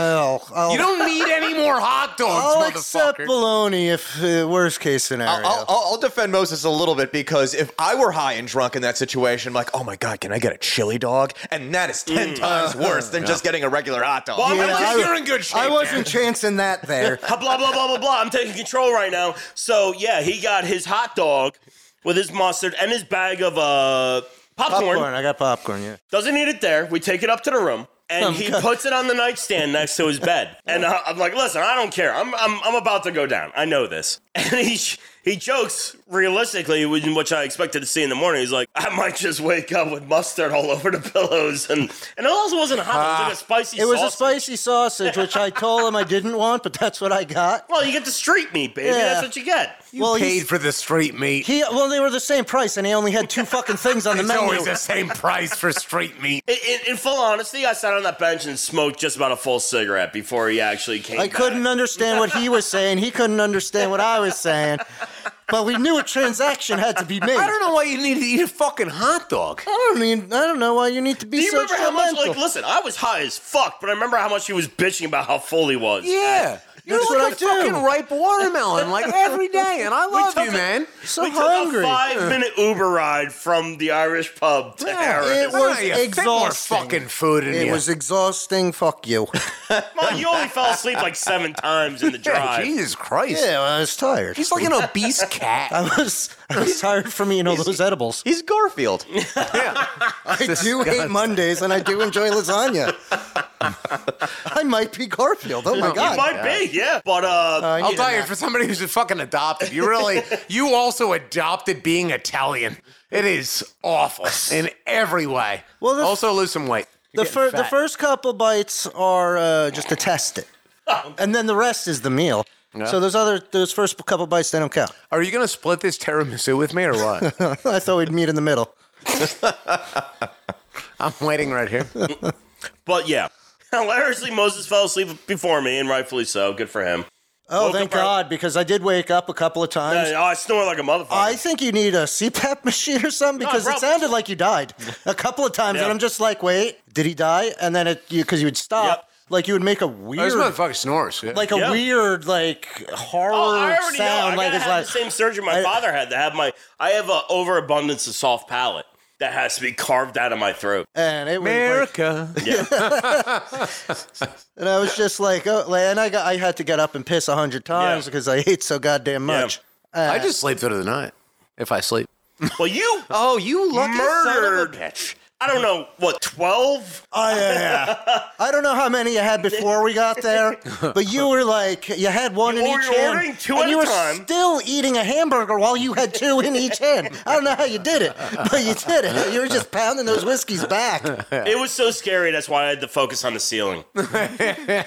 Speaker 2: Oh, I'll,
Speaker 3: You don't need any more hot dogs, [laughs]
Speaker 2: I'll accept
Speaker 3: motherfucker.
Speaker 2: baloney if uh, worst case
Speaker 1: I'll,
Speaker 2: scenario.
Speaker 1: I'll, I'll- I'll defend Moses a little bit because if I were high and drunk in that situation, I'm like, oh my God, can I get a chili dog? And that is 10 times worse than just getting a regular hot dog.
Speaker 4: Mm. Uh, Well, I'm
Speaker 2: Yeah,
Speaker 4: not just [laughs]
Speaker 2: I-
Speaker 3: you're in good shape.
Speaker 2: I wasn't chancing that there.
Speaker 4: Ha, blah blah blah blah blah. I'm taking control right now. So yeah, he got his hot dog with his mustard and his bag of uh [laughs] popcorn.
Speaker 2: popcorn. I got popcorn. Yeah.
Speaker 4: Doesn't eat it there. We take it up to the room.
Speaker 2: Oh,
Speaker 4: And he puts it on the nightstand next to his bed.
Speaker 2: [laughs]
Speaker 4: And I- I'm like, listen, I don't care. I'm, I'm, I'm about to go down. I know this. [laughs] And he, he jokes realistically, which which I expected to see in the morning. He's like, I might just wake up with mustard all [laughs] over the pillows. And, and it also wasn't hot. It was like a spicy
Speaker 2: Ah, It was a
Speaker 4: sauce.
Speaker 2: spicy sausage, which I told him I didn't want, but that's what I got.
Speaker 4: Well, you get the street meat, baby.
Speaker 2: Yeah.
Speaker 4: That's what you get.
Speaker 3: You
Speaker 2: well,
Speaker 3: paid
Speaker 2: he's-
Speaker 3: for the street meat.
Speaker 2: He well, they were the same price, and he only had two fucking things on the
Speaker 3: [laughs] it's
Speaker 2: menu.
Speaker 3: always the same price for street meat.
Speaker 4: In, in, in full honesty, I sat on that bench and smoked just about a full cigarette before he actually came.
Speaker 2: I
Speaker 4: back.
Speaker 2: couldn't understand what he was saying. He couldn't understand what I was saying. But we knew a transaction had to be made.
Speaker 3: I don't know why you need to eat a fucking hot dog.
Speaker 2: I don't need. I don't know why you need to be
Speaker 4: Do you
Speaker 2: so
Speaker 4: remember how much?
Speaker 2: judgmental.
Speaker 4: Like, listen, I was high as fuck, but I remember how much he was bitching about how full he was.
Speaker 3: Yeah. You're
Speaker 2: That's
Speaker 3: like
Speaker 2: what
Speaker 3: a
Speaker 2: I do.
Speaker 3: fucking ripe watermelon, like every day, [laughs] and I love
Speaker 4: took
Speaker 3: you,
Speaker 4: a-
Speaker 3: man.
Speaker 2: so
Speaker 4: we
Speaker 2: hungry.
Speaker 4: took a five-minute Uber ride from the Irish pub to
Speaker 3: Yeah,
Speaker 4: Harrod.
Speaker 2: It was
Speaker 3: Ah, you fit more
Speaker 2: exhausting.
Speaker 3: fucking food in
Speaker 2: it
Speaker 3: you.
Speaker 2: was exhausting. Fuck you.
Speaker 4: Come on, you only fell asleep
Speaker 2: [laughs]
Speaker 4: like seven times in the
Speaker 3: [laughs] Yeah,
Speaker 4: drive.
Speaker 3: Jesus Christ.
Speaker 2: yeah, I was tired.
Speaker 3: He's like an [laughs] obese cat.
Speaker 2: I was. I was tired from eating all those edibles.
Speaker 1: He's Garfield.
Speaker 3: yeah.
Speaker 2: I do hate Mondays, and I do enjoy lasagna. I might be Garfield. Oh my
Speaker 4: It
Speaker 2: god.
Speaker 4: might be, yeah. But uh,
Speaker 2: I
Speaker 3: I'll
Speaker 2: need a
Speaker 3: tell you,
Speaker 2: nap.
Speaker 3: for somebody who's fucking adopted, you
Speaker 2: [laughs]
Speaker 3: really, you also adopted being Italian. It is
Speaker 2: [laughs]
Speaker 3: awful in every way.
Speaker 2: Well, the-
Speaker 3: also lose some weight. You're
Speaker 2: The,
Speaker 3: getting
Speaker 2: fir- the
Speaker 3: fat.
Speaker 2: first couple bites are uh, just to test it, and then the rest is the meal. So those other those first couple bites they don't count. [laughs]
Speaker 3: Are you gonna split this tiramisu with me or what?
Speaker 2: I thought we'd meet in the middle.
Speaker 3: I'm waiting
Speaker 2: [laughs]
Speaker 3: right here.
Speaker 4: but yeah. Hilariously, Moses fell asleep before me, and rightfully so. Good for him.
Speaker 2: Oh,
Speaker 4: Woke
Speaker 2: thank
Speaker 4: up early.
Speaker 2: God, because I did wake up a couple of
Speaker 4: Uh,
Speaker 2: times.
Speaker 4: I snore like a motherfucker.
Speaker 2: I think you need a CPAP [laughs] machine or something because it
Speaker 4: prob-
Speaker 2: sounded like you died a couple of times,
Speaker 4: Yeah.
Speaker 2: and I'm just like, wait, did he die? And then it because you, would stop, like you would make a weird,
Speaker 3: This motherfucker snores. yeah.
Speaker 2: like a
Speaker 4: Yeah.
Speaker 2: weird, like horror
Speaker 4: Oh, I
Speaker 2: sound,
Speaker 4: already know. I
Speaker 2: like
Speaker 4: gotta
Speaker 2: it's
Speaker 4: have
Speaker 2: like
Speaker 4: the same surgery my
Speaker 2: I-
Speaker 4: father had. To have my, I have an overabundance of soft palate that has to be carved out of my throat.
Speaker 2: and it was like,
Speaker 3: America.
Speaker 2: And I was just like, oh, like, and I got, I had to get up and piss a hundred times
Speaker 4: Yeah.
Speaker 2: because I ate so goddamn much.
Speaker 3: I just sleep through the night if I sleep. [laughs]
Speaker 4: Well, you
Speaker 1: Oh, you lucky
Speaker 4: murdered. I don't know what twelve.
Speaker 2: Oh yeah. I don't know how many you had before we got
Speaker 4: [laughs]
Speaker 2: there, but you were like, you had one
Speaker 4: You
Speaker 2: in
Speaker 4: were
Speaker 2: each hand,
Speaker 4: ordering two
Speaker 2: and
Speaker 4: at
Speaker 2: you
Speaker 4: a
Speaker 2: were
Speaker 4: time.
Speaker 2: still eating a hamburger while you had two in each hand. I don't know how you did it, but you did it. You were just pounding those whiskeys back.
Speaker 4: It was so scary. That's why I had to focus on the
Speaker 3: [laughs]
Speaker 4: ceiling. Oh,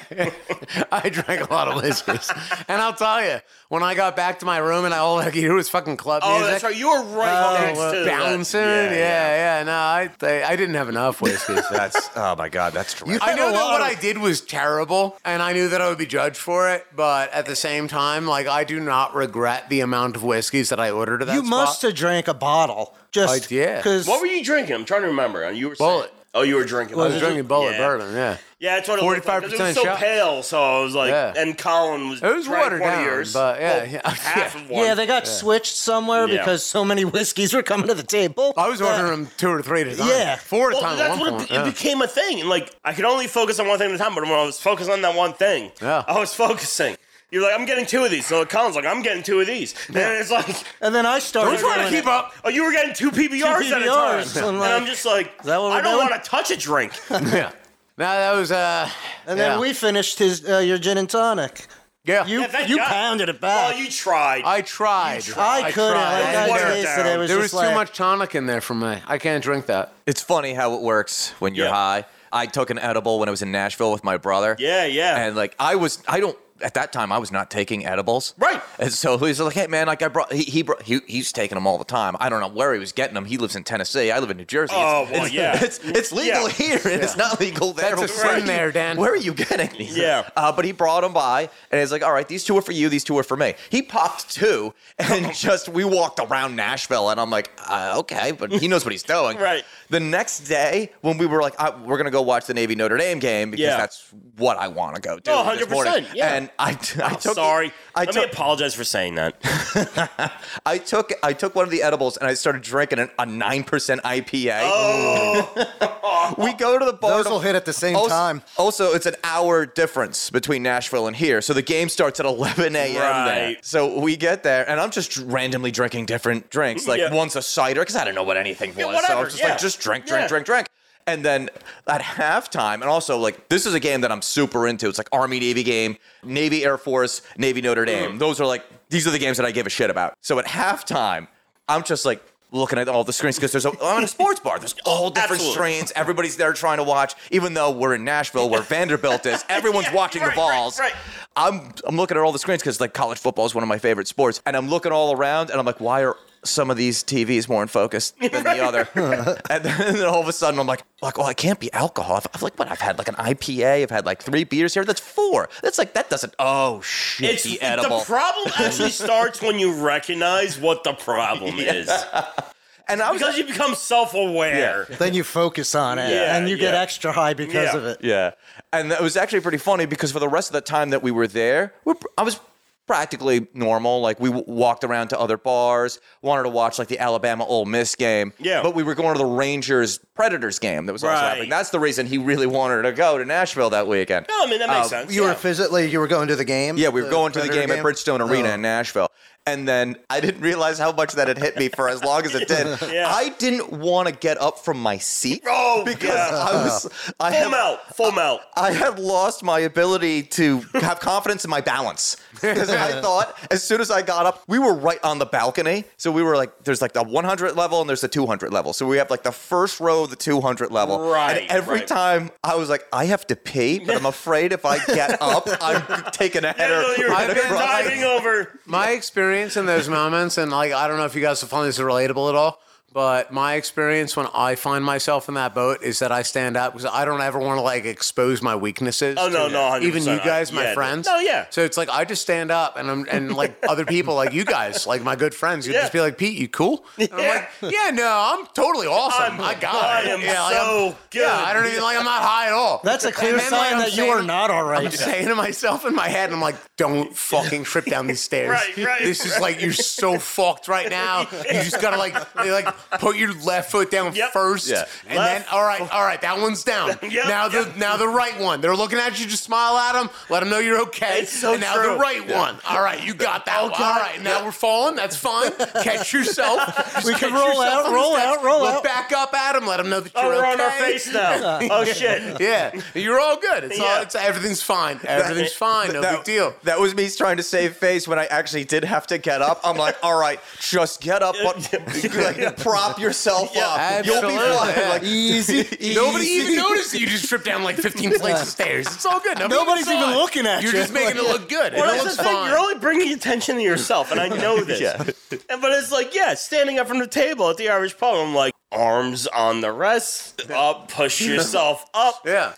Speaker 3: I drank a lot of
Speaker 2: [laughs]
Speaker 3: whiskeys, and I'll tell you, when I got back to my room, and I all I could hear was fucking club
Speaker 4: Oh,
Speaker 3: music.
Speaker 4: that's right. You were right next
Speaker 3: Uh,
Speaker 4: to
Speaker 3: bouncing.
Speaker 4: that.
Speaker 3: Yeah, yeah, No, I, I I didn't have enough whiskey. so-
Speaker 1: That's, oh my God, that's terrific.
Speaker 3: [laughs] I
Speaker 2: have
Speaker 3: know
Speaker 2: a
Speaker 3: that
Speaker 2: lot
Speaker 3: what
Speaker 2: of-
Speaker 3: I did was terrible, and I knew that I would be judged for it. But at the same time, like I do not regret the amount of whiskeys that I ordered at that
Speaker 2: You must
Speaker 3: spot.
Speaker 2: have drank a bottle. Just
Speaker 3: I- yeah.
Speaker 2: Because
Speaker 4: What were you drinking? I'm trying to remember. You were saying-
Speaker 3: Bullet.
Speaker 4: Oh, you were drinking.
Speaker 3: I was drinking Bullet
Speaker 4: yeah.
Speaker 3: Bourbon. Yeah,
Speaker 4: Yeah, that's what it looked like. 'cause It was
Speaker 3: 45%
Speaker 4: so
Speaker 3: shot.
Speaker 4: pale, so I was like,
Speaker 3: Yeah.
Speaker 4: and Colin was.
Speaker 3: It was
Speaker 4: drank
Speaker 3: watered
Speaker 4: one of
Speaker 3: down,
Speaker 4: yours.
Speaker 3: but yeah,
Speaker 4: Well,
Speaker 3: yeah. [laughs]
Speaker 4: half of one.
Speaker 2: yeah, they got switched somewhere
Speaker 4: Yeah.
Speaker 2: because so many [laughs] whiskeys were coming to the table.
Speaker 3: I was ordering them two or three at a time.
Speaker 2: yeah.
Speaker 3: four at a
Speaker 4: Well,
Speaker 3: time. at
Speaker 4: that's
Speaker 3: one
Speaker 4: what
Speaker 3: point,
Speaker 4: it, be-
Speaker 3: yeah.
Speaker 4: it became a thing. And like, I could only focus on one thing at a time. But when I was focused on that one thing,
Speaker 3: Yeah.
Speaker 4: I was focusing. You're like, I'm getting two of these. So Colin's like, I'm getting two of these. And it's like,
Speaker 2: Uh, And then I started.
Speaker 4: I'm trying to
Speaker 2: doing it.
Speaker 4: keep up. Oh, you were getting two PBRs, at a time.
Speaker 2: PBRs, I'm
Speaker 4: and
Speaker 2: like,
Speaker 4: I'm just like,
Speaker 2: that what
Speaker 4: I
Speaker 2: we're
Speaker 4: don't
Speaker 2: doing?
Speaker 4: want to touch a drink.
Speaker 3: yeah. No, that was uh.
Speaker 2: And then
Speaker 3: yeah.
Speaker 2: we finished his uh, your gin and tonic.
Speaker 3: yeah.
Speaker 2: You
Speaker 4: Yeah, thank
Speaker 2: you
Speaker 4: God.
Speaker 2: pounded it back.
Speaker 4: Well, you tried.
Speaker 3: I tried.
Speaker 2: I, couldn't.
Speaker 3: tried.
Speaker 2: Like,
Speaker 4: Water
Speaker 2: I
Speaker 4: it
Speaker 2: tasted it.
Speaker 4: down.
Speaker 2: it was
Speaker 3: there was
Speaker 2: just
Speaker 3: too
Speaker 2: like,
Speaker 3: much tonic in there for me. I can't drink that.
Speaker 1: It's funny how it works when you're
Speaker 4: Yeah.
Speaker 1: high. I took an edible when I was in Nashville with my brother.
Speaker 4: yeah, yeah.
Speaker 1: And like I was I don't at that time I was not taking edibles.
Speaker 4: Right.
Speaker 1: And so he's like, hey man, like I brought he he, brought, he he's taking them all the time. I don't know where he was getting them. He lives in Tennessee. I live in New Jersey.
Speaker 4: Oh,
Speaker 1: it's,
Speaker 4: well,
Speaker 1: it's,
Speaker 4: yeah.
Speaker 1: It's it's legal
Speaker 4: Yeah.
Speaker 1: here and it's not legal there.
Speaker 3: That's a
Speaker 1: Where are
Speaker 3: sin
Speaker 1: you-
Speaker 3: there, Dan.
Speaker 1: Where are you getting these?
Speaker 4: Yeah.
Speaker 1: Uh, but he brought them by and he's like, all right, these two are for you. These two are for me. He popped two
Speaker 4: [laughs]
Speaker 1: and just we walked around Nashville and I'm like, uh, okay, but he knows what he's doing.
Speaker 4: Right.
Speaker 1: The next day when we were like, I, we're gonna go watch the Navy Notre Dame game because
Speaker 4: Yeah.
Speaker 1: that's what I want to go do.
Speaker 4: No,
Speaker 1: this morning.
Speaker 4: 100%, yeah.
Speaker 1: And I, I took the-
Speaker 4: Sorry.
Speaker 1: I
Speaker 4: Let
Speaker 1: took,
Speaker 4: me apologize for saying that.
Speaker 1: I took I took one of the edibles and I started drinking an, a nine percent IPA.
Speaker 4: Oh.
Speaker 1: [laughs] we go to the bar.
Speaker 2: Those
Speaker 1: to-
Speaker 2: will hit at the same
Speaker 1: also,
Speaker 2: time.
Speaker 1: Also, it's an hour difference between Nashville and here, so the game starts at eleven a.m. there.
Speaker 4: Right.
Speaker 1: So we get there, and I'm just randomly drinking different drinks. Like
Speaker 4: Yeah.
Speaker 1: once a cider, because I don't know what anything was. so I
Speaker 4: whatever,
Speaker 1: was just
Speaker 4: yeah.
Speaker 1: like, just drink, drink,
Speaker 4: Yeah.
Speaker 1: drink, drink. And then at halftime, and also like this is a game that I'm super into. It's like Army Navy game, Navy Air Force, Navy Notre
Speaker 4: Mm.
Speaker 1: Dame. Those are like these are the games that I give a shit about. So at halftime, I'm just like looking at all the screens because there's a I'm in a sports bar. There's all different
Speaker 4: Absolutely.
Speaker 1: screens. Everybody's there trying to watch. Even though we're in Nashville, where Vanderbilt
Speaker 4: [laughs]
Speaker 1: is, everyone's
Speaker 4: Yeah,
Speaker 1: watching the
Speaker 4: right, right,
Speaker 1: balls.
Speaker 4: right.
Speaker 1: I'm I'm looking at all the screens because like college football is one of my favorite sports, and I'm looking all around, and I'm like, why are some of these TVs more in
Speaker 4: [laughs]
Speaker 1: focus than the other? [laughs] and, then, and then all of a sudden, I'm like, like, well, it can't be alcohol. I've, I've like, what? I've had like an IPA. I've had like three beers here. That's four. That's like that doesn't. Oh shit,
Speaker 4: It's
Speaker 1: the edible.
Speaker 4: The problem actually starts when you recognize what the problem is
Speaker 1: and I was
Speaker 4: because you become self-aware.
Speaker 2: Then you focus on it,
Speaker 4: Yeah,
Speaker 2: and you get
Speaker 4: yeah.
Speaker 2: extra high because
Speaker 4: Yeah.
Speaker 2: of it.
Speaker 1: Yeah. And it was actually pretty funny because for the rest of the time that we were there, we're, I was practically normal. Like we w- walked around to other bars, wanted to watch like the Alabama Ole Miss game.
Speaker 4: Yeah.
Speaker 1: But we were going to the Rangers Predators game that was also
Speaker 4: Right.
Speaker 1: happening. That's the reason he really wanted to go to Nashville that weekend.
Speaker 4: No, I mean that makes
Speaker 1: Uh,
Speaker 4: sense.
Speaker 2: You
Speaker 4: yeah.
Speaker 2: were physically, you were going to the game.
Speaker 1: Yeah, we were going to the
Speaker 2: Predator
Speaker 1: game, at Bridgestone Arena
Speaker 4: Oh.
Speaker 1: in Nashville. And then I didn't realize how much that had hit me for as long as it did.
Speaker 4: [laughs] Yeah.
Speaker 1: I didn't want to get up from my seat
Speaker 4: Oh,
Speaker 1: because
Speaker 4: yeah.
Speaker 1: I was I
Speaker 4: full
Speaker 1: had,
Speaker 4: melt, full melt.
Speaker 1: I had lost my ability to have confidence in my balance because I
Speaker 4: [laughs]
Speaker 1: thought as soon as I got up, we were right on the balcony. So we were like, there's like the 100 level and there's the 200 level. So we have like the first row of the 200 level.
Speaker 4: Right,
Speaker 1: And every
Speaker 4: right.
Speaker 1: time I was like, I have to pee, but I'm afraid if I get
Speaker 4: [laughs]
Speaker 1: up, I'm taking a
Speaker 4: Yeah,
Speaker 1: header.
Speaker 4: no, you're,
Speaker 1: right
Speaker 4: you're
Speaker 1: across-
Speaker 4: diving over.
Speaker 3: My experience in those moments, and like I don't know if you guys will find this relatable at all, but my experience when I find myself in that boat is that I stand up because I don't ever want to like expose my weaknesses.
Speaker 4: Oh, no,
Speaker 3: to
Speaker 4: no, 100%.
Speaker 3: even you guys, my
Speaker 4: Yeah,
Speaker 3: friends.
Speaker 4: no, yeah.
Speaker 3: So it's like I just stand up, and I'm and
Speaker 4: [laughs]
Speaker 3: like other people, like you guys, like my good friends, you
Speaker 4: Yeah.
Speaker 3: just be like, Pete, you cool? And I'm like, yeah, no, I'm totally awesome.
Speaker 4: I'm-
Speaker 3: I got
Speaker 4: I
Speaker 3: it.
Speaker 4: am
Speaker 3: yeah, like,
Speaker 4: so
Speaker 3: I'm- Yeah,
Speaker 4: good.
Speaker 3: I don't even like I'm not high at all.
Speaker 2: That's a clear
Speaker 3: And then, like,
Speaker 2: sign
Speaker 3: I'm
Speaker 2: that you are
Speaker 3: saying-
Speaker 2: not all
Speaker 3: I'm
Speaker 2: right. [laughs]
Speaker 3: saying to myself in my head, I'm like, don't fucking trip down these stairs.
Speaker 4: [laughs] Right, right,
Speaker 3: This is
Speaker 4: right.
Speaker 3: like you're so fucked right now. You just gotta like like put your left foot down
Speaker 4: Yep.
Speaker 3: first,
Speaker 1: Yeah.
Speaker 3: and
Speaker 4: Left.
Speaker 3: then all right, all right, that one's down.
Speaker 4: [laughs] Yep,
Speaker 3: now the
Speaker 4: yep.
Speaker 3: now the right one. They're looking at you. Just smile at them. Let them know you're okay.
Speaker 4: It's so
Speaker 3: and now
Speaker 4: true. Oh,
Speaker 3: the right one. All right, you got that. one. All right, now we're falling. That's fine. Catch
Speaker 4: [laughs]
Speaker 3: yourself. Just
Speaker 2: We can
Speaker 3: catch
Speaker 2: roll
Speaker 3: yourself
Speaker 2: out,
Speaker 3: on the
Speaker 2: roll
Speaker 3: steps.
Speaker 2: out, roll
Speaker 3: Look
Speaker 2: out.
Speaker 3: back up at them. Let them know that
Speaker 4: Oh,
Speaker 3: you're
Speaker 4: we're
Speaker 3: okay.
Speaker 4: on our face
Speaker 3: [laughs]
Speaker 4: now. Oh shit.
Speaker 3: Yeah, you're all good. It's
Speaker 4: Yeah.
Speaker 3: all it's everything's fine. Everything's fine. No
Speaker 1: that-
Speaker 3: big deal.
Speaker 1: That was me trying to save face when I actually did have to get up. I'm like, all right, just get up,
Speaker 4: [laughs]
Speaker 1: but like, prop yourself
Speaker 4: Yeah,
Speaker 1: up. You'll be
Speaker 3: absolutely,
Speaker 1: fine.
Speaker 3: yeah.
Speaker 1: [laughs] Like,
Speaker 2: Easy. [laughs]
Speaker 3: Nobody even noticed that you just tripped down like 15 flights of stairs. It's all good. Nobody
Speaker 2: Nobody's
Speaker 3: saw
Speaker 2: even
Speaker 3: it.
Speaker 2: looking at
Speaker 3: You're
Speaker 2: you.
Speaker 3: just making it look good.
Speaker 4: Well,
Speaker 3: and
Speaker 4: that's
Speaker 3: it looks
Speaker 4: the thing.
Speaker 3: fine.
Speaker 4: You're only bringing attention to yourself, and
Speaker 3: [laughs]
Speaker 4: I know this. And- But it's like, yeah, standing up from the table at the Irish pub, I'm like, arms on the rest, up,
Speaker 3: [laughs]
Speaker 4: push yourself up.
Speaker 3: yeah.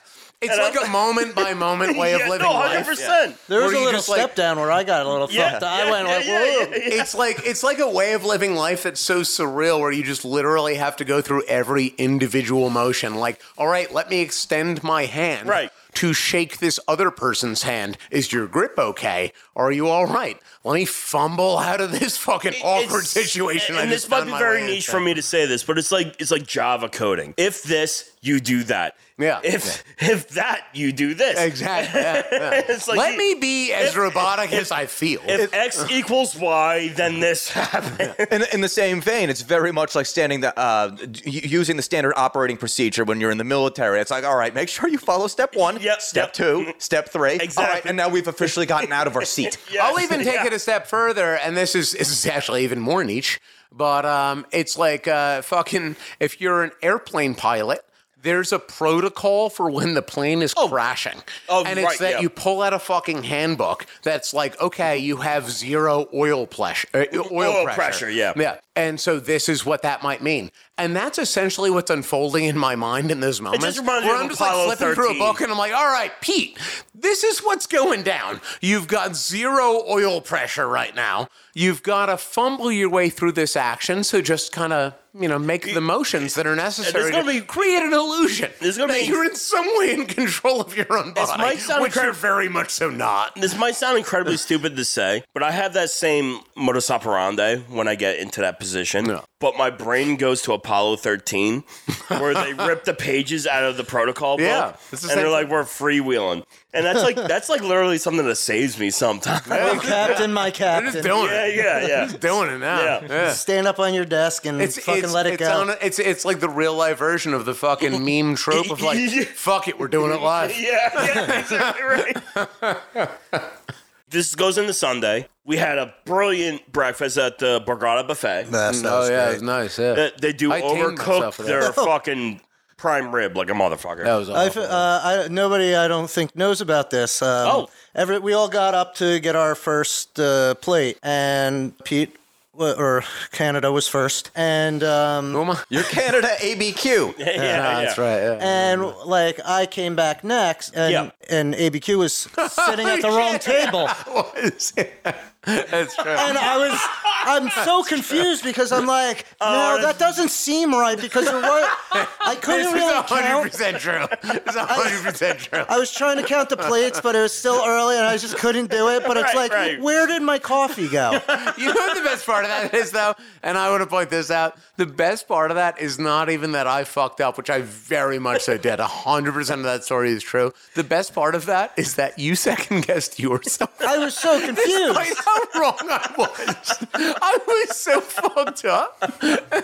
Speaker 3: It's
Speaker 4: And
Speaker 3: like a moment by moment
Speaker 4: [laughs]
Speaker 3: way
Speaker 4: Yeah,
Speaker 3: of living
Speaker 4: no,
Speaker 3: life.
Speaker 4: 100%.
Speaker 2: There was a
Speaker 3: Were you
Speaker 2: little
Speaker 3: just like-
Speaker 2: step down where I got a little
Speaker 4: Yeah,
Speaker 2: fucked. up. I
Speaker 4: yeah,
Speaker 2: went
Speaker 4: yeah,
Speaker 2: like,
Speaker 4: yeah,
Speaker 2: whoa.
Speaker 4: yeah, yeah.
Speaker 3: It's like it's like a way of living life that's so surreal where you just literally have to go through every individual motion. Like, all right, let me extend my hand
Speaker 4: Right.
Speaker 3: to shake this other person's hand. Is your grip okay? Are you all right? Let me fumble out of this fucking awkward
Speaker 4: It's-
Speaker 3: situation. I
Speaker 4: And this
Speaker 3: just
Speaker 4: might
Speaker 3: found
Speaker 4: be
Speaker 3: my
Speaker 4: very
Speaker 3: way in.
Speaker 4: niche for me to say this, but it's like it's like Java coding. If this, you do that.
Speaker 3: Yeah.
Speaker 4: If if that, you do this.
Speaker 3: Exactly. yeah, yeah.
Speaker 4: [laughs] It's like
Speaker 3: let
Speaker 4: you-
Speaker 3: me be as robotic as I feel.
Speaker 4: If
Speaker 3: [laughs]
Speaker 4: X equals Y, then this happens.
Speaker 1: In, in the same vein, it's very much like standing the uh, d- u- using the standard operating procedure when you're in the military. It's like, all right, make sure you follow step one,
Speaker 4: Yep,
Speaker 1: step
Speaker 4: yep.
Speaker 1: two, step three. All right,
Speaker 4: Exactly.
Speaker 1: and now we've officially gotten out of our
Speaker 4: [laughs]
Speaker 1: seat.
Speaker 3: I'll even take it a step further, and this is this is actually even more niche. But um, it's like uh, fucking if you're an airplane pilot, there's a protocol for when the plane is crashing.
Speaker 4: Oh,
Speaker 3: and it's
Speaker 4: right,
Speaker 3: that
Speaker 4: yeah.
Speaker 3: you pull out a fucking handbook that's like, okay, you have zero oil pressure. Uh, oil,
Speaker 4: Oil
Speaker 3: pressure.
Speaker 4: pressure, yeah.
Speaker 3: Yeah. And so this is what that might mean. And that's essentially what's unfolding in my mind in those moments.
Speaker 4: reminds me
Speaker 3: where
Speaker 4: of
Speaker 3: I'm just like
Speaker 4: Apollo
Speaker 3: flipping through a
Speaker 4: 13.
Speaker 3: book and I'm like, all right, Pete, this is what's going down. You've got zero oil pressure right now. You've got to fumble your way through this action. So just kind of, you know, make the motions that are necessary
Speaker 4: gonna
Speaker 3: to
Speaker 4: be-
Speaker 3: create an illusion
Speaker 4: There's gonna
Speaker 3: that
Speaker 4: be-
Speaker 3: you're in some way in control of your own body,
Speaker 4: might sound
Speaker 3: which
Speaker 4: cra-
Speaker 3: you're very much so not.
Speaker 4: This might sound incredibly stupid to say, but I have that same modus operandi when I get into that position. But my brain goes to Apollo 13, where they rip the pages out of the protocol book,
Speaker 3: Yeah, it's the
Speaker 4: and they're
Speaker 3: same
Speaker 4: like, "We're freewheeling," and that's like that's like literally something that saves me sometimes. Yeah,
Speaker 2: Captain, my
Speaker 3: They're just
Speaker 2: captain.
Speaker 3: doing
Speaker 4: yeah,
Speaker 3: it.
Speaker 4: yeah.
Speaker 3: Just doing it now.
Speaker 4: Yeah.
Speaker 2: Stand up on your desk and fucking let it
Speaker 3: it's
Speaker 2: go.
Speaker 3: on a- it's it's like the real life version of the fucking meme trope of
Speaker 4: [laughs]
Speaker 3: like, fuck it, we're doing it
Speaker 4: [laughs]
Speaker 3: live.
Speaker 4: Yeah, yeah, exactly right. this goes into Sunday. We had a brilliant breakfast at the Borgata Buffet.
Speaker 2: That
Speaker 3: Oh
Speaker 2: sounds
Speaker 3: yeah,
Speaker 2: great.
Speaker 3: it was nice. Yeah,
Speaker 4: They, they do
Speaker 3: I tamed
Speaker 4: overcook
Speaker 3: myself with that. [laughs] Oh.
Speaker 4: their fucking prime rib like a motherfucker.
Speaker 3: that was
Speaker 2: I
Speaker 3: awful.
Speaker 2: f- uh, I, nobody, I don't think, knows about this. Um,
Speaker 4: Oh.
Speaker 2: every, we all got up to get our first uh, plate, and Pete wa- or Canada was first, and um,
Speaker 3: Uma?
Speaker 1: Your Canada ABQ.
Speaker 4: [laughs] [laughs] yeah,
Speaker 3: Ah,
Speaker 4: yeah.
Speaker 3: That's right. Yeah.
Speaker 2: and like I came back next, and
Speaker 4: Yeah.
Speaker 2: and ABQ was sitting
Speaker 4: [laughs]
Speaker 2: at the wrong table,
Speaker 3: That's right.
Speaker 2: and I was.
Speaker 4: [laughs]
Speaker 2: I'm so confused because I'm like,
Speaker 4: Uh,
Speaker 2: no, that doesn't seem right because you're right.
Speaker 4: [laughs]
Speaker 2: I couldn't
Speaker 3: It's
Speaker 2: really count.
Speaker 3: 100% true. It's 100% true.
Speaker 2: I was trying to count the plates, but it was still early, and I just couldn't do it.
Speaker 4: [laughs]
Speaker 2: But it's
Speaker 4: Right,
Speaker 2: like,
Speaker 4: right.
Speaker 2: where did my coffee go?
Speaker 3: You know what the best part of that is, though? And I want to point this out. The best part of that is not even that I fucked up, which I very much so did. 100% of that story is true. The best part of that is that you second guessed yourself.
Speaker 2: I was
Speaker 4: [laughs]
Speaker 2: so
Speaker 3: Like [laughs]
Speaker 2: confused.
Speaker 3: how wrong I was. I was so fucked up.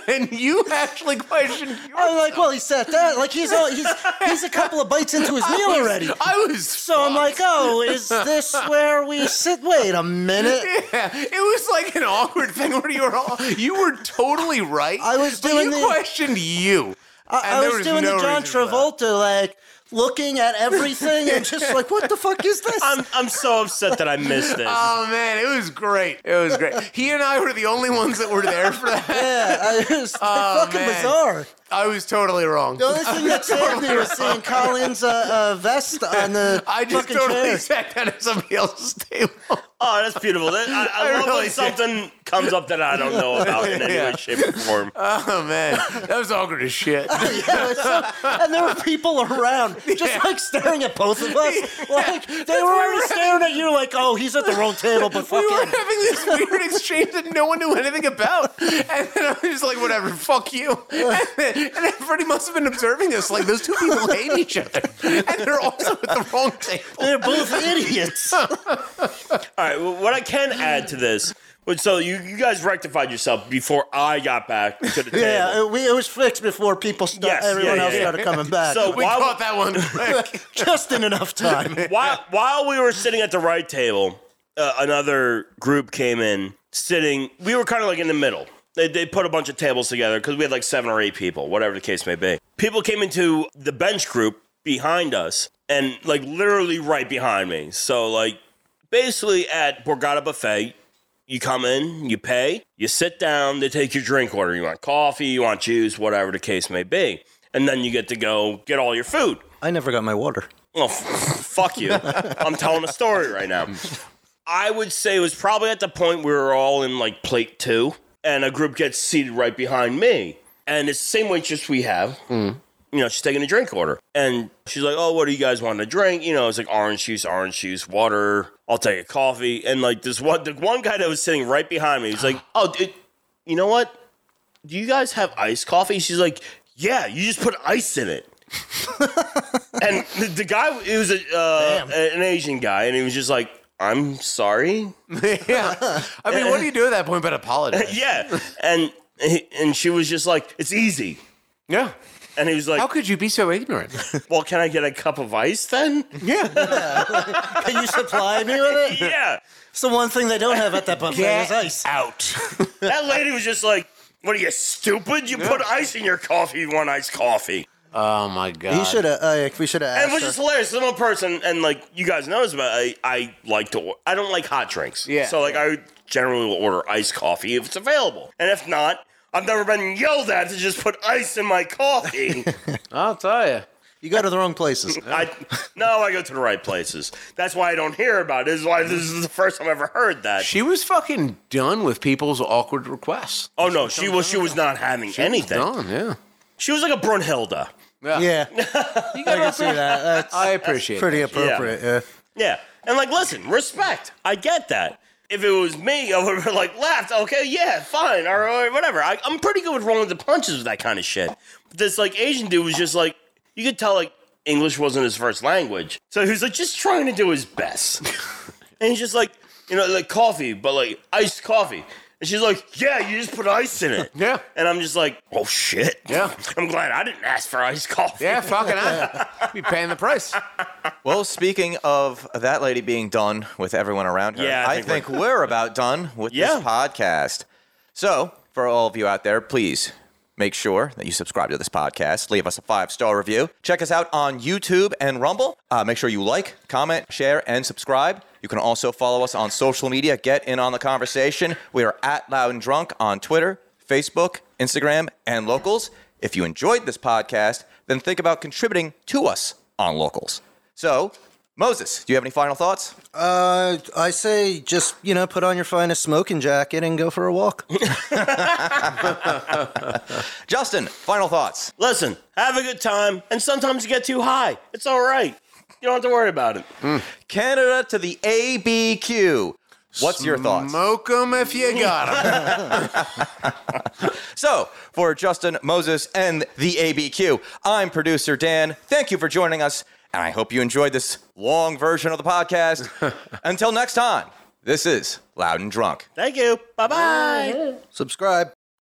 Speaker 3: And you actually questioned your
Speaker 2: I'm like, well, he sat down. Like he's all, he's he's a couple of bites into his
Speaker 4: [laughs]
Speaker 2: meal already.
Speaker 3: I was
Speaker 2: So I'm like, oh, is
Speaker 3: [laughs]
Speaker 2: this where we sit? Wait a minute.
Speaker 3: Yeah, [laughs] it was like an awkward thing where you were all you were totally right.
Speaker 2: I was
Speaker 3: but
Speaker 2: doing
Speaker 3: you
Speaker 2: the-
Speaker 3: questioned you.
Speaker 2: I, I
Speaker 3: And there
Speaker 2: was, doing
Speaker 3: no
Speaker 2: the John
Speaker 3: reason for that.
Speaker 2: Travolta, like looking at everything and just like, what the fuck is
Speaker 3: [laughs]
Speaker 2: this?
Speaker 4: I'm, I'm so upset that I missed this.
Speaker 3: Oh man, it was great. It was great. he and I were the only ones that were there
Speaker 2: [laughs]
Speaker 3: for that.
Speaker 2: yeah, I was fucking
Speaker 3: Oh, man.
Speaker 2: bizarre.
Speaker 3: I was totally wrong.
Speaker 2: The only thing
Speaker 3: [laughs]
Speaker 2: that saved me was seeing Colin's uh, uh, vest on the
Speaker 3: [laughs] I just
Speaker 2: fucking
Speaker 3: totally
Speaker 2: chair.
Speaker 3: [laughs] sat down at somebody else's table.
Speaker 4: oh, that's beautiful. That, I, I,
Speaker 3: I
Speaker 4: love
Speaker 3: really
Speaker 4: when
Speaker 3: did.
Speaker 4: something comes up that I don't
Speaker 3: [laughs]
Speaker 4: know about in any way, shape, or form.
Speaker 3: Oh man, that was awkward as
Speaker 2: [laughs]
Speaker 3: shit.
Speaker 2: [laughs] Yeah, it was so- and there were people around just like staring at both of
Speaker 3: [laughs]
Speaker 2: us. Like they were already staring at you, like, "Oh, he's at the wrong table." But
Speaker 3: [laughs] We were
Speaker 2: fucking,
Speaker 3: having this weird exchange that no one knew anything about. And then I was just like, whatever, fuck
Speaker 2: [laughs]
Speaker 3: you. And, then, and everybody must have been observing this. Like, those two people hate each other. And they're also at the wrong table.
Speaker 2: they're both
Speaker 3: [laughs]
Speaker 2: idiots.
Speaker 4: All right, well, what I can add to this, but so you, you guys rectified yourself before I got back to
Speaker 3: [laughs]
Speaker 4: the table.
Speaker 2: Yeah, it, we, it was fixed before people start.
Speaker 4: Yes,
Speaker 2: everyone
Speaker 4: yeah,
Speaker 2: else
Speaker 4: yeah,
Speaker 2: started coming back. [laughs]
Speaker 4: So
Speaker 3: [laughs] We
Speaker 4: Why would-
Speaker 3: caught that one quick.
Speaker 2: just in enough time.
Speaker 4: [laughs] while while we were sitting at the right table, uh, another group came in sitting. We were kind of like in the middle. They, they put a bunch of tables together because we had like seven or eight people, whatever the case may be. People came into the bench group behind us and like literally right behind me. So like basically at Borgata Buffet, you come in, you pay, you sit down, they take your drink order. You want coffee, you want juice, whatever the case may be. And then you get to go get all your food.
Speaker 2: I never got my water.
Speaker 4: Well, Oh, f- fuck you. I'm telling a story right now. I would say it was probably at the point we were all in like plate two, and a group gets seated right behind me. And it's the same waitress we have. You know, she's taking a drink order. And she's like, Oh, what do you guys want to drink? You know, it's like orange juice, orange juice, water. I'll take a coffee. And like this one, the one guy that was sitting right behind me, he's like, Oh, it, you know what? Do you guys have iced coffee? She's like, Yeah, you just put ice in it and the, the guy it was a, uh, an asian guy and he was just like i'm sorry
Speaker 3: [laughs] yeah. I mean, what do you do at that point but apologize?
Speaker 4: yeah and he, and she was just like it's easy
Speaker 3: [laughs] Yeah.
Speaker 4: and he was like
Speaker 3: How could you be so ignorant?
Speaker 4: well can i get a cup of ice then
Speaker 3: [laughs] Yeah.
Speaker 2: Can you supply me with
Speaker 4: [laughs]
Speaker 2: it?
Speaker 4: yeah
Speaker 2: It's the one thing they don't have at that buffet is ice.
Speaker 3: Out.
Speaker 4: that lady was just like what are you stupid you put ice in your coffee you want iced coffee
Speaker 3: Oh my god.
Speaker 2: He should have. Uh, we should have
Speaker 4: And
Speaker 2: asked.
Speaker 4: which is
Speaker 2: her.
Speaker 4: hilarious. I'm a person, and like you guys know, this, but I, I like to. or- I don't like hot drinks.
Speaker 3: Yeah.
Speaker 4: So like I generally will order iced coffee if it's available, and if not, I've never been yelled at to just put ice in my
Speaker 3: [laughs]
Speaker 4: coffee.
Speaker 3: I'll tell you.
Speaker 2: You go to the wrong places.
Speaker 4: I no, I go to the right places. That's why I don't hear about it. This is why this is the first time I ever heard that.
Speaker 3: She was fucking done with people's awkward requests.
Speaker 4: Oh no, she was she was not having anything.
Speaker 3: Done, yeah.
Speaker 4: She was like a Brunhilda.
Speaker 2: [laughs] yeah, I can see that. That's
Speaker 3: I appreciate
Speaker 2: pretty
Speaker 3: it.
Speaker 2: appropriate. Yeah.
Speaker 4: Yeah. And like, listen, respect. I get that. If it was me, [laughs] I would have like laughed. Okay, yeah, fine, all right, whatever. I, I'm pretty good with rolling the punches with that kind of shit. This like Asian dude was just like, you could tell like English wasn't his first language, so he was like just trying to do his
Speaker 3: [laughs]
Speaker 4: best. and he's just like, you know, like coffee, but like iced coffee. And she's like, yeah, you just put ice in it.
Speaker 3: Yeah.
Speaker 4: And I'm just like, oh shit.
Speaker 3: Yeah.
Speaker 4: I'm glad I didn't ask for iced coffee.
Speaker 3: Yeah, fucking
Speaker 2: [laughs]
Speaker 3: I be paying the price.
Speaker 1: Well, speaking of that lady being done with everyone around her,
Speaker 4: Yeah, I
Speaker 1: I,
Speaker 4: think
Speaker 1: think, we're, about done with
Speaker 4: Yeah.
Speaker 1: this podcast. So, for all of you out there, please make sure that you subscribe to this podcast, leave us a five star review, check us out on YouTube and Rumble. Uh, make sure you like, comment, share, and subscribe. You can also follow us on social media. Get in on the conversation. We are at Loud and Drunk on Twitter, Facebook, Instagram, and Locals. If you enjoyed this podcast, then think about contributing to us on Locals. So, Moses, do you have any final thoughts?
Speaker 2: Uh, I say just you know put on your finest smoking jacket and go for a walk.
Speaker 1: Justin, final thoughts.
Speaker 4: Listen, have a good time, and sometimes you get too high. It's all right. You don't have to worry about it.
Speaker 1: Canada to the ABQ. What's your thoughts?
Speaker 3: Smoke 'em if you got 'em.
Speaker 1: So, for Justin, Moses, and the ABQ, I'm producer Dan. Thank you for joining us, and I hope you enjoyed this long version of the podcast. Until next time, this is Loud and Drunk.
Speaker 4: Thank you. Bye bye.
Speaker 2: Subscribe.